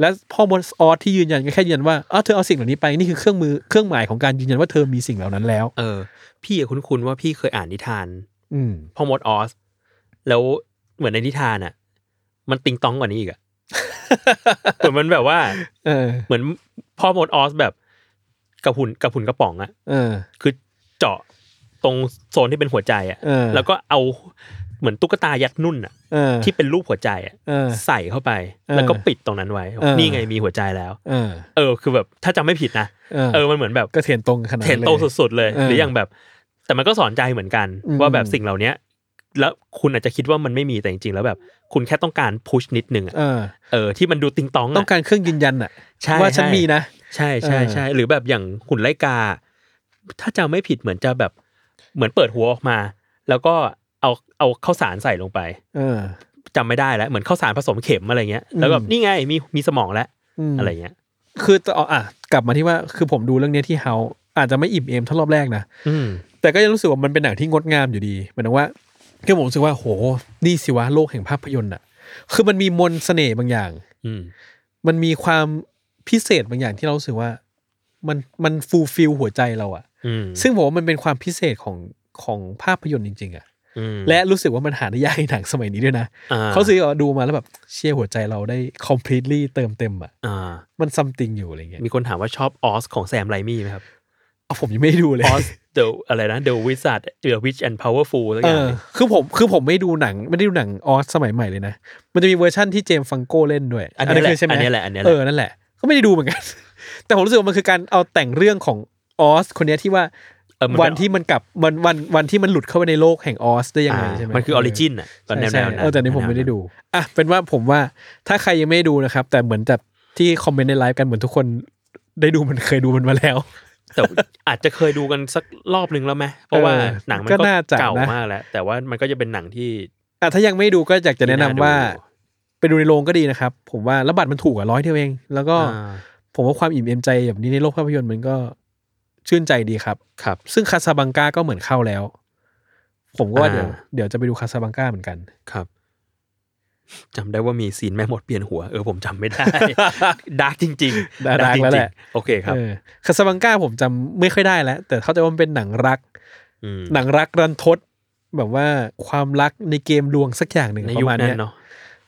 B: และพ่อมอนออสที่ยืนยันก็แค่ยืนยันว่าอ้าวเธอเอาสิ่งเหล่านี้ไปนี่คือเครื่องมือเครื่องหมายของการยืนยันว่าเธอมีสิ่งเหล่านั้นแล้ว
C: เออ พี่อะคุ้นๆว่าพี่เคยอ่านนิทาน
B: อืม
C: พ่อมดออส แล้วเหมือนในนิทานอ่ะ มันติงตองกว่า นี้อีกอ่ะ เหมือนมันแบบว่า
B: เออ
C: เหมือนพ่อมดออสแบบกับหุ่นกับหุ่นกระป๋องอ่ะ
B: เออ
C: คือเจาะตรงโซนที่เป็นหัวใจอ่ะ
B: เออ
C: แล้วก็เอาเหมือนตุ๊กตายัดนุ่นอ่ะ
B: เออ
C: ที่เป็นรูปหัวใจอ่ะ
B: เออ
C: ใส่เข้าไป
B: เออ
C: แล้วก็ปิดตรงนั้นไว้
B: เออ
C: นี่ไงมีหัวใจแล้ว
B: เออ
C: เออ คือแบบถ้าจำไม่ผิดนะ
B: เออ
C: เออ มันเหมือนแบบ
B: ก็เทียนตรงขนาด
C: เห็น
B: ลย
C: โตสุดๆเลย
B: เออ
C: หรืออย่างแบบ แต่มันก็สอนใจเหมือนกัน
B: อืม
C: ว่าแบบสิ่งเหล่าเนี้ย แล้วคุณอาจจะคิดว่ามันไม่มีแต่จริงๆแล้วแบบ คุณแค่ต้องการพุชนิดนึงอะ
B: เออ
C: เออที่มันดูติงตองะ
B: ต้องการเครื่องยืนยันอะ
C: ใช่
B: ว่าฉัน
C: ใช่
B: มีนะ
C: ใช่ใช่
B: เออ
C: ใช่หรือแบบอย่างหุ่นไลกา ถ้าจำไม่ผิดเหมือนจะแบบเหมือนเปิดหัวออกมา แล้วก็เอาเอาข้าวสารใส่ลงไป
B: เออ
C: จำไม่ได้แล้วเหมือนข้าวสารผสมเข็มอะไรเงี้ยแล้วแบบ
B: อืม
C: นี่ไงมีมีสมองแล้ว
B: ม
C: อะไรเงี้ย
B: คือต่ออ่ะกลับมาที่ว่าคือผมดูเรื่องเนี้ยที่เฮาอาจจะไม่อิ่มเอมเท่ารอบแรกนะ
C: อืม
B: แต่ก็ยังรู้สึกว่ามันเป็นหนังที่งดงามอยู่ดีหมายถึงว่าคือผมรู้สึกว่าโหนี่สิวะโลกแห่งภาพยนตร์อะคือมันมีมนต์เสน่ห์บางอย่าง
C: อืม
B: มันมีความพิเศษบางอย่างที่เรารู้สึกว่า มันมันฟูลฟิลหัวใจเราอะ
C: อืม
B: ซึ่งผมว่ามันเป็นความพิเศษของของภาพยนตร์จริงๆอะ
C: อืม
B: และรู้สึกว่ามันหาได้ยากในหนังสมัยนี้ด้วยนะ
C: อ่
B: เขาซื้อเอาดูมาแล้วแบบเชี่ยหัวใจเราได้ completely เติมเต็มอะ
C: อ่า
B: มัน something อยู่อะไรเงี้ย
C: มีคนถามว่าชอบออสของแซมไรมี่ไหมครับ
B: เอาผมยังไม่ได้ดูเลย
C: ออส The อะไรนะ The Wizard The Witch and Powerful สัก
B: เอ
C: อย่าง
B: อ
C: เนี่ย
B: คือผมคือผมไม่ดูหนังไม่ได้ดูหนังออสสมัยใหม่เลยนะ มันจะมีเวอร์ชั่นที่เจมส์ฟังโก้เล่นด้วย
C: อันนี้แห
B: คื
C: ละ
B: ใช่ไหม
C: อันนี้แหละ อันนี้แห
B: เอ
C: ละ
B: อนั่นแหละ ก็ไม่ได้ดูเหมือนกัน แต่ผมรู้สึกว่ามันคือการเอาแต่งเรื่องของออสคนเนี้ยที่ว่า
C: เออมันเป็น
B: วันที่มันกลับมันวันวันที่มันหลุดเข้าไปในโลกแห่งออสได้ยังไง
C: อ่า
B: ใช่ไหม
C: มันคือออริจินอ่ะตอน
B: ใช่
C: แน
B: ใช่
C: วๆนั้น
B: เออแต่อันนี้ผมไม่ได้ดูอ่ะเป็นว่าผมว่าถ้าใครยังไม่ได้ดูนะครับ แต่เหมือนจะที่คอมเมนต์ในไลฟ์กันเหมือนทุกคนได้ดูมันเคยดูมันมาแล้ว
C: แต่อาจจะเคยดูกันสักรอบหนึ่งแล้วไหมเพราะว่า
B: เออ
C: หนังมัน
B: ก็
C: ก็
B: น่าจะ
C: เก่า
B: นะ
C: มากแล้ว แต่ว่ามันก็จะเป็นหนังที่
B: อ่ะถ้ายังไม่ดูก็อยากจะแนะนำว่า
C: น่าดู
B: ไปดูในโรงก็ดีนะครับ ผมว่าแล้วบัตรมันถูกอ่ะร้อยเดียวเอง แล้วก็
C: อ่า
B: ผมว่าความอิ่มเอมใจแบบนี้ในโลกภาพยนตร์มันก็ชื่นใจดีครับ
C: ครับ
B: ซึ่งคาซาบังกาก็เหมือนเข้าแล้ว ผมก็ว่าเดี๋ยว
C: อ่า
B: เดี๋ยวจะไปดูคาซาบังกาเหมือนกัน
C: ครับจำได้ว่ามีซีนแม่หมดเปลี่ยนหัว เออผมจำไม่ได้ ดาร์กจริงๆ
B: Dark
C: จริ
B: แล้วแห
C: ง
B: ละ
C: ๆโอเคครับ
B: เออ คาซาบังกาผมจำไม่ค่อยได้แล้ว แต่เข้าใจว่ามันเป็นหนังรัก
C: ม
B: หนังรักรันทด แบบว่าความรักในเกมลวงสักอย่างหนึ่ง
C: ใน
B: ป
C: ยุ
B: ระ
C: ค
B: มาณ
C: นั้
B: เนี้ย
C: นเนาะ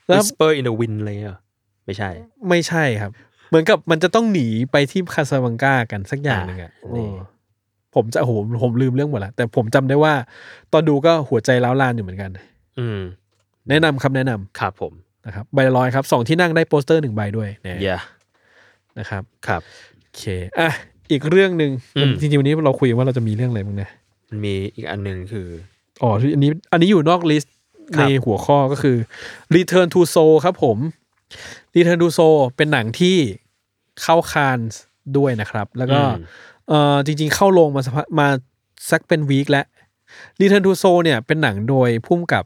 B: แล้ว
C: w h i s p e r in the Wind อะไรเลยอ่ะไม่ใช่
B: ไม่ใช่ครับ เหมือนกับมันจะต้องหนีไปที่คาซาบังกากันสักอย่างหนึ่งอ่ะ
C: อ่า
B: โอ้
C: นี่
B: ผมจะโอ้โหผมลืมเรื่องหมดละแต่ผมจำได้ว่า ตอนดูก็หัวใจล้าวลานอยู่เหมือนกัน
C: อืม
B: แนะนำครับแนะนำ
C: ครับผม
B: นะครับใบละร้อยครับสองที่นั่งได้โปสเตอร์หนึ่งใบด้วยเนี่ย
C: อย่า
B: นะครับ
C: ครับ
B: โอเคอ่ะอีกเรื่องหนึ่ง
C: อืม
B: จริงๆวันนี้เราคุยกันว่าเราจะมีเรื่องอะไรบ้างนะ
C: มันมีอีกอันหนึ่งคือ
B: อ๋ออันนี้อันนี้อยู่นอกลิสต์
C: ครั
B: ใน
C: บ
B: หัวข้อก็คือ Return to Soul ครับผม Return to Soul เป็นหนังที่เข้าคานส์ด้วยนะครับ แล้วก็
C: อืม
B: เอ่อจริงๆเข้าลงมาสักพักมาสักเป็นวีคแล้ว Return to Soul เนี่ยเป็นหนังโดยพุ่มกับ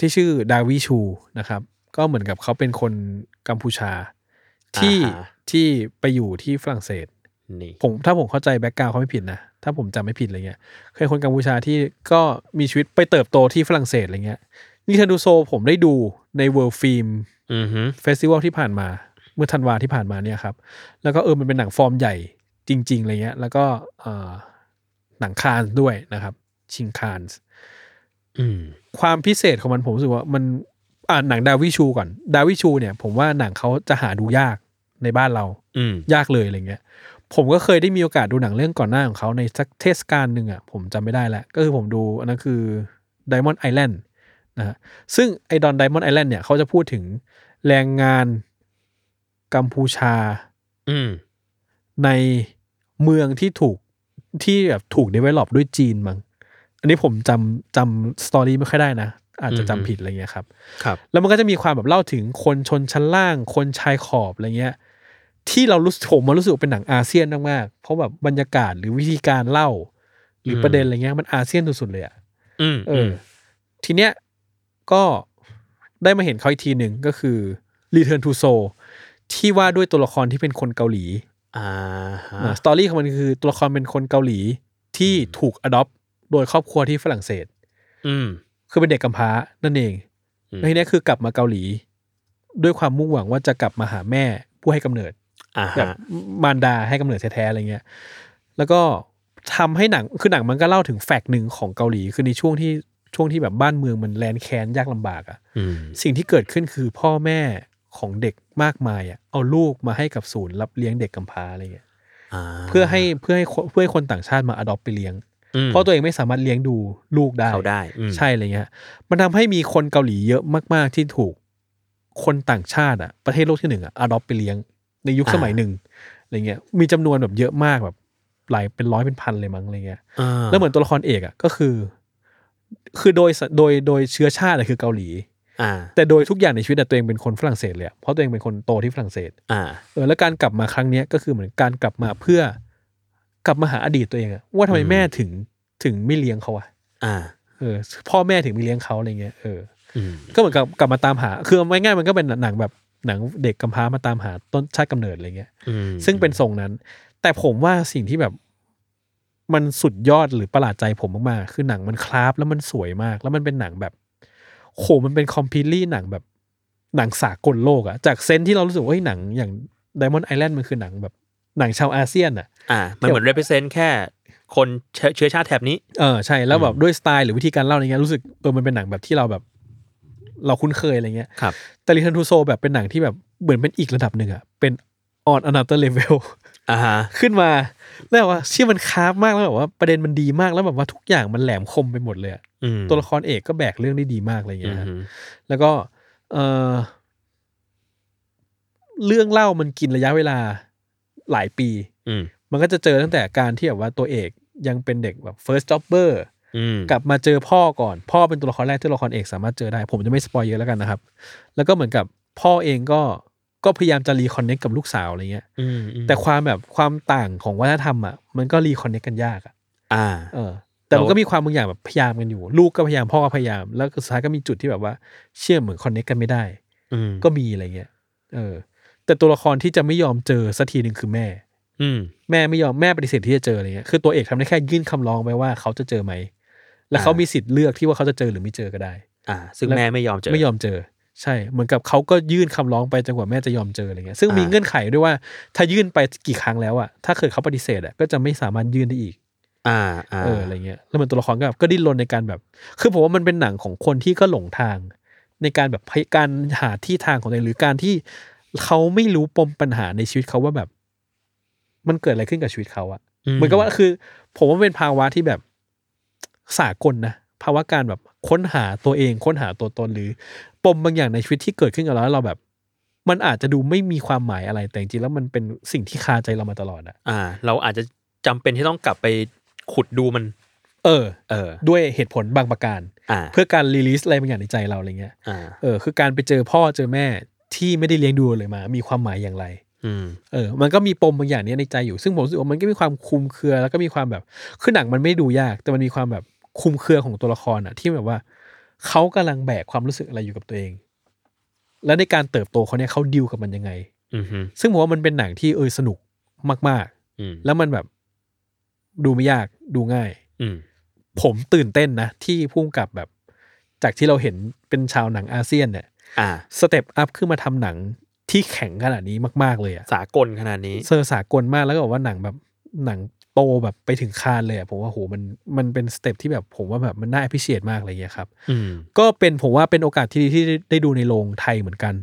B: ที่ชื่อดาวิชูนะครับ ก็เหมือนกับเขาเป็นคนกัมพูชา ที่
C: อ่าฮะ
B: ที่ไปอยู่ที่ฝรั่งเศส
C: นี่
B: ผมถ้าผมเข้าใจแบ็กกราวเขาไม่ผิดนะ ถ้าผมจำไม่ผิดอะไรเงี้ยเคยคนกัมพูชาที่ก็มีชีวิตไปเติบโตที่ฝรั่งเศสอะไรเงี้ย Return to Soul ผมได้ดูใน World Film
C: อือฮึ
B: เฟสติวัลที่ผ่านมาเมื่อธันวาที่ผ่านมาเนี่ยครับ แล้วก็เออมันเป็นหนังฟอร์มใหญ่จริง ๆ อะไรเงี้ย แล้วก็เอ่อหนังคานส์ด้วยนะครับ ชิงคานส์
C: อืม
B: ความพิเศษของมันผมรู้สึกว่ามันอ่านหนังดาวิชูก่อน ดาวิชูเนี่ย ผมว่าหนังเขาจะหาดูยากในบ้านเรา
C: อืม
B: ยากเลยอะไรเงี้ย ผมก็เคยได้มีโอกาสดูหนังเรื่องก่อนหน้าของเขาในสักเทศกาลหนึ่งอ่ะผมจำไม่ได้แล้ว ก็คือผมดูอันนั้นคือ Diamond Island นะฮะซึ่งไอดอนไดมอนด์ไอแลนด์เนี่ยเขาจะพูดถึงแรงงานกัมพูชา
C: อืม
B: ในเมืองที่ถูกที่แบบถูกเดเวลลอปด้วยจีนมั้งอันนี้ผมจำจำสตอรี่ไม่ค่อยได้นะ อาจจะ
C: อืม
B: จำผิดอะไรเงี้ยครับ
C: ครับ
B: แล้วมันก็จะมีความแบบเล่าถึงคนชนชั้นล่าง คนชายขอบอะไรเงี้ย ที่เรารู้สึกผมมันรู้สึกว่าเป็นหนังอาเซียนมากๆเพราะแบบบรรยากาศหรือวิธีการเล่า หรือประเด็นอะไรเงี้ยมันอาเซียนสุดๆเลยอะ
C: อืม
B: เอออทีเนี้ยก็ได้มาเห็นเขาอีกทีหนึ่งก็คือ Return to Soul ที่ว่าด้วยตัวละครที่เป็นคนเกาหลี
C: อ่าฮะ
B: สตอรี่ของมันคือตัวละครเป็นคนเกาหลีที่ถูกอดอปโดยครอบครัวที่ฝรั่งเศส
C: อืม
B: คือเป็นเด็กกำพร้านั่นเอง
C: อืม
B: แล้วทีเนี้ยคือกลับมาเกาหลี ด้วยความมุ่งหวังว่าจะกลับมาหาแม่ผู้ให้กำเนิด
C: อ่า
B: แบบ
C: ฮะ
B: มารดาให้กำเนิดแท้ๆอะไรเงี้ย แล้วก็ทำให้หนังคือหนังมันก็เล่าถึงแฟกต์หนึ่งของเกาหลี คือในช่วงที่ช่วงที่แบบบ้านเมืองมันแลนแค้นยากลำบากอะ่ะ
C: อืม
B: สิ่งที่เกิดขึ้นคือพ่อแม่ของเด็กมากมายอะ่ะเอาลูกมาให้กับศูนย์รับเลี้ยงเด็กกำพร้าอะไรเงี้ย
C: า
B: เพื่อให้เพื่อให้คนเพื่อให้คนต่างชาติมาอดอปไปเลี้ยง
C: ม
B: เพราะตัวเองไม่สามารถเลี้ยงดูลูกได้
C: เขาได้อืม
B: ใช่อะไรเงี้ย มันทำให้มีคนเกาหลีเยอะมากๆ ที่ถูกคนต่างชาติอ่ะประเทศโลกที่หนึ่งอ่ะอดอปไปเลี้ยงในยุคสมัยหนึ่งอะไรเงี้ย มีจำนวนแบบเยอะมากแบบหลายเป็นร้อยเป็นพันเลยมั้งอะไรเงี้ย
C: า
B: แล้วเหมือนตัวละครเอกอ่ะก็คือ คือโดยสโดยโดยเชื้อชาติอะคือเกาหลี
C: อ่า
B: แต่โดยทุกอย่างในชีวิตอะตัวเองเป็นคนฝรั่งเศสเลยอะเพราะตัวเองเป็นคนโตที่ฝรั่งเศส
C: อ่า
B: เออแล้วการกลับมาครั้งเนี้ยก็คือเหมือนการกลับมาเพื่อกลับมาหาอดีตตัวเองอะว่าทำไม
C: อืม
B: แม่ถึงถึงไม่เลี้ยงเขาอะ
C: อ่า
B: เออพ่อแม่ถึงมีเลี้ยงเขาอะไรเงี้ยเออ
C: อืม
B: ก็เหมือนกับกลับมาตามหา คือเอาง่ายๆมันก็เป็นหนังแบบหนังเด็กกำพร้ามาตามหาต้นชาติกำเนิดอะไรเงี้ย
C: อืม
B: ซึ่งเป็นทรงนั้น แต่ผมว่าสิ่งที่แบบมันสุดยอดหรือประหลาดใจผมมากๆ คือหนังมันคราฟแล้วมันสวยมาก แล้วมันเป็นหนังแบบโหมันเป็นคอมพิลี่หนังแบบหนังสากลโลกอะจากเซนส์ที่เรารู้สึกว่าเฮ้ยหนังอย่าง Diamond Island มันคือหนังแบบหนังชาวอาเซียนอะ
C: อ่า มันเหมือน represent แค่คนเชื้อเชื้อชาติแถบนี้
B: เออใช่แล้วแบบด้วยสไตล์หรือวิธีการเล่าอะไรเงี้ยรู้สึกเออมันเป็นหนังแบบที่เราแบบ เราคุ้นเคยอะไรเงี้ย
C: ครับ
B: แต่รีทันทูโซแบบเป็นหนังที่แบบเหมือนเป็นอีกระดับหนึ่งอะเป็นออนอนาเตอร์เลเวล
C: อ่าฮะ
B: ขึ้นมา แล้วแบบว่าเชื่อมันคราฟมากแล้วแบบว่าประเด็นมันดีมากแล้วแบบว่าทุกอย่างมันแหลมคมไปหมดเลยอะ
C: อืม
B: ตัวละครเอกก็แบกเรื่องได้ดีมากอะไร
C: อื
B: เงี้ย
C: ม
B: ฮะแล้วก็เออเรื่องเล่ามันกินระยะเวลาหลายปี
C: อืม
B: มันก็จะเจอตั้งแต่การที่แบบว่าตัวเอกยังเป็นเด็กแบบ first jobber
C: อืม
B: กลับมาเจอพ่อก่อน พ่อเป็นตัวละครแรกที่ตัวละครเอกสามารถเจอได้ ผมจะไม่สปอยเยอะแล้วกันนะครับ แล้วก็เหมือนกับพ่อเองก็ก็พยายามจะรีคอนเน t กับลูกสาวอะไรเงี้ย
C: อืมอืม
B: แต่ความแบบความต่างของวัฒนธรรมอ่ะมันก็รีคอนเน t กันยากอ่ะ
C: อ่า
B: เออ แต่มัน
C: เรา
B: ก็มีความบางอย่างแบบพยายามกันอยู่ ลูกก็พยายามพ่อก็พยายาม แล้วก็สุดท้ายก็มีจุดที่แบบว่าเชื่อมเหมือนคอนเน t กันไม่ได้
C: อืม
B: ก็มีอะไรเงี้ยเออ แต่ตัวละครที่จะไม่ยอมเจอสักทีหนึ่งคือแม่
C: อืม
B: แม่ไม่ยอมแม่ปฏิเสธที่จะเจออะไรเงี้ยคือตัวเอกทำได้แค่ยื่นคำร้องไปว่าเขาจะเจอไหม แล้วเขา
C: อ่ามี
B: มีสิทธิ์เลือกที่ว่าเขาจะเจอหรือไม่เจอก็ได้
C: อ่า ซึ่ง
B: แล้ว
C: แม่ไม่ยอมเจอ
B: ไม่ยอมเจอ ใช่ เหมือนกับเขาก็ยื่นคำร้องไปจนกว่าแม่จะยอมเจออะไรเงี้ยซึ่ง
C: อ่ามี
B: มีเงื่อนไขด้วยว่าถ้ายื่นไปกี่ครั้งแล้วอะถ้าเกิดเขาปฏิเสธอะก็จะไม่สามารถยื่นได้อีก
C: อ่าอ่า
B: เอออะไรเงี้ยแล้วเหมันตัวละครก็แบบก็ดิ้นรนในการแบบ คือผมว่ามันเป็นหนังของคนที่ก็หลงทาง ในการแบบพยการหาที่ทางของตัวเองหรือการที่เขาไม่รู้ปมปัญหาในชีวิตเขาว่าแบบ มันเกิดอะไรขึ้นกับชีวิตเขาอะ เหมือนกับว่าคือ ผมว่ามันเป็นภาวะที่แบบสากลนะภาวะการแบบค้นหาตัวเองค้นหาตัวตนหรือ ปมบางอย่างในชีวิตที่เกิดขึ้นกับเราแล้วเราแบบ มันอาจจะดูไม่มีความหมายอะไรแต่จริงๆแล้วมันเป็นสิ่งที่คาใจเรามาตลอดอะ
C: อ่า เราอาจจะจำเป็นที่ต้องกลับไปขุดดูมัน
B: เออ
C: เออ
B: ด้วยเหตุผลบางประการ
C: อ่า
B: เพื่อการรีลิสอะไรบางอย่างในใจเราอะไรเงี้ย
C: อ่า
B: เออคือการไปเจอพ่อเจอแม่ที่ไม่ได้เลี้ยงดูเลยมา มีความหมายอย่างไร
C: อืม
B: เออ มันก็มีปมบางอย่างเนี้ยในใจอยู่ ซึ่งผมรู้สึกว่ามันก็มีความคลุมเครือ แล้วก็มีความแบบ คือหนังมันไม่ดูยาก แต่มันมีความแบบคลุมเครือของตัวละครอะที่แบบว่าเขากำลังแบกความรู้สึกอะไรอยู่กับตัวเอง และในการเติบโตเขาเนี่ยเขาดิวกับมันยังไง
C: อืมฮึ
B: ซึ่งผมว่ามันเป็นหนังที่เออสนุกมาก
C: อืม
B: ๆ แล้วมันแบบดูไม่ยากดูง่าย
C: อืม
B: ผมตื่นเต้นนะ ที่พุ่งกับแบบ จากที่เราเห็นเป็นชาวหนังอาเซียนเนี่ย
C: อ่า
B: สเต็ปอัพขึ้นมาทำหนังที่แข็งขนาดนี้มากๆเลยอะ
C: สากลขนาดนี้
B: เซอร์สากลมากแล้วก็บอกว่าหนังแบบหนังโตแบบไปถึงคานเลยอะผมว่าโหมันมันเป็นสเต็ปที่แบบผมว่าแบบมันน่าอภิเชษมากอะไรเงี้ยครับ
C: อืม
B: ก็เป็นผมว่าเป็นโอกาสที่ดีที่ได้ได้ดูในโรงไทยเหมือนกัน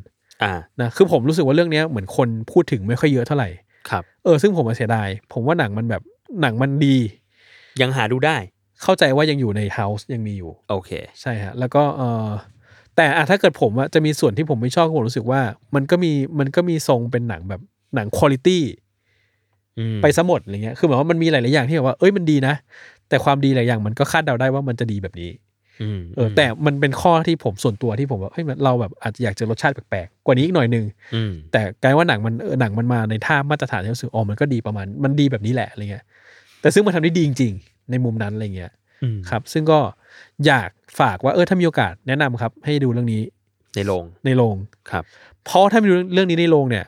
C: อ่า
B: นะคือผมรู้สึกว่าเรื่องเนี้ยเหมือนคนพูดถึงไม่ค่อยเยอะเท่าไหร่
C: ครับ
B: เออซึ่งผมอะเสียดายผมว่าหนังมันแบบหนังมันดี
C: ยังหาดูได้
B: เข้าใจว่ายังอยู่ในเฮาส์ยังมีอยู่
C: โอเค
B: ใช่ฮะ แล้วก็เออแต่อะถ้าเกิดผมอะจะมีส่วนที่ผมไม่ชอบผมรู้สึกว่า มันก็มีมันก็มีทรงเป็นหนังแบบหนังคุณ i t y
C: อืม
B: ไปซะหมดอะไรเงี้ย คือหมายว่ามันมีหลาย ๆ อย่างที่แบบว่า เอ้ย มันดีนะ แต่ความดีหลายอย่างมันก็คาดเดาได้ว่ามันจะดีแบบนี้
C: อืม
B: เออ แต่มันเป็นข้อที่ผมส่วนตัวที่ผมว่า เฮ้ยมันเราแบบอาจจะอยากเจอรสชาติแปลก ๆ กว่านี้อีกหน่อยนึง
C: อืม
B: แต่กลายว่าหนังมันเออหนังมันมาในท่ามาตรฐานที่รู้สึกอ๋อ มันก็ดีประมาณ มันดีแบบนี้แหละอะไรเงี้ย แต่ซึ่งมันทำได้ดีจริง ๆ ในมุมนั้นอะไรเงี้ย
C: อืม
B: ครับ ซึ่งก็อยากฝากว่าเออ ถ้ามีโอกาสแนะนำครับ ให้ดูเรื่องนี้
C: ในโรง
B: ในโรง
C: ครับ
B: เพราะถ้ามีเรื่องนี้ในโรงเนี่ย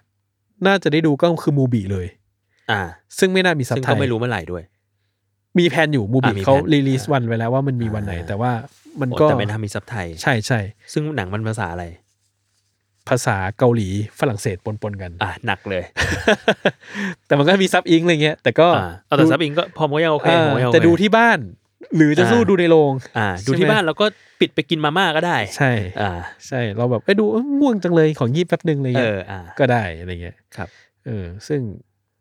B: น่าจะได้ดูก็คือมูบีเลย
C: อ่า
B: ซึ่งไม่น่ามีซับ
C: ซึ่ง
B: ไท
C: ก็
B: ย
C: ไม่รู้เมื่อไหร่ด้วย
B: มีแผนอยู่มูบี
C: อ่ะมีแพลน
B: เขารีลีสวันไว้แล้วว่ามันมีวันไหน
C: อ่า
B: แต่ว่ามัน
C: โอ้
B: ก็
C: แต่เป็นทำมีซับไทย
B: ใช่ใช่
C: ซึ่งหนังมันภาษาอะไร
B: ภาษาเกาหลีฝรั่งเศสปนๆกัน
C: อ่ะหนักเลย
B: แต่มันก็มีซับอิงอะไรเงี้ยแต่ก็
C: อ่าเอาแต่ซับอิงก็พอมก็ยังโอเค
B: อ่า
C: ผมก็ยังโอเค
B: แต่ดูที่บ้าน หรือจะสู้
C: อ่า
B: ดูในโรง
C: อ่า ดู
B: ใช่
C: ที่
B: ไหม
C: บ้านแล้วก็ปิดไปกินมาม่าก็ได้
B: ใช่
C: อ่า
B: ใช่เราแบบไปดูเอ้ยง่วงจังเลยของยีบแป๊บหนึ่งอะไร
C: เอ
B: เงี้ย
C: ออ่า
B: ก็ได้อะไรเงี้ย
C: ครับ
B: เออซึ่ง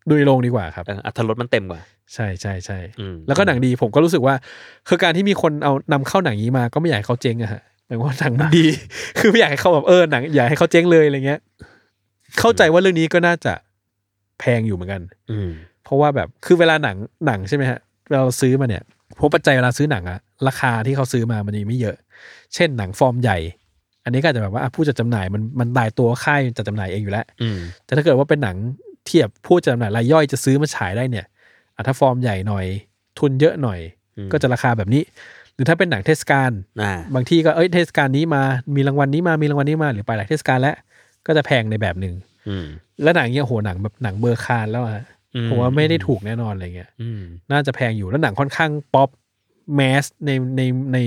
B: ดูในโรงดีกว่าครับ
C: เอออัธรสมันเต็มกว่า
B: ใช่ใช่ใช่
C: อืม
B: แล้วก็หนังดีผมก็รู้สึกว่า คือการที่มีคนเอานำเข้าหนังนี้มาก็ไม่อยากให้เขาเจ๊งอะฮะหมายความว่าหนังมันดี คือไม่อยากให้เขาแบบเออหนังอยากให้เขาเจ๊งเลยอะไรเงี้ย เข้าใจว่าเรื่องนี้ก็น่าจะแพงอยู่เหมือนกัน
C: อืม
B: เพราะว่าแบบคือเวลาหนังหนังใช่ไหมฮะเวลาเราซื้อมาเนี่ยเพราะปัจจัยเวลาซื้อหนังอะราคาที่เขาซื้อมามันยังไม่เยอะ เช่นหนังฟอร์มใหญ่ อันนี้ก็อาจจะแบบว่าอ่ะผู้จัดจำหน่ายมันมันตายตัวค่ายจัดจำหน่ายเองอยู่แล้ว
C: อืม
B: แต่ถ้าเกิดว่าเป็นหนังเทียบผู้จำหน่ายรายย่อยจะซื้อมาฉายได้เนี่ยอะถ้าฟอร์มใหญ่หน่อย ทุนเยอะหน่อย
C: อืม
B: ก็จะราคาแบบนี้ หรือถ้าเป็นหนังเทศกาล
C: อ่า
B: บางที่ก็เอ้ยเทศกาลนี้มามีรางวัลนี้มามีรางวัลนี้มาหรือไปหลายเทศกาลแล้วก็จะแพงในแบบหนึ่ง
C: อืม
B: และหนังเนี้ยโหหนังแบบหนังเบอร์คานแล้วอะ
C: อื
B: ผมว่าไม่ได้ถูกแน่นอนอะไรเงี้ย
C: อืม
B: น่าจะแพงอยู่แล้วหนังค่อนข้างป๊อปแมสในในใน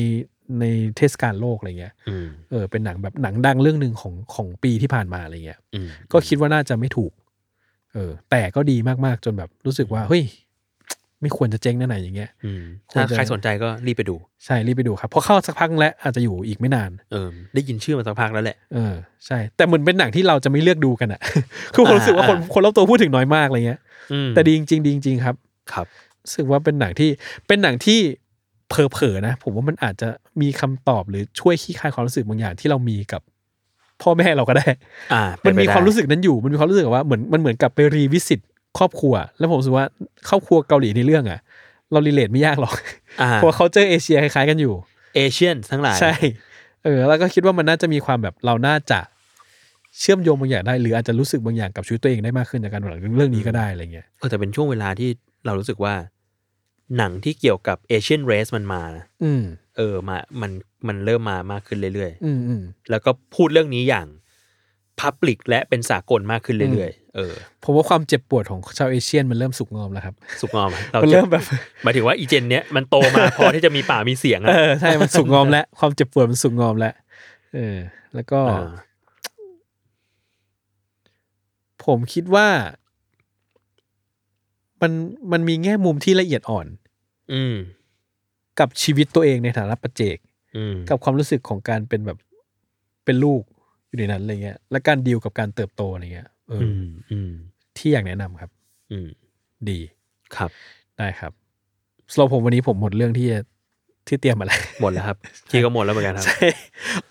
B: ในเทศกาลโลกอะไรเงี้ย
C: อืม
B: เออเป็นหนังแบบหนังดังเรื่องหนึ่งของของปีที่ผ่านมาอะไรเงี้ย
C: อืม
B: ก็คิดว่าน่าจะไม่ถูก เออ แต่ก็ดีมากๆ จนแบบรู้สึกว่า เฮ้ย ไม่ควรจะเจ๊งแน่ไหนอย่างเงี้ย
C: อืม
B: ควร
C: ถ้า
B: จะ
C: ใครสนใจก็รีบไปดู
B: ใช่ รีบไปดูครับ เพราะเข้าสักพักแล้วอาจจะอยู่อีกไม่นาน
C: เออ ได้ยินชื่อมาสักพักแล้วแหละ
B: เออ ใช่ แต่เหมือนเป็นหนังที่เราจะไม่เลือกดูกันอะ คือผมรู้สึกว่าคน
C: อ่า
B: คนรอบตัวพูดถึงน้อยมากอะไรเงี้ย
C: อืม
B: แต่ดีจริงๆดีจริงๆครับ
C: ครับ
B: รู้สึกว่าเป็นหนังที่เป็นหนังที่เผลอๆนะ ผมว่ามันอาจจะมีคำตอบหรือช่วยขี้คลายความรู้สึกบางอย่างที่เรามีกับ พ่อแม่เราก็ได้
C: อ่าเป็
B: มันมี
C: ไปได้
B: ความรู้สึกนั้นอยู่ มันมีความรู้สึกว่าเหมือนมันเหมือนกับไปรีวิสิตครอบครัว แล้วผมรู้สึกว่าครอบครัวเกาหลีในเรื่องอ่ะ เรารีเลทไม่ยากหรอก
C: อ่า
B: เพราะเขาเจอเอเชียคล้ายๆกันอยู่
C: เอเชียนทั้งหลาย
B: ใช่ เออ แล้วก็คิดว่ามันน่าจะมีความแบบเราน่าจะเชื่อมโยงบางอย่างได้ หรืออาจจะรู้สึกบางอย่างกับชีวิตตัวเองได้มากขึ้นจากการดูหนังเรื่องนี้ก็ได้อะไรเงี้ย
C: เออแต่เป็นช่วงเวลาที่เรารู้สึกว่า หนังที่เกี่ยวกับเอเชียนเรสมันมานะ
B: อืม
C: เออมามันมันเริ่มมามากขึ้นเรื่อย
B: อืมอืม
C: ๆ แล้วก็พูดเรื่องนี้อย่างพับลิกและเป็นสากลมากขึ้นเรื่อยๆ เออ
B: ผมว่าความเจ็บปวดของชาวเอเชียนมันเริ่มสุกงอมแล้วครับ
C: สุกงอมเรา
B: มัน
C: จะ
B: เริ่มแบบ
C: หมายถึงว่าอีเจนเนี้ยมันโตมา พอที่จะมีป่ากมีเสียง
B: เอ
C: อะ
B: อ ใช่ มันสุกงอมแล้ว ความเจ็บปวดมันสุกงอมแล้ว เออ แล้วก็
C: อ่า
B: ผมคิดว่ามันมันมีแง่มุมที่ละเอียดอ่อน
C: อืม
B: กับชีวิตตัวเองในฐานะประเจก
C: อืม
B: กับความรู้สึกของการเป็นแบบเป็นลูกอยู่ในนั้นอะไรเงี้ย และการดีลกับการเติบโตอะไรเงี้ยเออ
C: อื
B: อ
C: มอืม
B: ที่อยากแนะนำครับ
C: อืม
B: ดี
C: ครับ
B: ได้ครับสโลผมวันนี้ผมหมดเรื่องที่จะที่เตรียมมาแล้ว
C: หมดแล้วครับพี่ก็หมดแล้วเหมือนกันครับ
B: ใช่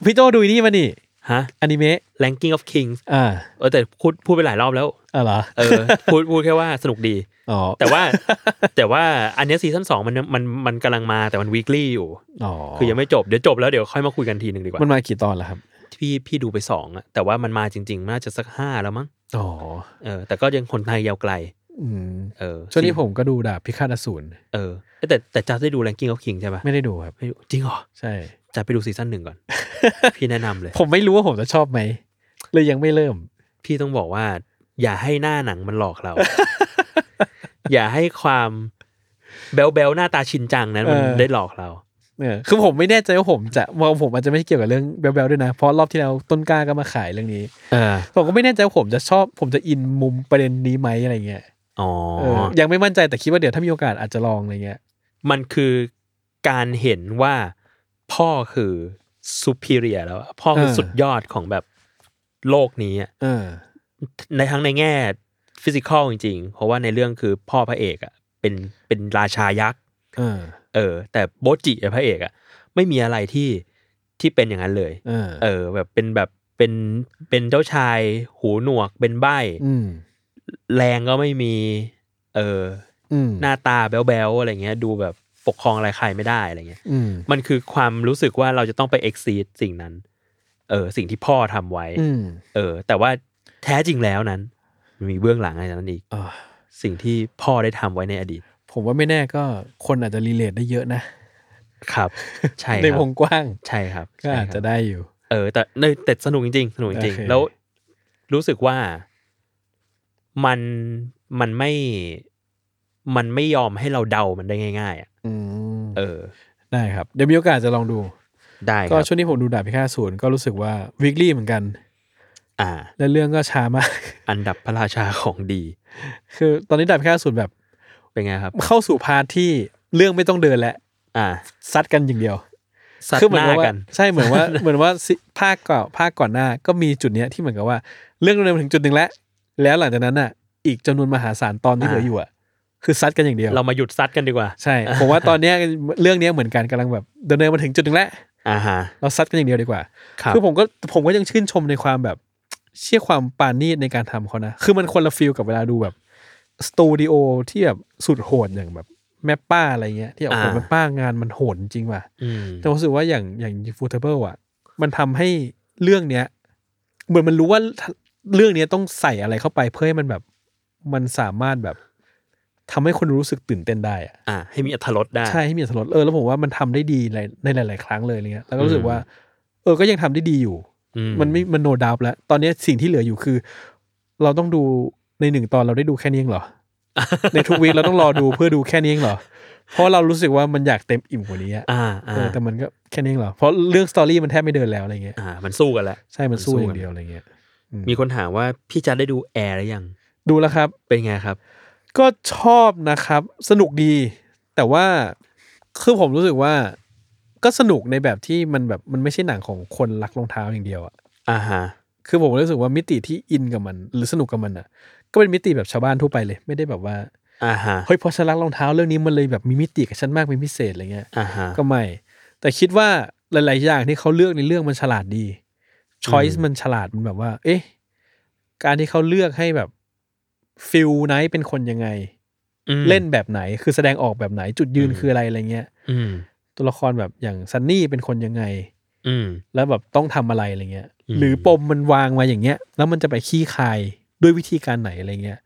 B: พี่โจดูนี่มานี่
C: ฮะ
B: อนิเมะ
C: ranking of kings
B: อ่า
C: เออแต่พูดพูดไปหลายรอบแล้ว
B: อ่ะเหรอ
C: เอ อ พูดพูดแค่ว่าสนุกดี
B: อ๋อ
C: แต่ว่า แต่ว่าอันเนี้ซีซั่นสองมันมันมันกำลังมาแต่มัน weekly อยู่
B: อ๋อ
C: คือยังไม่จบ เดี๋ยวจบแล้วเดี๋ยวค่อยมาคุยกันทีหนึ่งดีกว่า
B: มันมากี่ตอนแล้วครับ
C: พี่พี่ดูไปสองอะแต่ว่ามันมาจริงๆน่าจะสักห้าแล้วมั้ง
B: อ๋อ
C: เออแต่ก็ยังคนไทยยาวไกล
B: อืม
C: เออ
B: ช่วงนี้ผมก็ดูดาบพิฆาตอสูร
C: เออแต่แต่จะได้ดู ranking of kings ใช่ปะ
B: ไม่ได้ดูครับ
C: ไม่ดูจริงเหรอ
B: ใช่
C: จะไปดูซีซั่นหนึ่ง ก่อน พี่แนะนำเลย
B: ผมไม่รู้ว่าผมจะชอบไหมเลยยังไม่เริ่ม
C: พี่ต้องบอกว่า อย่าให้หน้าหนังมันหลอกเรา อย่าให้ความแบลแบลหน้าตาชินจังนั้นมัน
B: เออ
C: ได้หลอกเรา
B: เนี่ยคือผมไม่แน่ใจว่าผมจะมองผมอาจจะไม่เกี่ยวกับเรื่องแบลๆด้วยนะ เพราะรอบที่แล้วต้นกล้าก็มาขายเรื่องนี้
C: เออ
B: ผมก็ไม่แน่ใจว่าผมจะชอบ ผมจะอินมุมประเด็นนี้ไหมอะไรเงี้ย
C: อ๋อ
B: เออยังไม่มั่นใจแต่คิดว่าเดี๋ยวถ้ามีโอกาสอาจจะลองอะไรเงี้ย
C: มันคือการเห็นว่าพ่อคือ superior แล้วอะพ่อคือสุดยอดของแบบโลกนี้อะ
B: เออ
C: ในทั้งในแง่ฟิสิกอลจริง ๆ เพราะว่าในเรื่องคือพ่อพระเอกอะเป็นเป็นราชายักษ์
B: เออ
C: เออ แต่โบจิอะพระเอกอะไม่มีอะไรที่ที่เป็นอย่างนั้นเลย
B: เออ
C: เออแบบเป็นแบบเป็นเป็นเจ้าชายหูหนวกเป็นใบ้
B: อืม
C: แรงก็ไม่มี เออ
B: อืม
C: หน้าตาแบ๊วๆอะไรเงี้ย ดูแบบปกครองอะไรใครไม่ได้อะไรเงี้ย
B: อืม
C: มันคือความรู้สึกว่าเราจะต้องไป exceed สิ่งนั้น เออ สิ่งที่พ่อทำไว้
B: อืม
C: เออ แต่ว่าแท้จริงแล้วนั้นมันมีเบื้องหลังอะไรจากนั้นอีก
B: อ่า
C: สิ่งที่พ่อได้ทำไว้ในอดีต
B: ผมว่าไม่แน่ก็คนอาจจะรีเลทได้เยอะนะครับ
C: ใช่
B: ใน
C: ควรับ
B: งกว้าง
C: ใช่ครับ
B: ก็
C: ใช่
B: อาจ
C: ครับ
B: จะได้อยู่
C: เออแต่เนยแต่สนุกจริงๆ สนุกจริง
B: โอเค
C: ๆ แล้วรู้สึกว่า มันมันไม่มันไม่ยอมให้เราเดามันได้ง่ายๆอ่ะ
B: อืม
C: เออ
B: ได้ครับ เดี๋ยวมีโอกาสจะลองดู
C: ได้ค
B: ก็
C: รับ
B: ช่วงนี้ผมดูดาบพิฆาตศูนย์ก็รู้สึกว่าวิก l ี่เหมือนกัน
C: อ่า
B: และเรื่องก็ช้ามาก
C: อันดับพระราชาของดี
B: คือตอนนี้ดาบพิฆาตศูนย์แบบ
C: เป็นไงครับ
B: เข้าสู่พาร์ทที่เรื่องไม่ต้องเดินแล้ว
C: อ่า
B: ซัดกันอย่างเดียว
C: สัต
B: คื
C: ว์ห
B: เมืน
C: น้า
B: กับว่า
C: กัน
B: ใช่เหมือนว่า เหมือนว่าซิภาคก่อนภาคก่อนหน้าก็มีจุดเนี้ยที่เหมือนกับว่า เรื่องดำเนินมาถึงจุดหนึ่งแล้ว แล้วหลังจากนั้นอ่ะ อีกจำนวนมหาศาลตอนที่
C: อ่า
B: เหลืออยู่อ่ะคือซัดกันอย่างเดียว
C: เรามาหยุดซัดกันดีกว่า
B: ใช่ ผมว่าตอนเนี้ยเรื่องเนี้ยเหมือนกันกำลังแบบดำเนินมาถึงจุดหนึ่งแล้ว
C: อ่าฮะ
B: เราซัดกันอย่างเดียวดีกว่า
C: ครับ
B: คือผมก็ผมก็ยังชื่นชมในความแบบ เชี่ยความปานนีดในการทำเขานะ คือมันคนละฟิลกับเวลาดูแบบสตูดิโอที่แบบสุดโหดอย่างแบบแม่ป้าอะไรเงี้ยที่แบบโหแม่ป้างานมันโหดจริงว่ะ
C: อืม
B: แต่ผมรู้สึกว่าอย่างอย่างฟูเทเบิลอ่ะ มันทำให้เรื่องเนี้ย เหมือนมันรู้ว่าเรื่องเนี้ยต้องใส่อะไรเข้าไปเพื่อให้มันแบบมันสามารถแบบทำให้คนรู้สึกตื่นเต้นได้อะ
C: อ่า ให้มีอัธรสได้
B: ใช่ให้มีอัตรสเออแล้วผมว่ามันทำได้ดีในในหลาย ๆ ครั้งเลยอะไรเงี้ยแล้วก็รู้สึ
C: อื
B: ก
C: ม
B: ว่า เออก็ยังทำได้ดีอยู่
C: อื
B: มันไม่มันโนดา t แล้ว ตอนนี้สิ่งที่เหลืออยู่คือ เราต้องดูในหนึ่งตอนเราได้ดูแค่นี้เอง เหรอ ในทุกวีคเราต้องรอดูเพื่อดูแค่นี้เองเหรอ เพราะเรารู้สึกว่ามันอยากเต็มอิ่มกว่านี้อะ
C: อ่า
B: เอ
C: อ่า
B: อแต่มันก็แค่นี้เองเหรอเพราะเรื่องสตอรี่มันแทบไม่เดินแล้วอะไรเงี้ย
C: อ่า มันสู้กันแล้ว
B: ใช่มัน
C: มันสู้
B: สู้อ
C: กั
B: ย่าน งเดียวอะไรเงี้ย อืม
C: มีคนถามว่าพี่จันได้ดูแอร์หรือยัง
B: ดูแล้วครับ
C: เป็นไงครับ
B: ก็ชอบนะครับ สนุกดี แต่ว่าคือผมรู้สึกว่า ก็สนุกในแบบที่มันแบบมันไม่ใช่หนังของคนรักรองเท้าอย่างเดียวอะ
C: อ่าฮะ
B: คือผมรู้สึกว่ามิติที่อินกับมัน หรือสนุกกับมันอะก็เป็นมิติแบบชาวบ้านทั่วไปเลย ไม่ได้แบบว่า
C: อ่าฮะ
B: เฮ้ยเพราะฉันรักรองเท้าเรื่องนี้มันเลยแบบมีมิติกับฉันมากเป็นพิเศษอะไรเงี้ย
C: อ่าฮะ
B: ก็ไม่ แต่คิดว่าหลาย ๆ อย่างที่เขาเลือกในเรื่องมันฉลาดดีช้อย
C: อื
B: ส์
C: ม
B: มันฉลาดมันแบบว่า เอ๊ะ การที่เขาเลือกให้แบบฟิลไนท์เป็นคนยังไง
C: อืม
B: เล่นแบบไหน คือแสดงออกแบบไหน จุดยืน
C: อืม
B: คืออะไรอะไรเงี้ย
C: อืม
B: ตัวละครแบบอย่างซันนี่เป็นคนยังไง
C: อืม
B: แล้วแบบต้องทำอะไรอะไรเงี้ย
C: อืม
B: หรือปมมันวางมาอย่างเงี้ย แล้วมันจะไปขี้คายด้วยวิธีการไหนอะไรเงี้ย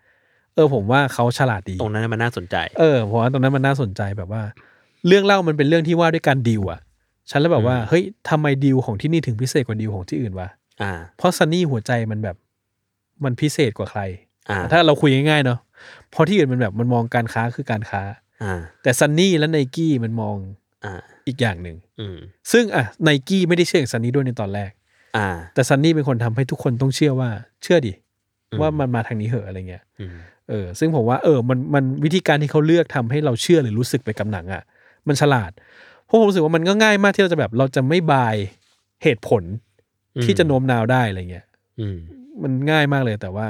B: เออผมว่าเขาฉลาดดี
C: ตรงนั้นมันน่าสนใจ
B: เออผมว่าตรงนั้นมันน่าสนใจแบบว่า เรื่องเล่ามันเป็นเรื่องที่ว่าด้วยการดิวอะฉันแล้วแบบว่า
C: อืม
B: เฮ้ยทำไมดิวของที่นี่ถึงพิเศษกว่าดิวของที่อื่นวะ
C: อ่า
B: เพราะซันนี่หัวใจมันแบบมันพิเศษกว่าใคร
C: อ่า
B: ถ้าเราคุยง่ายๆเนาะ เพราะที่อื่นมันแบบมันมองการค้าคือการค้า
C: อ่า
B: แต่ซันนี่และไนกี้มันมอง
C: อ่า
B: อีกอย่างหนึ่ง
C: อืม
B: ซึ่งอ่ะไนกี้ไม่ได้เชื่ออย่างซันนี่ด้วยในตอนแรก
C: อ่า
B: แต่ซันนี่เป็นคนทำให้ทุกคนต้องเชื่อว่า เชื่อดิ
C: อืม
B: ว่ามันมาทางนี้เหอะอะไรเงี้ย
C: อืม
B: เออซึ่งผมว่าเออมันมันวิธีการที่เขาเลือกทำให้เราเชื่อหรือรู้สึกไปกับหนังอ่ะ มันฉลาดเพราะผมรู้สึกว่ามันก็ง่ายมากที่เราจะแบบเราจะไม่บายเหตุผล
C: อืม
B: ที่จะโน้มน้าวได้อะไรเงี้ย
C: อืม
B: มันง่ายมากเลยแต่ว่า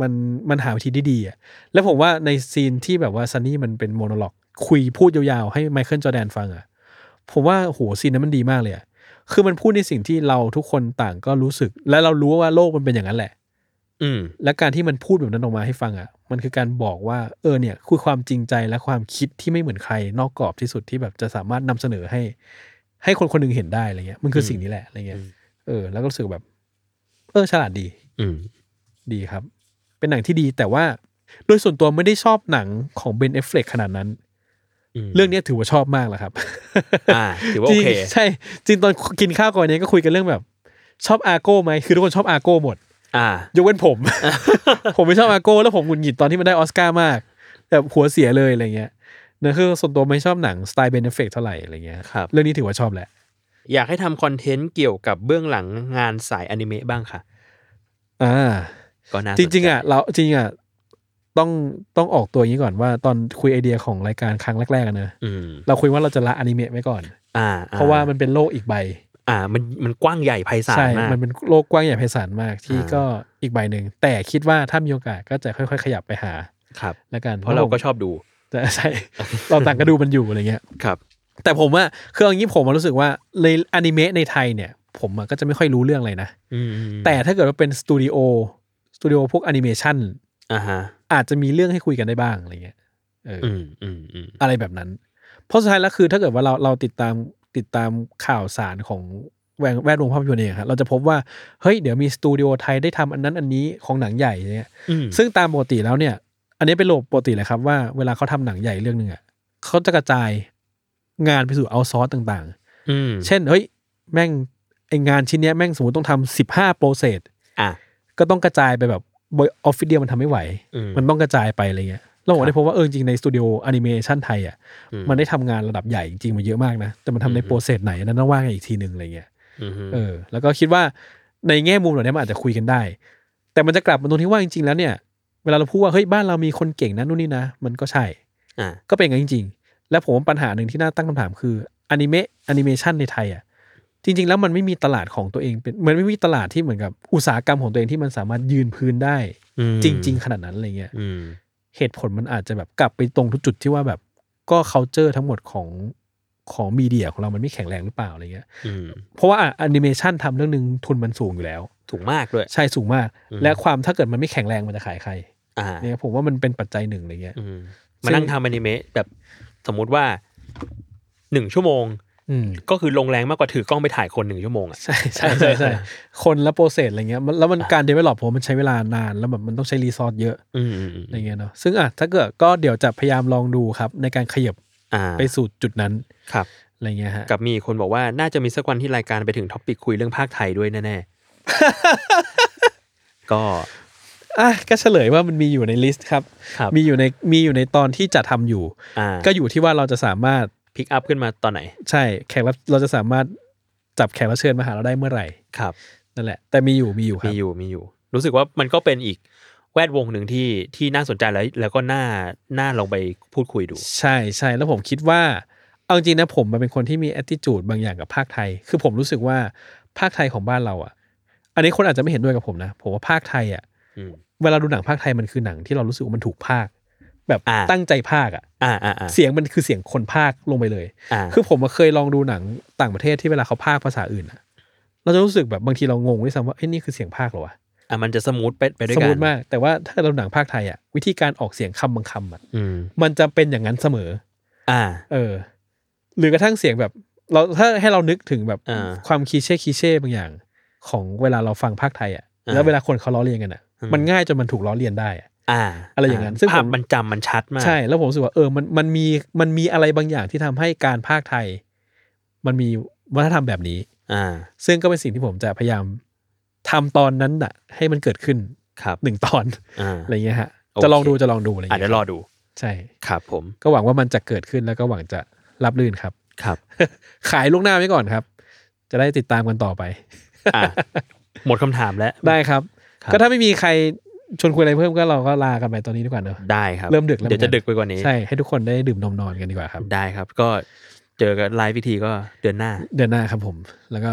B: มันมันหาวิธีได้ดีอ่ะแล้วผมว่าในซีนที่แบบว่าซันนี่มันเป็นโมโนล็อก คุยพูดยาวๆ ให้ไมเคิลจอร์แดนฟังอ่ะผมว่าโหซีนนั้นมันดีมากเลยอ่ะคือมันพูดในสิ่งที่เราทุกคนต่างก็รู้สึก และเรารู้ว่าโลกมันเป็นอย่างนั้นแหละ
C: อืม
B: และการที่มันพูดแบบนั้นออกมาให้ฟังอ่ะมันคือการบอกว่าเออเนี่ยคือความจริงใจและความคิดที่ไม่เหมือนใคร นอกกรอบที่สุดที่แบบจะสามารถนำเสนอให้ ให้คนคนหนึ่งเห็นได้อะไรเงี้ยมันคืออ
C: ม
B: สิ่งนี้แหละอะไรเงี้ย
C: อืม
B: เออ แล้วก็รู้สึกแบบ เออฉลาดดี
C: อืม
B: ดีครับ เป็นหนังที่ดีแต่ว่า โดยส่วนตัวไม่ได้ชอบหนังของเบนเอฟเฟลกขนาดนั้น
C: ม
B: เรื่องเนี้ยถือว่าชอบมากแล้วครับ
C: อ่า ถือว่าโอเค
B: จริงใช่ จริงตอนกินข้าวก่อนเนี้ยก็คุยกันเรื่องแบบ ชอบอาโก้ไหมคือทุกคนชอบอาโก้หมด
C: อ่า
B: ยกเว้น ผม ผมไม่ชอบอาโก้ แล้วผมหงุดหงิดตอนที่มันได้ออสการ์มาก แบบหัวเสียเลยอะไรเงี้ยเนะคือส่วนตัวไม่ชอบหนังสไตล์เบนเอฟเฟกเท่าไหร่อะไรเงี้ย
C: ครับ
B: เรื่องนี้ถือว่าชอบแหละ
C: อยากให้ทำคอนเทนต์เกี่ยวกับเบื้องหลังงานสายอนิเมะบ้างค่ะ
B: อ่า
C: ก็น่าสน
B: จ
C: ใ
B: ริงๆอ่ะเราจริงๆอ่ะต้องต้องออกตัวอย่างนี้ก่อนว่า ตอนคุยไอเดียของรายการครั้งแรกๆอะเนอะ
C: อืม
B: เราคุยว่าเราจะละอนิเมะไว้ก่อน
C: อ่า
B: เพราะว่ามันเป็นโลกอีกใบ
C: อ่า มัน มันกว้างใหญ่ไพศาล
B: ใช่
C: มาก
B: มันเป็นโลกกว้างใหญ่ไพศาลมากที่
C: อ่า
B: ก็อีกใบหนึ่ง แต่คิดว่าถ้ามีโอกาสก็จะค่อยๆ ขยับไปหา
C: ครับ
B: แล้วกัน
C: เพราะเราก็ชอบดู
B: แต่ ใช่ เราต่างก็ดูมันอยู่อะไรเงี้ย
C: ครับ
B: แต่ผมว่าคืออย่างนี้ผมอะรู้สึกว่าในอนิเมะในไทยเนี่ย ผมอะก็จะไม่ค่อยรู้เรื่องเลยนะ
C: อืม
B: แต่ถ้าเกิดว่าเป็นสตูดิโอสตูดิโอพวกแอนิเมชัน
C: อ่าฮะ
B: อาจจะมีเรื่องให้คุยกันได้บ้างอะไรเงี้ยเอออ
C: อืมอืมอืม
B: อะไรแบบนั้น เพราะสุดท้ายแล้วคือถ้าเกิดว่าเราเราติดตามติดตามข่าวสารของแวดแวดวงภาพยนตร์เนี่ยครับเราจะพบว่า เฮ้ยเดี๋ยวมีสตูดิโอไทยได้ทำอันนั้นอันนี้ของหนังใหญ่เนี่ย
C: อืม
B: ซึ่งตามปกติแล้วเนี่ย อันนี้เป็นระบบปกติเลยครับว่าเวลาเขาทำหนังใหญ่เรื่องหนึ่งอ่ะเขาจะกระจายงานไปสู่เอาซอร์สต่าง
C: อืม
B: ๆ เช่นเฮ้ยแม่งไองานชิ้นเนี้ยแม่งสมมติต้องทำสิบห้าโปรเซส
C: อ่ะ
B: ก็ต้องกระจายไปแบบ บอยออฟฟิศเดียวมันทำไม่ไหว
C: อืม
B: มันต้องกระจายไปอะไรเงี้ยเราผมได้พบว่าเออจริงๆในสตูดิโอแอนิเมชันไทยอ่ะ
C: อื
B: มันได้ทำงานระดับใหญ่จริงๆมาเยอะมากนะ แต่มันทำใน
C: อืม
B: โปรเซสไหนอันนั้นต้องว่ากันอีกทีหนึ่งอะไรเงี้ย
C: อืม
B: เออแล้วก็คิดว่าในแง่มุมเหล่านี้มันอาจจะคุยกันได้ แต่มันจะกลับมาตรงที่ว่าจริง ๆ แล้วเนี่ย เวลาเราพูดว่าเฮ้ยบ้านเรามีคนเก่งนะนู่นนี่นะ มันก็ใช่
C: อ่า
B: ก็เป็นอย่างนั้นจริง ๆ และผมว่าปัญหาหนึ่งที่น่าตั้งคำถามคืออนิเมะแอนิเมชันในไทยอ่ะจริง ๆ แล้วมันไม่มีตลาดของตัวเองเป็นมันไม่มีตลาดที่เหมือนกับอุตสาหกรรมของตัวเองที่มันสามารถยืนพื้นได้ จริง ๆ ขนาดนั้นอะไรเงี้ย
C: อืม
B: เหตุผลมันอาจจะแบบกลับไปตรงทุกจุดที่ว่าแบบก็ culture ทั้งหมดของของมีเดียของเรามันไม่แข็งแรงหรือเปล่าอะไรเงี้ย
C: อืม
B: เพราะว่าอะแอนิเมชันทำเรื่องหนึ่งทุนมันสูงอยู่แล้ว
C: ถูกมากด้วย
B: ใช่สูงมาก
C: อืม
B: และความถ้าเกิดมันไม่แข็งแรงมันจะขายใคร
C: อ่า
B: เนี่ยผมว่ามันเป็นปัจจัยหนึ่งอะไรเงี้ย
C: อืม
B: ซึ่
C: มาง นั่งทำอนิเมะแบบสมมุติว่าหนึ่งชั่วโมง
B: อืม
C: ก็คือลงแรงมากกว่าถือกล้องไปถ่ายคนหนึ่งชั่วโมงอ่ะ
B: ใช่ใช่ใช่ใช่คนและโปรเซสอะไรเงี้ยมันแล้วมันการเดเวล็อปผมว่ามันใช้เวลานานแล้วแบบมันต้องใช้รีซอสเยอะ
C: อืมอืมอืม
B: อะไรเงี้ยเนาะซึ่งอ่ะถ้าเกิดก็เดี๋ยวจะพยายามลองดูครับ ในการขยับ
C: อ่า
B: ไปสู่จุดนั้น
C: ครับ
B: อะไรเงี้ยฮะ
C: กับมีคนบอกว่าน่าจะมีสักวันที่รายการไปถึงท็อปปิกคุยเรื่องภาคไทยด้วยแน่ ๆ ก็
B: อ่ะก็เฉลยว่ามันมีอยู่ในลิสต์ครับ
C: ครับ
B: มีอยู่ในมีอยู่ในตอนที่จะทำอยู่
C: อ่า
B: ก็อยู่ที่ว่าเราจะสามารถ
C: พิกอัพขึ้นมาตอนไหน
B: ใช่แขกรับเราจะสามารถจับแขกรับเชิญมาหาเราได้เมื่อไหร่
C: ครับ
B: นั่นแหละ แต่มีอยู่มีอยู่ครั
C: มี
B: บ
C: อยู่มีอยู่ รู้สึกว่ามันก็เป็นอีกแวดวงหนึ่งที่ที่น่าสนใจแล้ว แล้วก็น่าน่าลองไปพูดคุยดู
B: ใช่ใช่แล้วผมคิดว่าเอาจริงนะผมมันเป็นคนที่มี attitude บางอย่างกับภาคไทย คือผมรู้สึกว่าภาคไทยของบ้านเราอ่ะ อันนี้คนอาจจะไม่เห็นด้วยกับผมนะ ผมว่าภาคไทยอ่ะ
C: อืม
B: เวลาดูหนังภาคไทยมันคือหนังที่เรารู้สึกว่ามันถูกภาค แบบ
C: อ่า
B: ตั้งใจภาคอ่ะ
C: อ่าอ่าอ่า
B: เสียงมันคือเสียงคนภาคลงไปเลย
C: อ่า
B: คือผมอะเคยลองดูหนังต่างประเทศที่เวลาเขาภาคภาษาอื่นอ่ะ เราจะรู้สึกแบบบางทีเรางงด้วยซ้ำว่าเอ้ยนี่คือเสียงภาคเหรอวะ
C: อ่ามันจะสมูทไปไปด้วย
B: ส
C: กัน
B: มมติมากแต่ว่าถ้าเราดูหนังภาคไทยอ่ะวิธีการออกเสียงคำบางคำอ่ะ
C: อืม
B: มันจะเป็นอย่างนั้นเสมอ
C: อ่า
B: เออหรือกระทั่งเสียงแบบเราถ้าให้เรานึกถึงแบบ
C: อ่า
B: ความคีเช่คีเช่บางอย่าง ของเวลาเราฟังภาคไทยอ่ะ
C: อ่า
B: แล้วเวลาคนเขาล้อเลียนกันอ่ะ
C: อืม
B: มันง่ายจนมันถูกล้อเลียนได้อะ
C: อ่า
B: อะไรอย่างนั้นซึ่งผม
C: ภาพมันจำมันชัดมาก
B: ใช่แล้วผมรู้สึกว่าเออมันมันมีมันมีอะไรบางอย่างที่ทำให้การภาคไทย มันมีวัฒนธรรมแบบนี้
C: อ่า
B: ซึ่งก็เป็นสิ่งที่ผมจะพยายามทำตอนนั้นน่ะ ให้มันเกิดขึ้น
C: ครับ
B: หนึ่งตอน
C: อ่า
B: อะไรเงี้ยฮะ
C: โอเค
B: จะลองดูจะลองดูอะไร
C: อ่า
B: เงี้
C: เดี๋ยวยรอดู
B: ใช่
C: ครับผม
B: ก็หวังว่ามันจะเกิดขึ้นแล้วก็หวังจะรับลื่นครับ
C: ครับ
B: ขายล่วงหน้าไว้ก่อนครับ จะได้ติดตามกันต่อไป
C: อ่ะหมดคำถามแล้ว
B: ได้ครับ
C: ครับ
B: ก็ถ้าไม่มีใครชวนคุยอะไรเพิ่มก็เราก็ลากันไปตอนนี้ดีกว่าเนอะ
C: ได้ครับ
B: เริ่มดึกแล้ว
C: เดี๋ยวจะดึกไปกว่านี้
B: ใช่ให้ทุกคนได้ดื่มนมนอนกันดีกว่าครับ
C: ได้ครับ ก็เจอกันไลฟ์วิธีก็เดือนหน้า
B: เดือนหน้าครับผม แล้วก็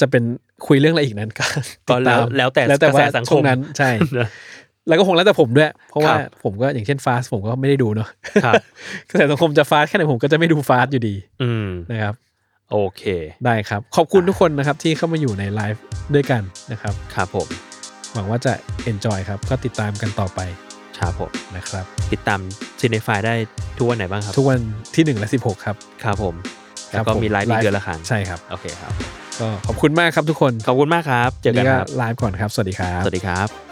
B: จะเป็นคุยเรื่องอะไรอีกนั้นก็
C: ก็แล้ว
B: ติดาม
C: แล้วแต่
B: แล้วแต่
C: กระ
B: ว่า
C: แสสังคม
B: ช่วนั้นใช่
C: นะ
B: แล้วก็คงแล้วแต่ผมด้วย เพราะว่า
C: ครับ
B: ผมก็อย่างเช่นฟาสผมก็ไม่ได้ดูเนาะ
C: ครับ
B: กระแสสังคมจะฟาสแค่ไหนผมก็จะไม่ดูฟาสอยู่ดี
C: อืม
B: นะครับ
C: โอเค
B: ได้ครับ ขอบคุณทุกคนนะครับที่เข้ามาอยู่ในไลฟ์ด้วยกันนะครับ
C: ครับผม
B: หวังว่าจะ enjoy ครับ ก็ติดตามกันต่อไป
C: ครับผม
B: นะครับ
C: ติดตามซีเนฟายได้ทุกวันไหนบ้างครับ
B: ทุกวันที่1และ 16 ครับ
C: ครับผม
B: ค
C: แล้
B: รั
C: ว
B: บ
C: ก็
B: ผ
C: มีไลฟ์อีกเดือนละครั้ง
B: ใช่ครับ
C: โอเคครับ
B: ก็ขอบคุณมากครับทุกคน
C: ขอบคุณมากครับ เจอกัน
B: วั
C: ครับ
B: ไลฟ์ก่อนครับ สวัสดีครับ
C: สวัสดีครับ